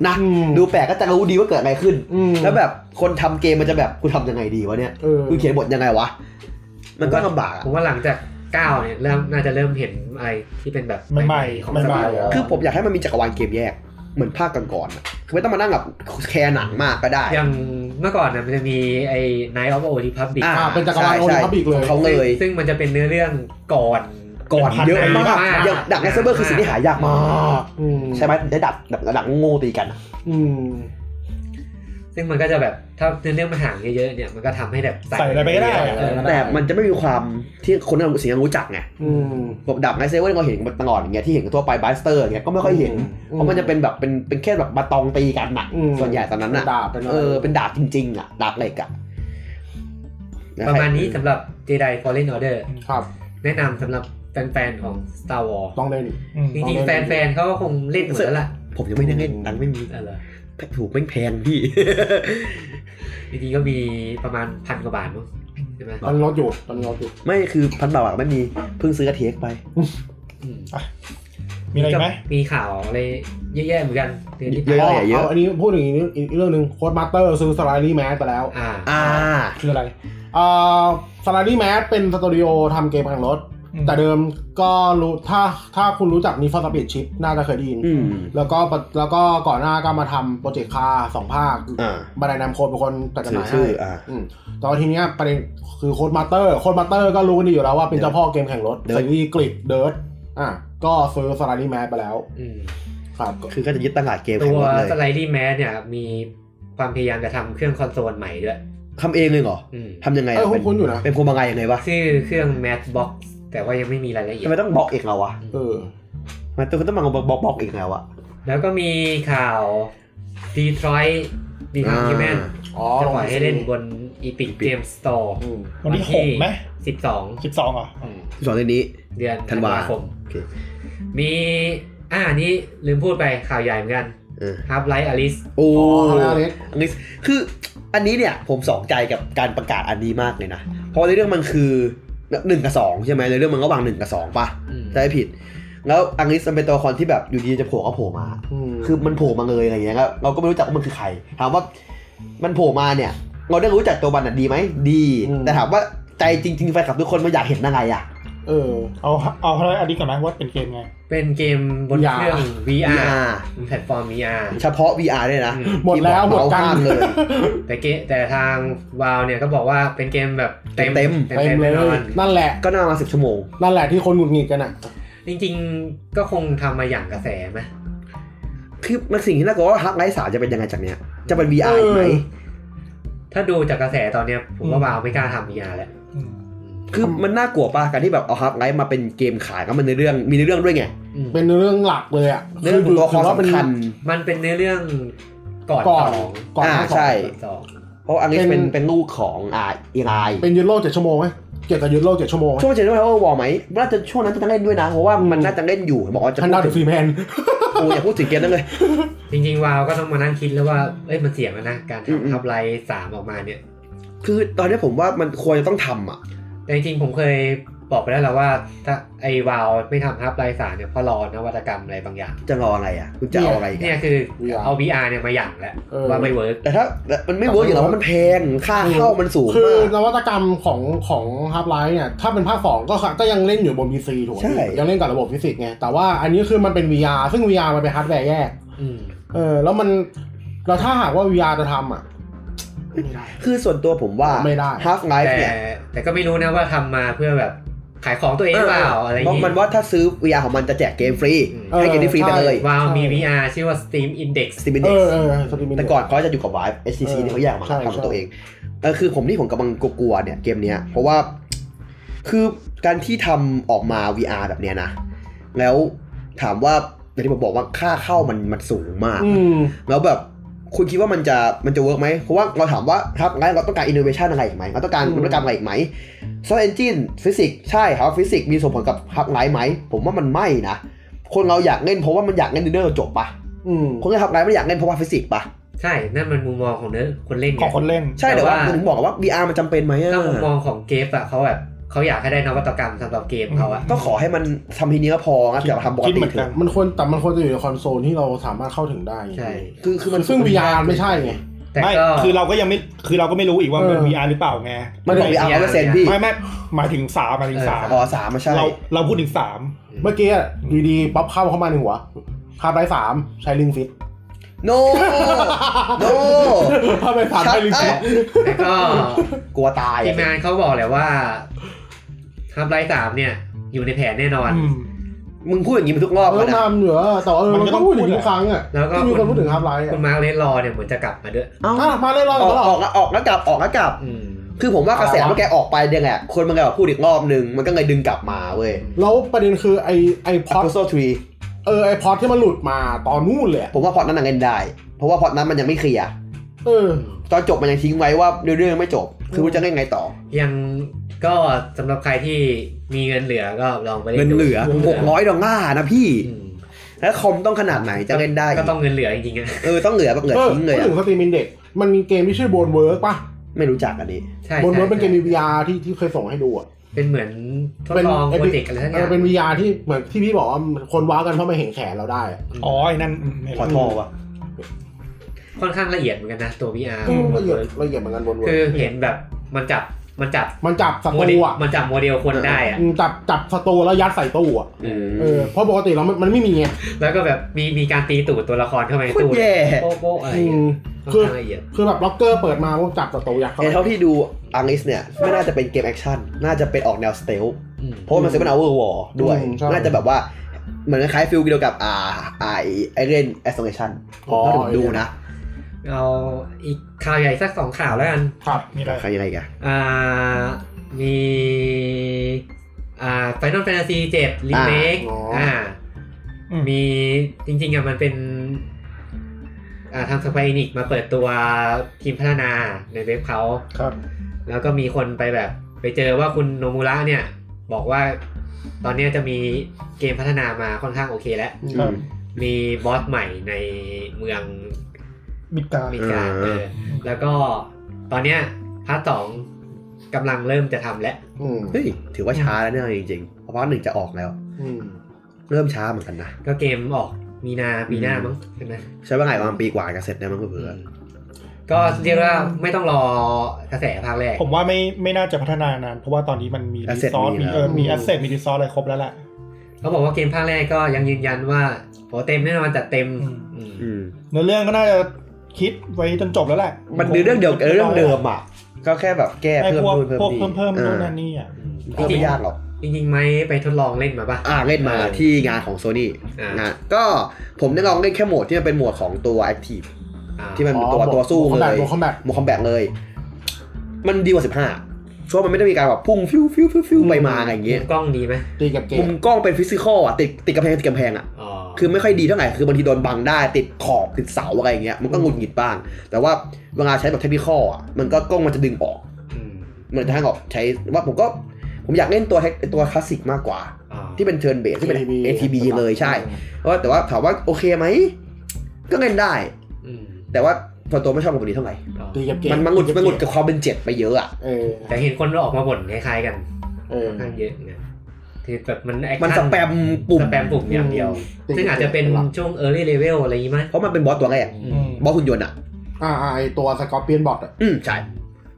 Speaker 3: นะ
Speaker 2: อืม
Speaker 3: ดูแปลกก็จะรู้ดีว่าเกิดอะไรขึ้น
Speaker 2: อืม
Speaker 3: แล้วแบบคนทำเกมมันจะแบบกูทำยังไงดีวะเนี่ย
Speaker 2: เออ
Speaker 3: กูเขียนบทยังไงวะ มันก็ลำบากอะ
Speaker 1: ผมว่าหลังจากเก้าเนี่ยเริ่มน่าจะเริ่มเห็นอะไรที่เป็นแบบ
Speaker 4: ใหม่
Speaker 1: ๆ
Speaker 4: ๆ
Speaker 1: ของ
Speaker 4: ใหม่ๆ
Speaker 1: สตาร์วร์
Speaker 3: คือผมอยากให้มันมีจักรวาลเกมแยกเหมือนภาคก่อนๆอะคือไม่ต้องมานั่งแบบแคร์หนังมากก็ได้
Speaker 1: อย่างเมื่อก่อนนะมันจะมีไอ้ Night of the Old Republic
Speaker 3: อ่า
Speaker 2: อ่าเป็นจักรวาล
Speaker 3: ใช่
Speaker 2: โอลิมปิกเลย
Speaker 3: ของเขาเลย
Speaker 1: ซึ่งมันจะเป็นเนื้อเรื่องก่อน
Speaker 3: ก่อนเยอะมาก
Speaker 1: มาก
Speaker 3: อย่างดักไนเซเบอร์คือสิ่งที่หายากมาก
Speaker 2: อืม
Speaker 3: ใช่ไหมได้ดับแบบดักโง่ตีกันอะ
Speaker 2: อืม
Speaker 1: ซึ่งมันก็จะแบบถ้าเนื้อเรื่องมันห่างเยอะๆเนี่ยมันก็ทำให้แบบ
Speaker 4: ใส่อะไรไปก็ได้
Speaker 1: เยอะๆ
Speaker 3: แต่มันจะไม่มีความที่คนเราสิ่งที่รู้จักไง
Speaker 2: อืม
Speaker 3: แบบดักไนเซเบอร์ที่เราเห็นมาตลอดอย่างเงี้ยที่เห็นทั่วไปบัสเตอร์อย่างเงี้ยก็ไม่ค่อยเห็น
Speaker 2: อืม
Speaker 3: เพราะมันจะเป็นแบบเป็นเป็นแค่แบบมาตองตีกันอะ
Speaker 2: อืม
Speaker 3: ส่วนใหญ่ตอนนั้นอะ
Speaker 2: เป็นดาบเป็นอะไร
Speaker 3: เออเป็นดาบจริงๆอะดาบเหล็กอะ
Speaker 1: ประมาณนี้สำหรับ Jedi Fallen Order
Speaker 2: ครับ
Speaker 1: แนะนำสำหรับแฟนๆ ของ Star Wars
Speaker 2: ต้องเล่น
Speaker 4: อืม
Speaker 1: จริงๆ แฟนๆเขาก็คงเล่นหมดแล้วล่ะ
Speaker 3: ผมยังไม่ได้เล่นตังค์ไม่มี
Speaker 1: เออ
Speaker 3: ถูกแม่งแพงพี่
Speaker 1: จริงๆก็มีประมาณพันกว่าบาทมั้งใช่ไหม
Speaker 2: ตอนนี้รถอยู่ตอนนี้รถอยู่
Speaker 3: ไม่คือพันบาทอะไม่มีเพิ่งซื้อกระเทกไป
Speaker 1: อืม
Speaker 4: มีอะไรอีกไหม
Speaker 1: มีข่าวอะไรเยอะแยะเหมือนกันเดือนที่
Speaker 3: เยอะ
Speaker 1: ผ่าน
Speaker 3: ๆอะเย
Speaker 2: เอา
Speaker 3: อะ
Speaker 2: อันนี้พูดอย่างนี้อีกเรื่องหนึ่งโค้ดมาสเตอร์ซื้อสไลดี้แมสไปแล้ว
Speaker 1: อ่า
Speaker 3: อ่า
Speaker 4: คืออะไร
Speaker 2: เอ่อสไลดี้แมสเป็นสตูดิโอทำเกมแข่งรถ
Speaker 4: อืม
Speaker 2: แต่เดิมก็รู้ถ้าถ้าคุณรู้จักนีฟอร์สปีดชิปน่าจะเคยได้ยิน
Speaker 3: อืม
Speaker 2: แล้วก็ปะแล้วก็ก่อนหน้าก็มาทำโปรเจกต์คาสองภาค
Speaker 3: อ่า
Speaker 2: บันไดนำโค้ดเป็นคนจัดจำห
Speaker 3: ชื่อ
Speaker 2: น่าย
Speaker 3: ชื่
Speaker 2: ให้
Speaker 3: ออ่า
Speaker 2: อืมแตอนทีเนี้ยประเด็นคือโค้ดมาสเตอร์โค้ดมาสเตอร์ก็รู้กันดีอยู่แล้วว่าเป็นเจ้าพ่อเกมแข่งรถ
Speaker 3: Dirt
Speaker 2: ซีรีส์กริดเดิร์อ่ะก็ซื้อสไลดี้แมสไปแล้ว
Speaker 1: อืม
Speaker 2: ครับก็
Speaker 3: คือก็จะยึดตลาดเกม
Speaker 1: ตั
Speaker 3: แข่ง
Speaker 1: ว
Speaker 3: รถเลย
Speaker 1: สไลดี้แมสเนี่ยมีความพยายามจะทำเครื่องคอนโซลใหม่ด้วย
Speaker 3: ทำเองเลยเหรอ
Speaker 1: อืม
Speaker 3: ทำยังไง
Speaker 2: เออ
Speaker 3: อะเป็น
Speaker 2: คุ้นๆอยู่นะ
Speaker 3: เป็นพวงมาลัยยังไงวะ
Speaker 1: ชื่อเครื่อง m a t Box แต่ว่ายังไม่มีรายละเอียด
Speaker 3: ทำไมต้องบล็อกเองเราวะ
Speaker 2: เออ
Speaker 3: มันต้องต้องมาบล็อกบล็อกเองแล้วอะ
Speaker 1: แล้วก็มีข่าว Detroit Become Human
Speaker 2: อ๋อ
Speaker 1: จะ
Speaker 2: ลง
Speaker 1: ปล่อยให้เล่นบ
Speaker 2: น
Speaker 1: น Epic Game Store
Speaker 4: วันที่หกไหม
Speaker 1: สิบสอง
Speaker 4: สิบสองเหรอ
Speaker 3: สอนในนี้
Speaker 1: เดือน
Speaker 3: ธันวา
Speaker 1: คม
Speaker 3: โอเค
Speaker 1: มีอ่าอันนี้ลืมพูดไปข่าวใหญ่เหมือนกัน
Speaker 3: เออ
Speaker 1: Half Life Alyx
Speaker 3: โอ้
Speaker 2: โอ้
Speaker 3: อัน
Speaker 2: เล็
Speaker 3: นี้
Speaker 2: ก
Speaker 3: คืออันนี้เนี่ยผมสองใจกับการประกาศอันนี้มากเลยนะ เพราะในเรื่องมันคือหนึ่งกับสองใช่ไหมในเรื่องมันก็วางหนึ่งกับสองป่ะ
Speaker 1: อืม
Speaker 3: ใช่ผิด แล้วอังกฤษมันเป็นตัวละครที่แบบอยู่ดีจะโผล่ก็โผล่มา
Speaker 2: คื
Speaker 3: คือ อมันโผล่มาเลยอะไรอย่างเงี้ยครับเราก็ไม่รู้จักว่ามันคือใคร ถามว่ามันโผล่มาเนี่ย เราได้รู้จักตัวมันอ่ะดีไหมดี แต่ถามว่าใจจริงๆแฟนคลับทุกคนมันอยากเห็นอะไรอ่ะ
Speaker 2: เออ
Speaker 4: เอาเอาเท่าไหร่อันนี้ก่อนไหมว่าเป็นเกมไง
Speaker 1: เป็นเกมบน
Speaker 2: VR
Speaker 1: เครื่อง VR
Speaker 3: VR
Speaker 1: แพลตฟอร์ม VR
Speaker 3: เฉพาะ VR เนี่ยนะ
Speaker 1: อืม
Speaker 2: หมดแล้วหมด
Speaker 3: ที่บอก
Speaker 2: กัน
Speaker 3: เอาข้าม เลย
Speaker 1: แต่เกแต่ทางวาวเนี่ยก็บอกว่าเป็นเกมแบบเต็ม
Speaker 3: เต็ม
Speaker 2: เต็มเล
Speaker 1: แน่
Speaker 2: ย
Speaker 1: นอน
Speaker 2: นั่นแหละ
Speaker 3: ก็น่ามาสิบชั่วโมง
Speaker 2: นั่นแหละที่คนหงุดหงิดกันอ่ะ
Speaker 1: จริงๆก็คงทำมาอย่างกระแสไหม
Speaker 3: คือมันสิ่งที่น่ากลัวว่าฮักไลท์สามจะเป็นยังไงจากเนี้ย จะเป็น VR อีกไหม
Speaker 2: เออ
Speaker 1: ถ้าดูจากกระแสตอนเนี้ยผมว่า
Speaker 4: อืม
Speaker 1: วาวไม่กล้าทำ VR แล้ว
Speaker 4: อืม
Speaker 3: คือมันน่ากลัวป่ะการที่แบบเอาฮักไลท์มาเป็นเกมขายก็มันในเรื่องมีในเรื่องด้วยไง
Speaker 1: อืม
Speaker 2: เป็นเรื่องหลักเลยอ่ะ
Speaker 3: เรื่องของตัวละคร
Speaker 2: เป็น
Speaker 3: สำคัญ
Speaker 1: มันเป็นในอเรื่องก่อน
Speaker 2: ก่อน
Speaker 1: สอง
Speaker 2: ก่อนห
Speaker 3: อ่า
Speaker 2: น้าสอง
Speaker 3: ใช่
Speaker 1: ก่อนสอง
Speaker 3: เพราะอังกฤษเป็น
Speaker 2: เป็น
Speaker 3: เป็นลูกของอ่าอีไล
Speaker 2: เป็นยูโรเจ็ดชั่วโมงไหมเกี่ยวกับยูโรเจ็ดชั่วโมงไหม
Speaker 3: ช่วงเจนนี่พาวเวอร์วอลไหมน่าจะช่วงนั้นจะเล่นด้วยนะ เพราะว่ามันน่าจะเล่นอยู่ บอกว่าจะ
Speaker 2: ทัน
Speaker 3: พู
Speaker 2: ดา
Speaker 3: ด
Speaker 2: วถึ
Speaker 3: ถึ
Speaker 2: ง
Speaker 3: ง
Speaker 2: ฟรีแมน
Speaker 3: โอ้อย่าพูดถึงเกมนั้นเลย
Speaker 1: จริงๆวาวก็ต้องมานั่งคิดแล้วว่าเอ้ยมันเสี่ยงแล้วนะการ
Speaker 3: อืมอืม
Speaker 1: ทำทับไลท์สามออกมาเนี่ย
Speaker 3: คือตอนนี้ผมว่ามันควรจะต้องทำอ่ะ
Speaker 1: แต่จริงๆ ผมเคยบอกไปแล้วแหละว่า ถ้าไอ้วาวไม่ทำฮับไรสารเนี่ยเพราะรอนวัตกรรมอะไรบางอย่าง
Speaker 3: จะรออะไรอ่ะคุณจะเอาอะไร
Speaker 1: เนี่
Speaker 3: กัน
Speaker 1: ยคือ
Speaker 2: VR
Speaker 1: เอา VR เนี่ยมาหยั่งแล้ว
Speaker 2: เออ
Speaker 1: ว่าไม่เวิร์ก
Speaker 3: แต่ถ้าแต่มันไม่เวิร์กอยู่แล้วเพราะมันแพง ค่าเข้ามันสูง
Speaker 2: คื
Speaker 3: มา
Speaker 2: อก นวัตกรรมของของฮาร์ปไลท์เนี่ย ถ้าเป็นภาคสองก็ค่ะก็ยังเล่นอยู่บน PC ถูกไหม
Speaker 3: ใช่
Speaker 2: ยังเล่นกับระบบฟิสิกส์ไง แต่ว่าอันนี้คือมันเป็น VR ซึ่ง VR มันเป็นฮาร์ดแวร์แยก
Speaker 1: อืม
Speaker 2: เออ แล้วมันแล้วถ้าหากว่า VR จะทำอ่ะ ไม่ได้
Speaker 3: คือส่วนตัวผมว่า
Speaker 2: ไม่ได้
Speaker 3: Half Life
Speaker 1: แต่
Speaker 3: เนี่ย
Speaker 1: แต่ก็ไม่รู้นะว่าทำมาเพื่อแบบขายของตัวเองหรือเปล่าอะไรอย่าง
Speaker 3: เพราะ
Speaker 1: งี้
Speaker 3: มันว่าถ้าซื้อ VR ของมันจะแจกเกมฟรี
Speaker 2: เออ
Speaker 3: ให้เกมที่ฟรีไปเลย
Speaker 2: ใช่
Speaker 1: วาวมี
Speaker 2: ใช่
Speaker 1: VR ชื่อว่า Steam Index
Speaker 3: สติมิน
Speaker 2: เอ
Speaker 3: เด็ก
Speaker 2: อเออ Steam Index
Speaker 3: แต่ก่อนเขาจะอยู่กับ Vive HTC
Speaker 2: เออ
Speaker 3: ที่เขาแยกมา
Speaker 2: ใช่
Speaker 3: ทำของ
Speaker 2: ใช่
Speaker 3: ตัวเองเออคือผมที่ผมกำลังกลัวๆเนี่ยเกมเนี้ยเพราะว่าคือการที่ทำออกมา VR แบบเนี้ยนะ แล้วถามว่าอย่างที่ผมบอกว่าค่าเข้ามันมันสูงมาก
Speaker 2: อืม
Speaker 3: แล้วแบบคุณคิดว่ามันจะมันจะเวิร์กไหม เพราะว่าเราถามว่าครับงั้นเราต้องการอินโนเวชันอะไรอีกไหมเราต้องการ
Speaker 2: อืม
Speaker 3: นวัตกรรมอะไรอีกไหมซอฟต์เอนจินฟิสิกส์ใช่ครับฟิสิกส์มีส่วนผลกับฮับไลท์ไหม ผมว่ามันไม่นะ คนเราอยากเล่นเพราะว่ามันอยากเล่นดินเนอร์จบปะ
Speaker 2: อืม
Speaker 3: คนเล่นฮับไลท์ไม่ได้อยากเล่นเพราะว่าฟิสิกส์ปะ
Speaker 1: ใช่นั่นมันมุมมองของเนื้อคนเล่นไ
Speaker 4: ของคนเล่น
Speaker 3: ใช่แต่ว่า
Speaker 1: แต่ว่า
Speaker 3: ผมบอกว่า VR มันจำเป็นไหมอะ
Speaker 1: ถ้ามุมมองของเกฟอะเขาแบบเขาอยากให้ได้นวัตกรรมสำหรับเกมเขาอะ
Speaker 3: ก็ขอให้มันทำทีนี้ก็พองั้นอย่าทำปก
Speaker 4: คิด
Speaker 3: ติ
Speaker 4: เหมือน
Speaker 3: เถ
Speaker 4: กั
Speaker 3: อะ
Speaker 4: น
Speaker 2: มันควรแต่มันควรจะอยู่ในคอนโซลที่เราสามารถเข้าถึงได้
Speaker 1: ใช่
Speaker 3: คือคือมัน
Speaker 2: ซึ่ง VR ไม่ใช่ไง
Speaker 1: แต่
Speaker 4: ไม่
Speaker 1: ก็
Speaker 4: คือเราก็ยังไม่คือเราก็ไม่รู้อีกว่ามันเป็น
Speaker 2: เออ
Speaker 4: VR หรือเปล่าไง
Speaker 3: มันบอก
Speaker 1: VR
Speaker 3: VR ร้อยเปอร์เซ็นต์พี่
Speaker 4: ไม่ไม่หมายถึงสามหมายถึงสาม
Speaker 3: อ๋อสามมาใช่
Speaker 4: เราเราพูดถึงสาม
Speaker 2: เมื่อกี้อะอยู่ดีป๊อปเข้าเข้ามาในหัวภาพไร้สามใช้ลิงฟิต
Speaker 3: โนโน
Speaker 2: ภาพไร้สามใช้ลิงฟิต
Speaker 3: ชัด
Speaker 1: แต่ก็
Speaker 3: กลัวตาย
Speaker 1: ที
Speaker 3: อะ
Speaker 1: มงานเขาบอกแหละว่าทับไลท์สามเนี่ย อยู่ในแผนแน่นอน
Speaker 4: อืม
Speaker 3: มึงพูดอย่างนี้มาทุกรอบ
Speaker 2: เอ
Speaker 3: เล
Speaker 2: อย
Speaker 3: นะ
Speaker 2: นำเหนือแต่ว่าเออ
Speaker 4: มั
Speaker 2: มัน น
Speaker 4: ก็
Speaker 2: ก็
Speaker 4: ต้
Speaker 2: ต้
Speaker 4: อ
Speaker 2: อง ง
Speaker 4: พู
Speaker 2: พูด
Speaker 4: ด
Speaker 2: ถึงทุก
Speaker 4: แหละ
Speaker 2: ครั้งอ่ะ
Speaker 1: แล้วก็
Speaker 2: ที่มีคนพูดถึงฮาร์ปไลท์อ่ะ
Speaker 1: คุณมาร์คเลนรอเนี่ยเหมือนจะกลับมาด้วย
Speaker 3: เอ้า
Speaker 2: อ่ะมาเล่นรอบ
Speaker 3: ออก
Speaker 2: แล้ว
Speaker 3: ออกออกแล้วกลับออกแล้วกลับ
Speaker 1: อืม
Speaker 3: คือผมว่ากระแสเมื่อแกออกไปเนี่ยแหละคนมันก็พูดอีกรอบหนึ่งมันก็เลยดึงกลับมาเว้ย
Speaker 2: แล้วประเด็นคือไอไอพ
Speaker 3: พ
Speaker 2: อ
Speaker 3: อ
Speaker 2: ด
Speaker 3: ดโซทรี
Speaker 2: เออไอพอดที่มันหลุดมาตอนนู่นเลยอะ
Speaker 3: ผมว่าพอดนั้นน่ะเล่นได้ เพราะว่าพอดนั้นมันยังไม่เคลียร์
Speaker 2: เออ
Speaker 3: ตอนจบมันยังทิ้งไว้ว่าเรื่องยังไม่จบ คือว่าจะเล่นไงต่อ
Speaker 1: ยังก็สำหรับใครที่มีเงินเหลือก็ลองไปล่
Speaker 3: เงิน
Speaker 1: ดู
Speaker 3: เหลือหกร้อยดอลลาร์นะพี่
Speaker 1: อืม
Speaker 3: แล้วคอมต้องขนาดไหนจะเล่นได้
Speaker 1: ก็ต้องเงินเหลือจริงๆอะ
Speaker 3: เออต้องเหลือแบบเหลือ
Speaker 2: เออ
Speaker 3: ทิ้งเลย
Speaker 2: พูด
Speaker 3: อะ
Speaker 2: ถึงสตรีมมินเด็กมันมีเกมที่ชื่อโบนเวิร์กป่ะ
Speaker 3: ไม่รู้จักอันนี้
Speaker 1: ใช่
Speaker 2: โบนเวิร์ก
Speaker 1: ใช่
Speaker 2: เป็นเกม VR ที่ที่เคยส่งให้ดูอ่ะ
Speaker 1: เป็นเหมือนทดลองโปรเจกต์อะไรทั้ง
Speaker 2: เอ
Speaker 1: นั้
Speaker 2: อน เป็น VR ที่เหมือนที่พี่บอกว่าคนว้าวกันเพราะมันเห็นแขนเราได้อะ
Speaker 4: อ๋อไอ้นั่นม
Speaker 3: ขอโทษว่ะ
Speaker 1: ค่อนข้างละเอียดเหมือนกันนะตัว VR
Speaker 2: อืมละเอียดละเอียดเหมือนกันโบนเวิร์
Speaker 1: คือก เห็นแบบมันจับมันจับ
Speaker 2: มันจับศัต
Speaker 1: โมเด
Speaker 2: รู
Speaker 1: ล
Speaker 2: อ่ะ
Speaker 1: มันจับโมเดลคนได้อะ
Speaker 2: อืมจับจับศัตรูแล้วยัดใส่ตู้อ่ะ
Speaker 3: อืม
Speaker 2: เออเพราะปกติเรามันมันไม่มีไง
Speaker 1: แล้วก็แบบมีมีการตีตูดตัวละครเข้าไปใน
Speaker 3: โคตร
Speaker 1: ตู้
Speaker 3: แย่
Speaker 1: โป๊ะโป๊ะอะไรอ
Speaker 2: อื
Speaker 1: ย่างเงี้ย
Speaker 2: ม
Speaker 1: ค่อน
Speaker 2: คือ
Speaker 1: ข้างละเอียด
Speaker 2: คือแบบล็อกเกอร์เปิดมาพวกจับศัตรูยักษ์เข้า
Speaker 3: แต่
Speaker 2: ไป
Speaker 3: เท่าที่ดูอังลิสเนี่ยไม่น่าจะเป็นเกมแอคชั่นน่าจะเป็นออกแนวสเตล
Speaker 1: อืม
Speaker 3: เพราะว่ามันเซเว่นเอาเวอร์วอด้วย น่าจะแบบว่าเหมือนคล้ายๆฟิลเดียวกับอ่าไอไอเรนแอสโซเนชันถ้าผมดูนะ
Speaker 1: เอาอีกข่าวใหญ่สักสองข่าวแล้วกัน
Speaker 4: ครับมีอะไร
Speaker 3: ใครยังไงกัน
Speaker 1: อ่า มีอ่า Final Fantasy 7 Remake
Speaker 2: อ๋ออ่
Speaker 1: อ่า
Speaker 4: อืม
Speaker 1: มีจริงๆอ่ะมันเป็น อ่าทางส q ป r e นิกมาเปิดตัวทีมพัฒนาในเว็บเขา
Speaker 4: ครับ
Speaker 1: แล้วก็มีคนไปแบบ ไปเจอว่าคุณโนมูระเนี่ย บอกว่าตอนเนี้ยจะมีเกมพัฒนามาค่อนข้างโอเคแล้ว
Speaker 4: ครับ
Speaker 1: มีบอสใหม่ในเมือง
Speaker 4: มิดการ
Speaker 1: มีการ
Speaker 3: เอ
Speaker 1: เอ
Speaker 3: อ
Speaker 1: อแล้วก็ตอนเนี้ยพาร์ทสองกำลังเริ่มจะทำแล้ว
Speaker 2: อืม
Speaker 3: เฮ้ย ถือว่าช้าแล้วเนี่ยจริงๆ เพราะว่าหนึ่งจะออกแล้ว
Speaker 2: อืม
Speaker 3: เริ่มช้าเหมือนกันนะ
Speaker 1: ก็เกมออกมีนาปีหน้ามั้งใช่ไหม
Speaker 3: ใช้เวลาประมาณปีกว่าจะเสร็จได้มั้งเพื่อน
Speaker 1: ก็เรียกว่าไม่ต้องรอกระแสภาคแรก
Speaker 4: ผมว่าไม่ไม่น่าจะพัฒนานาน เพราะว่าตอนนี้มันมีรีซอสมีเออมีแอสเซทมีรีซอสอะไรครบแล้วแหละ
Speaker 1: เขาบอกว่าเกมภาคแรกก็ยังยืนยันว่าโหเต็มแน่นอนจัดเต็ม
Speaker 4: อืม
Speaker 1: อืม
Speaker 3: อืม
Speaker 4: เนื้อเรื่องก็น่าจะคิดไว้จนจบแล้วแหละ
Speaker 3: มันดูเรื่องเดียวเออเรื่องเดิมอ่ะ ก็แค่แบบแก้
Speaker 4: ไอ้
Speaker 3: เพิ่ม
Speaker 4: พวก
Speaker 3: นู่นเพิ่มนี่
Speaker 4: พวกเพิ่ม
Speaker 3: เอ
Speaker 4: เพิ่มนู่
Speaker 3: อน
Speaker 4: นั่นนี่อ่ะ
Speaker 3: ก็ไม่ยากหรอก
Speaker 1: จริงๆจริงๆไหมไปทดลองเล่นมาปะ
Speaker 3: อ่าเล่นมา
Speaker 1: เออ
Speaker 3: ที่งานของโซนี่
Speaker 1: อ่าง
Speaker 3: นะก็ผมได้ลองเล่นแค่โหมดที่มันเป็นโหมดของตัว Active
Speaker 1: อ่า
Speaker 3: ที่มันเป็นตัวตัวสู้
Speaker 2: คอมแบท
Speaker 3: เลย
Speaker 2: บวกคอมแบท
Speaker 3: โมคอมแบกเลย มันดีกว่าสิบห้าเพราะมันไม่ได้มีการแบบพุ่งฟิวฟิวฟิวฟิว
Speaker 2: อืม
Speaker 3: ไปมาอะไรอย่างเงี้ย
Speaker 1: กล้องดีไหม
Speaker 2: ตีกับเก
Speaker 3: มุ
Speaker 2: ม
Speaker 3: มกล้องเป็นฟิสิกอลอ่ะติดติดกำแพงติดกำแพงอ่ะ
Speaker 1: อ๋อ
Speaker 3: คือไม่ค่อยดีเท่าไหร่ คือบางทีโดนบังได้ ติดขอบติดเสาอะไรอย่างเงี้ย มันก็หงุดหงิดบ้าง แต่ว่าเวลาใช้แบบเทคนิคอลอ่ะ มันก็กล้องมันจะดึงออก
Speaker 1: ม
Speaker 3: มันจะให้ออกใช้ว่าผมก็ ผมอยากเล่นตัว tech- ตัวคลาสสิกมากกว่า
Speaker 1: อ๋อ
Speaker 3: ที่เป็นเทิร์นเบสที่เป็น ATB เลยใช่
Speaker 2: อืม
Speaker 3: เพราะว่าแต่ว่าถามว่าโอเคไหม ก็เล่นได้
Speaker 1: อืม
Speaker 3: แต่ว่าส่วนตัวไม่ชอบตัวนี้เท่าไหร่
Speaker 1: อ๋อ
Speaker 2: ตีกับเกม
Speaker 3: มันมันหงุดมันหงุดกับความเป็นเจ็ดไปเยอะอ่ะ
Speaker 2: เออ
Speaker 1: แต่เห็นคนออกมาบ่นคล้ายๆกัน
Speaker 2: เออ
Speaker 1: ค่อนข้างเยอะเหมือนกันคือแบบมัน action
Speaker 3: มันสแปมปุ่ม
Speaker 1: สแปมปุ่มอย่างเดียว
Speaker 2: ตีกับกม
Speaker 1: ซึ่งอาจจะเป็น
Speaker 2: หลัก
Speaker 1: ช่วง early level อะไรอย่างนี้ไหม
Speaker 3: เพราะมันเป็นบอสตัวแรก
Speaker 1: อืม
Speaker 3: บอสหุ่นยนต์อ่ะ
Speaker 2: อ่าอ่าไอตัวสกอร์เปียนบอทอ่ะ
Speaker 3: อืมใช่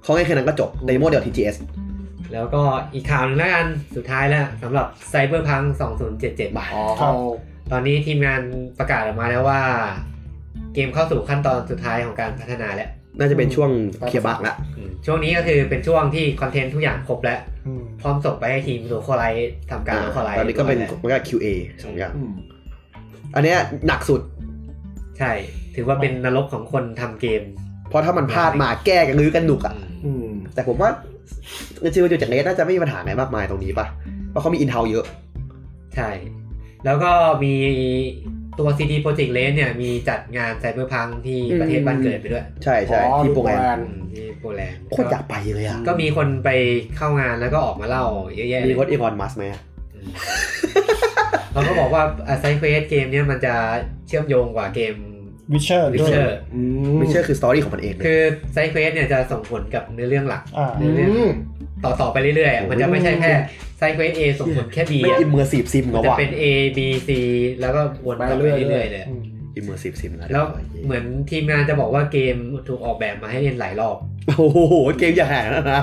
Speaker 3: ของไอ้แค่นั้นก็จบในโมเดล TGS
Speaker 1: แล้วก็อีกข่าวหนึ่งแล้วกัน สุดท้ายแล้วสำหรับ Cyberpunk 2077
Speaker 3: มา
Speaker 2: อ๋อ
Speaker 4: ครับ
Speaker 1: ตอนนี้ทีมงานประกาศออกมาแล้วว่า เกมเข้าสู่ขั้นตอนสุดท้ายของการพัฒนาแล้ว
Speaker 3: น่าจะเป็นช่วงเคลียร์บักละ
Speaker 1: อืมช่วงนี้ก็คือเป็นช่วงที่คอนเทนต์ทุกอย่างครบแล้ว
Speaker 4: อืม
Speaker 1: พร้อมส่งไปให้ทีมโลคอไลท์ทำการโลคอไลท์
Speaker 3: ตอนนี้ก็เป็นมันก็ QA สองอย่าง
Speaker 2: อืม
Speaker 3: อันเนี้ยหนักสุด
Speaker 1: ใช่ ถือว่าเป็นนรกของคนทำเกม
Speaker 3: เพราะถ้ามันพลาดมาแก้กันลื้อกันหนุกอ่ะ
Speaker 2: อืม
Speaker 3: แต่ผมว่าจริงๆจากเนสน่าจะไม่มีปัญหาอะไรมากมายตรงนี้ป่ะ เพราะเขามีอินเทาเยอะ
Speaker 1: ใช่ แล้วก็มีตัว CD Projekt Red เนี่ยมีจัดงาน Cyberpunk ที่ประเทศบ้านเกิดไปด้วย
Speaker 3: ใช่ใช่
Speaker 2: อ๋อ
Speaker 3: ที่โปรแกรม
Speaker 1: อืมที่โปแลนด์
Speaker 3: โคตรอยากไปเลยอ่ะ
Speaker 1: ก็มีคนไปเข้างานแล้วก็ออกมาเล่าเยอะแยะเล
Speaker 3: มี
Speaker 1: ย
Speaker 3: รถอีกอนมัสไหมอะ
Speaker 1: อืมเขาก็บอกว่าไซเควสเกมเนี้ยมันจะเชื่อมโยงกว่าเกม
Speaker 4: วิเชอร์
Speaker 1: วิ
Speaker 4: ด้วย
Speaker 1: เชอร์
Speaker 2: อื
Speaker 3: ไม่เชื่อคือสตอรี่ของมันเองเลย
Speaker 1: คือไซเควสเนี่ยจะส่งผลกับเนื้อเรื่องหลัก
Speaker 4: อ่า
Speaker 2: อืม
Speaker 1: ต่อต่อไปเรื่อยๆอ่ะมันจะไม่ใช่แค่ไซเควส A ส่งผลแค่ B
Speaker 3: ไม่
Speaker 1: อ่ะ
Speaker 3: อิมเมอร์ซีฟซิม
Speaker 1: มั
Speaker 3: ก็
Speaker 1: นจะ
Speaker 3: ว่า
Speaker 1: เป็น A B C แล้วก็วนกลับไปเรื่อยๆเลย
Speaker 4: อืม
Speaker 3: อิมเมอร์ซีฟซิม
Speaker 1: แล้วเหมือนทีมงานจะบอกว่าเกมถูกออกแบบมาให้เล่นหลายรอบ
Speaker 3: โอ้โห เกมอย่าห่างนะนะ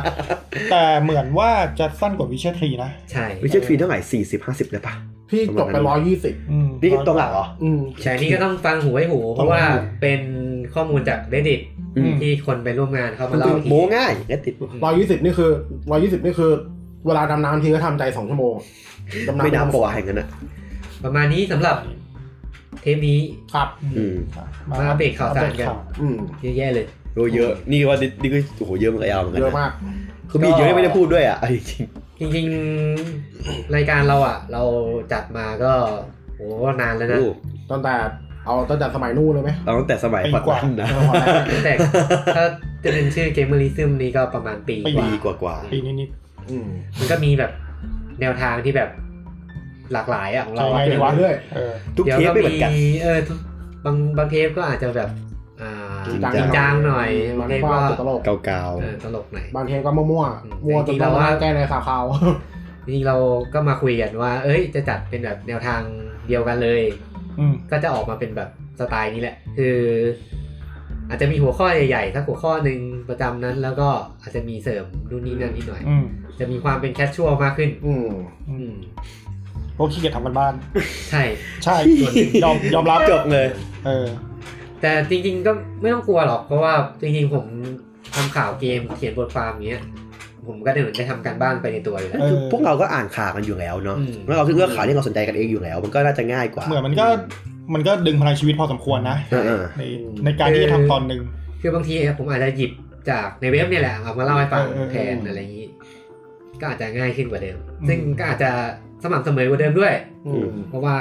Speaker 4: แต่เหมือนว่าจะสั้นกว่าวิเชอร์ทรีนะ
Speaker 1: ใช่
Speaker 3: วิเชียรฟรีเท่าไหร่สี่สิบห้าสิบเลยปะ
Speaker 2: พี่จบไปร้อยยี่สิบ
Speaker 4: อืม
Speaker 3: นี่ตรงหลักเหรอ
Speaker 2: อืม
Speaker 1: แต่นี่ก็ต้องฟังหูไว้หู เพราะว่าเป็นข้อมูลจาก reddit
Speaker 3: อืม
Speaker 1: ที่คนไปร่วมงานเขามาเล่าที
Speaker 3: โมง่ายเน็ตติด
Speaker 2: ร้อยยี่สิบนี่คือร้อยยี่สิบนี่คือ เวลาดำน้ำทีก็ทำใจสองชั่วโมงดำน้ำ
Speaker 3: ไม่นับประวัติอย่างนั้นอ่ะ
Speaker 1: ประมาณนี้สำหรับเทปนี้
Speaker 2: ครับ
Speaker 3: อืม
Speaker 1: มาอัปเดตข่าวสารกัน
Speaker 2: อืม
Speaker 1: เยอะแยะเลย
Speaker 3: โอ้เยอะ นี่ว่านี่ก็โอ้โหเยอะมันก็ยาวเหมือนกัน
Speaker 2: เย
Speaker 3: นะ
Speaker 2: อะมาก
Speaker 3: คือมีเยอะไม่ได้พูดด้วยอ่ะเอาจริง
Speaker 1: จริงๆ รายการเราอ่ะ เราจัดมาก็โหนานแล้ว
Speaker 3: ๆ
Speaker 1: นะ
Speaker 3: โอ้
Speaker 2: ตั้งแต่เอาตั้งแต่สมัยนู่นเลยไหม
Speaker 3: เราตั้งแต่สมัย
Speaker 4: ปี
Speaker 3: ปัจ
Speaker 4: ก
Speaker 3: จุ
Speaker 4: ว่า
Speaker 3: บันนะ
Speaker 1: ตั้งแต่ถ้าจะเป็นชื่อเกมเมอริซึมนี้ก็ประมาณปีกว่า
Speaker 3: ปีกว่า
Speaker 4: ปีนิดนิด
Speaker 2: อืม
Speaker 1: มันก็มีแบบแนวทางที่แบบหลากหลายอ่ะของเราอะ
Speaker 4: ใช่
Speaker 2: เปลี่ยนไปเรื่อย
Speaker 4: ๆเออ
Speaker 3: ๆทุก
Speaker 1: ดี๋ยว
Speaker 3: เทปไม่เหมือนกัน
Speaker 1: เออทุกบางบางเทปก็อาจจะแบบอ่า
Speaker 2: จ
Speaker 1: จ
Speaker 2: ริ
Speaker 1: ริง
Speaker 2: งจัง
Speaker 1: จังหน่อย
Speaker 2: บา
Speaker 1: บาง ง
Speaker 2: เท
Speaker 1: เท
Speaker 2: ป
Speaker 1: ป
Speaker 2: ก็
Speaker 1: ก็
Speaker 2: ตลก
Speaker 3: เกา
Speaker 1: เออตลกหน่อย
Speaker 2: บางเทปก็มั่ว
Speaker 1: อืม
Speaker 2: ๆมั่วจน
Speaker 1: จริงๆ
Speaker 2: ต้
Speaker 1: เรา
Speaker 2: อง
Speaker 1: ว่า
Speaker 2: มาแก้ในข่าวข่าว
Speaker 1: จริงๆเราก็มาคุยกันว่า เอ้ยจะจัดเป็นแบบแนวทางเดียวกันเลย
Speaker 4: อืม
Speaker 1: ก็จะออกมาเป็นแบบสไตล์นี้แหละ คือ อาจจะมีหัวข้อใหญ่ๆสักหัวข้อหนึ่งประจำนั้น แล้วก็อาจจะมีเสริมนู่นนี่นั่นนิดหน่อย
Speaker 4: อืม
Speaker 1: จะมีความเป็นแคชชวลมากขึ้น
Speaker 2: อืม
Speaker 4: อื
Speaker 1: อืม
Speaker 4: มโอ้ขี้เกียจทำกันบ้าน
Speaker 1: ใช่
Speaker 4: ใช่ส่วนหนึ่งยอมยอมรับ
Speaker 3: จบเลย
Speaker 4: เออ
Speaker 1: แต่จริงๆก็ไม่ต้องกลัวหรอก เพราะว่าจริงๆผมทำข่าวเกมเขียนบทความเนี้ย ผมก็ได้เหมือนได้ทำการบ้านไปในตัวอยู่แล้ว
Speaker 4: เออ
Speaker 3: พวกเราก็อ่านข่าวกันอยู่แล้วเนาะ
Speaker 1: อืม
Speaker 3: แล้วเราคือเลือกข่าวที่เราสนใจกันเองอยู่แล้ว มันก็น่าจะง่ายกว่า
Speaker 4: เหมือนมันก็มันก็ดึงพลังชีวิตพอสมควรนะ
Speaker 3: เออเออ
Speaker 4: ในในการที่จะทำตอนหนึ่ง
Speaker 1: คือบางทีผมอาจจะหยิบจากในเว็บเนี่ยแหละเอามาเล่าให้ฟัง
Speaker 4: เออเออเออ
Speaker 1: แทนอะไรอย่างนี้ ก็อาจจะง่ายขึ้นกว่าเดิม ซึ่งก็อาจจะสม่ำเสมอกว่าเดิมด้วย
Speaker 2: อืม
Speaker 1: เพราะว่า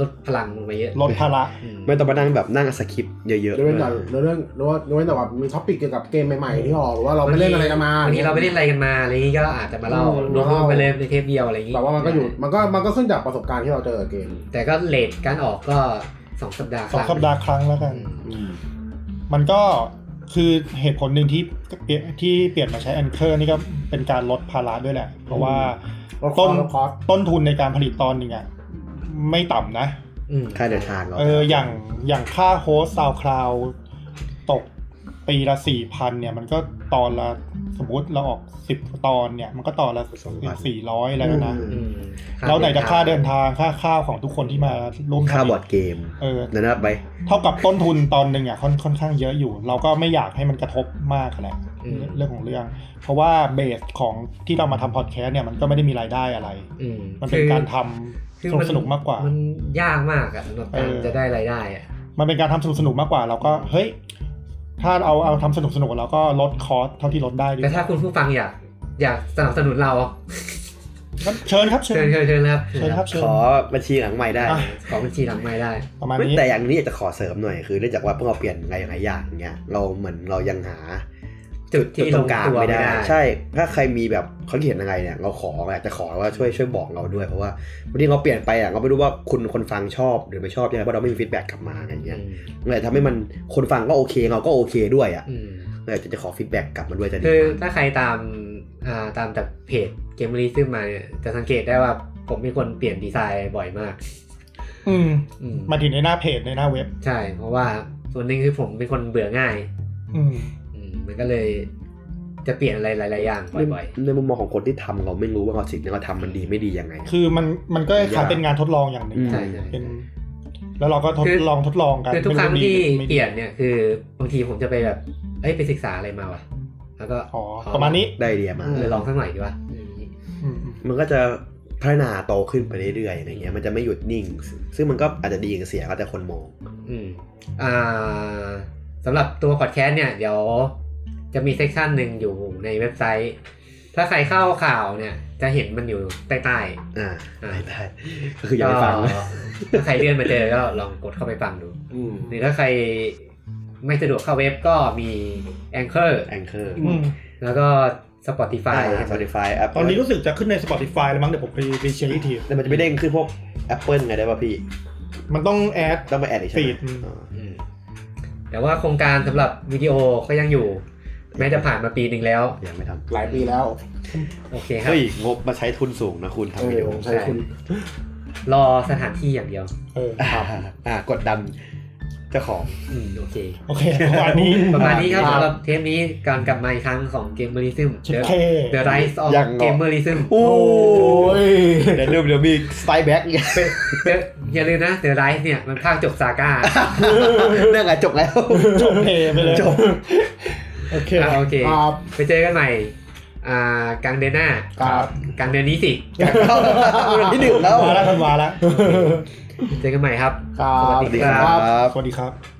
Speaker 1: ลดพลังลงไปเยอะ
Speaker 4: ลดภาระ
Speaker 1: อืม
Speaker 3: ไม่ต้องมานั่งแบบนั่งสคริปต์เยอะๆ
Speaker 2: เรื่องแต่เรื่องเรื่องเรื่องแต่ว่ามีท็อปิกเกี่ยวกับเกมใหม่ๆที่ออกหรือว่าเราไม่เล่นอะไรกันมา
Speaker 1: วันนี้เราไม่เล่นอะไรกันมาอะไรนี้ก็อาจจะมาเล่า
Speaker 2: อืม
Speaker 1: รวมๆไปเลยในเทปเดียวอะไรอย่างนี้
Speaker 2: แต่ว่ามันก็อยู่มันก็มันก็ขึ้นจากประสบการณ์ที่เราเจอเกม
Speaker 1: แต่ก็เลทการออกก็สองสัปดาห์ค
Speaker 4: สอง
Speaker 1: รั้ง
Speaker 4: สัปดาห์ครั้งแล้วกัน
Speaker 1: อืม
Speaker 2: อืม
Speaker 4: มันก็คือเหตุผลหนึ่งที่เปลี่ยนที่เปลี่ยนมาใช้แอนเคอร์นี่ก็เป็นการลดภาระด้วยแหละ เพราะว่า
Speaker 2: ลดคอ
Speaker 4: ต้
Speaker 2: ส
Speaker 4: น
Speaker 2: ลดคอส
Speaker 4: ต้นทุนในการผลิตตอนหนึ่งอ่ะไม่ต่ำนะ
Speaker 1: อืม
Speaker 3: ค่าเดินทางเหรอ
Speaker 4: เอออย่างอย่างค่าโฮสซาวคลาวตกปีละสี่พันเนี่ย มันก็ตอนละสมมติเราออกสิบตอนเนี่ย มันก็ตอนละสี่ร้อยแล้วนะ
Speaker 1: อืม
Speaker 4: แล้วไหนจะค่าเดินทางค่าข้าวของทุกคนที่มาร่วม
Speaker 3: ค่า
Speaker 4: ทำ
Speaker 3: บอร์ดเกม
Speaker 4: เออ
Speaker 3: นั่นนะไป
Speaker 4: เท่ากับต้นทุนตอนหนึ่งอ่ะค่อนค่อนข้างเยอะอยู่ เราก็ไม่อยากให้มันกระทบมากแหละ
Speaker 1: อืม
Speaker 4: เรื่องของเรื่อง เพราะว่าเบสของที่เรามาทำพอดแคสต์เนี่ยมันก็ไม่ได้มีรายได้อะไร
Speaker 1: อืม
Speaker 4: มันเป็นการท
Speaker 1: คือ
Speaker 4: ำสนุกสนุกมากกว่า
Speaker 1: นยากมากอะสำหรับการ
Speaker 4: เออ
Speaker 1: จะได้รายได้อะ
Speaker 4: มันเป็นการทำสนุกสนุกมากกว่า เราก็เฮ้ย ถ้าเอาเอาทำสนุกสนุกเราก็ลดคอสเท่าที่ลดได้ดี
Speaker 1: แต่ถ้าคุณผู้ฟังอยากอยากสนับสนุนเรา
Speaker 4: ก็เชิญครับเชิ
Speaker 1: เชิ
Speaker 4: ญ
Speaker 1: ญเชิญเชิญนะครับเชิ
Speaker 4: เชิ
Speaker 1: ญ
Speaker 4: ญ
Speaker 1: ค
Speaker 4: ค
Speaker 1: รั
Speaker 4: รั
Speaker 1: บบ
Speaker 4: เชิญ
Speaker 3: ขอบัญชีหลังใหม่ได้
Speaker 4: อ่ะ
Speaker 1: ขอบัญชีหลังไม้ได้
Speaker 4: ประมาณ
Speaker 3: เฮ้ย
Speaker 4: นี้
Speaker 3: แต่อย่างนี้อยากจะขอเสริมหน่อยคือเนื่องจากว่าพวกเราเปลี่ยนอะไรหลายอย่างอย่างเงี้ยเราเหมือนเรายังหา
Speaker 1: จุดที่
Speaker 3: ตรงกลาง
Speaker 1: ตัว
Speaker 3: ไม่ได้
Speaker 1: ใช่
Speaker 3: ใช่ ถ้าใครมีแบบเขาเขียนยังไงเนี่ยเราขอแหละแต่ขอว่าช่วยช่วยบอกเราด้วยเพราะว่าบางทีเราเปลี่ยนไปอ่ะเราไม่รู้ว่าคุณคนฟังชอบหรือไม่ชอบยังไงเพราะเราไม่มีฟีดแบ็กกลับมาอะไรเงี้ยเลยทำให้มันคนฟังก็โอเคเราก็โอเคด้วยอ่ะเลยจะจะขอฟีดแบ็กกลับมาด้วยจะดี
Speaker 1: คือ
Speaker 3: มาก
Speaker 1: ถ้าใครตามอ่าตามจากเพจเกมรีซึ่งมาเนี่ยจะสังเกตได้ว่าผมเป็นคนเปลี่ยนดีไซน์บ่อยมาก
Speaker 4: อืม
Speaker 1: อืม
Speaker 4: มาถึงในหน้าเพจในหน้าเว็บ
Speaker 1: ใช่ เพราะว่าส่วนหนึ่งคือผมเป็นคนเบื่อง่าย
Speaker 4: อืม
Speaker 1: อืมมันก็เลยจะเปลี่ยนอะไรหลาย ๆ อย่างบ่อย
Speaker 3: ในในมุมมองของคนที่ทำเราไม่รู้ว่าเราสิ่งที่เราทำมันดีไม่ดียังไง
Speaker 4: คือมันมันก็ขาย
Speaker 3: ยาก
Speaker 4: เป็นงานทดลองอย่างหนึ่ง
Speaker 3: อืม
Speaker 1: ใช่ใช่
Speaker 4: เป็น แล้วเราก็ทด
Speaker 1: คือ
Speaker 4: ลองทดลองกัน
Speaker 1: ๆ คือทุกครั้ง
Speaker 4: ไม่
Speaker 1: ที่
Speaker 4: ดีไม่ดี
Speaker 1: เปลี่ยนเนี่ยคือบางทีผมจะไปแบบเอ้ยไปศึกษาอะไรมาวะแล้วก็
Speaker 4: อ๋อประมาณนี้
Speaker 3: ได้ไอเดียมา
Speaker 1: เออลองสักหน่อยดีวะอืม
Speaker 4: อืมอืม
Speaker 3: มันก็จะพัฒนาโตขึ้นไปเรื่อยๆอะไรเงี้ยมันจะไม่หยุดนิ่ง ซึ่งมันก็อาจจะดีกับเสียก็แต่คนมอง
Speaker 1: อืมอ่าสำหรับตัวพอดแคสต์เนี่ยเดี๋ยวจะมีเซกชันหนึ่งอยู่ในเว็บไซต์ ถ้าใครเข้าข่าวเนี่ย จะเห็นมันอยู่ใต้
Speaker 3: อ่า
Speaker 1: อ่า
Speaker 3: ได้ก็คือ
Speaker 1: ๆ
Speaker 3: อย่าไปฟัง
Speaker 1: ก็ถ้าใครเลื่อนมาเจอก็ลองกดเข้าไปฟังดู
Speaker 2: อืม
Speaker 1: หรือถ้าใครไม่สะดวกเข้าเว็บก็มี Anchor
Speaker 3: แองเกอร์
Speaker 4: อืม
Speaker 1: แล้วก็ Spotify
Speaker 3: สปอติฟายแอป
Speaker 4: ตอนนี้รู้สึกจะขึ้นใน Spotify แล้วมั้งเดี๋ยวผมไปไปเช็คอีกที
Speaker 3: แต่มันจะไม่เด้งขึ้นพวก Apple ไงได้ป่ะพี่
Speaker 4: มันต้องแอด
Speaker 3: ต้องไปแอดอีกใช่ไหม
Speaker 4: ฟีด
Speaker 3: อ่า
Speaker 1: อื แต่ว่าโครงการสำหรับวิดีโอก็ยังอยู่ แม้จะผ่านมาปีหนึ่งแล้ว
Speaker 3: ยังไม่ทำ
Speaker 2: หลายปีแล้ว
Speaker 1: โอเคครับ
Speaker 3: เฮ้ยงบมาใช้ทุนสูงนะคุณ
Speaker 2: เอ
Speaker 3: ทำวิ
Speaker 2: อ
Speaker 3: ดีโอ
Speaker 2: ใช่คุณ
Speaker 1: รอสถานที่อย่างเดียว
Speaker 4: เออ
Speaker 3: อ่าอ่ากดดันเจ้าของ
Speaker 1: อืมโอเค
Speaker 4: โอเคประมาณนี้
Speaker 1: ประมาณนี้ครับสำหรับเทปนี้การกลับมาอีกครั้งของเกมเมอริซึม
Speaker 4: ชิคเท่
Speaker 1: The Rise of
Speaker 3: ยังเหรอ
Speaker 1: Gamerism
Speaker 3: โอ้
Speaker 2: โอ้ย
Speaker 3: เดี๋ยวลืมเดี๋ยวมีสไตล์แบ็ก เนี่ย
Speaker 1: เดี๋ยวอย่าลืมนะ The Rise เนี่ย มันภาคจบซาก้า
Speaker 3: เรื่องอะจบแล้ว
Speaker 4: จบเพลงไปเลย
Speaker 3: จ บ
Speaker 4: โอเค
Speaker 1: อ่ะโอเค
Speaker 2: ครับ
Speaker 1: ไปเจอกันใหม่ อ่ากลางเดือนหน้า
Speaker 2: ครับ
Speaker 1: กลางเดือนนี้สิ
Speaker 3: วันที่หนึ่งแล้ว
Speaker 4: มาแล้วทันวาแล้ว
Speaker 1: เจอกันใหม่ครับ
Speaker 2: ครับ
Speaker 1: สวัสดีครับ
Speaker 2: รับ
Speaker 4: สวัสดีครับ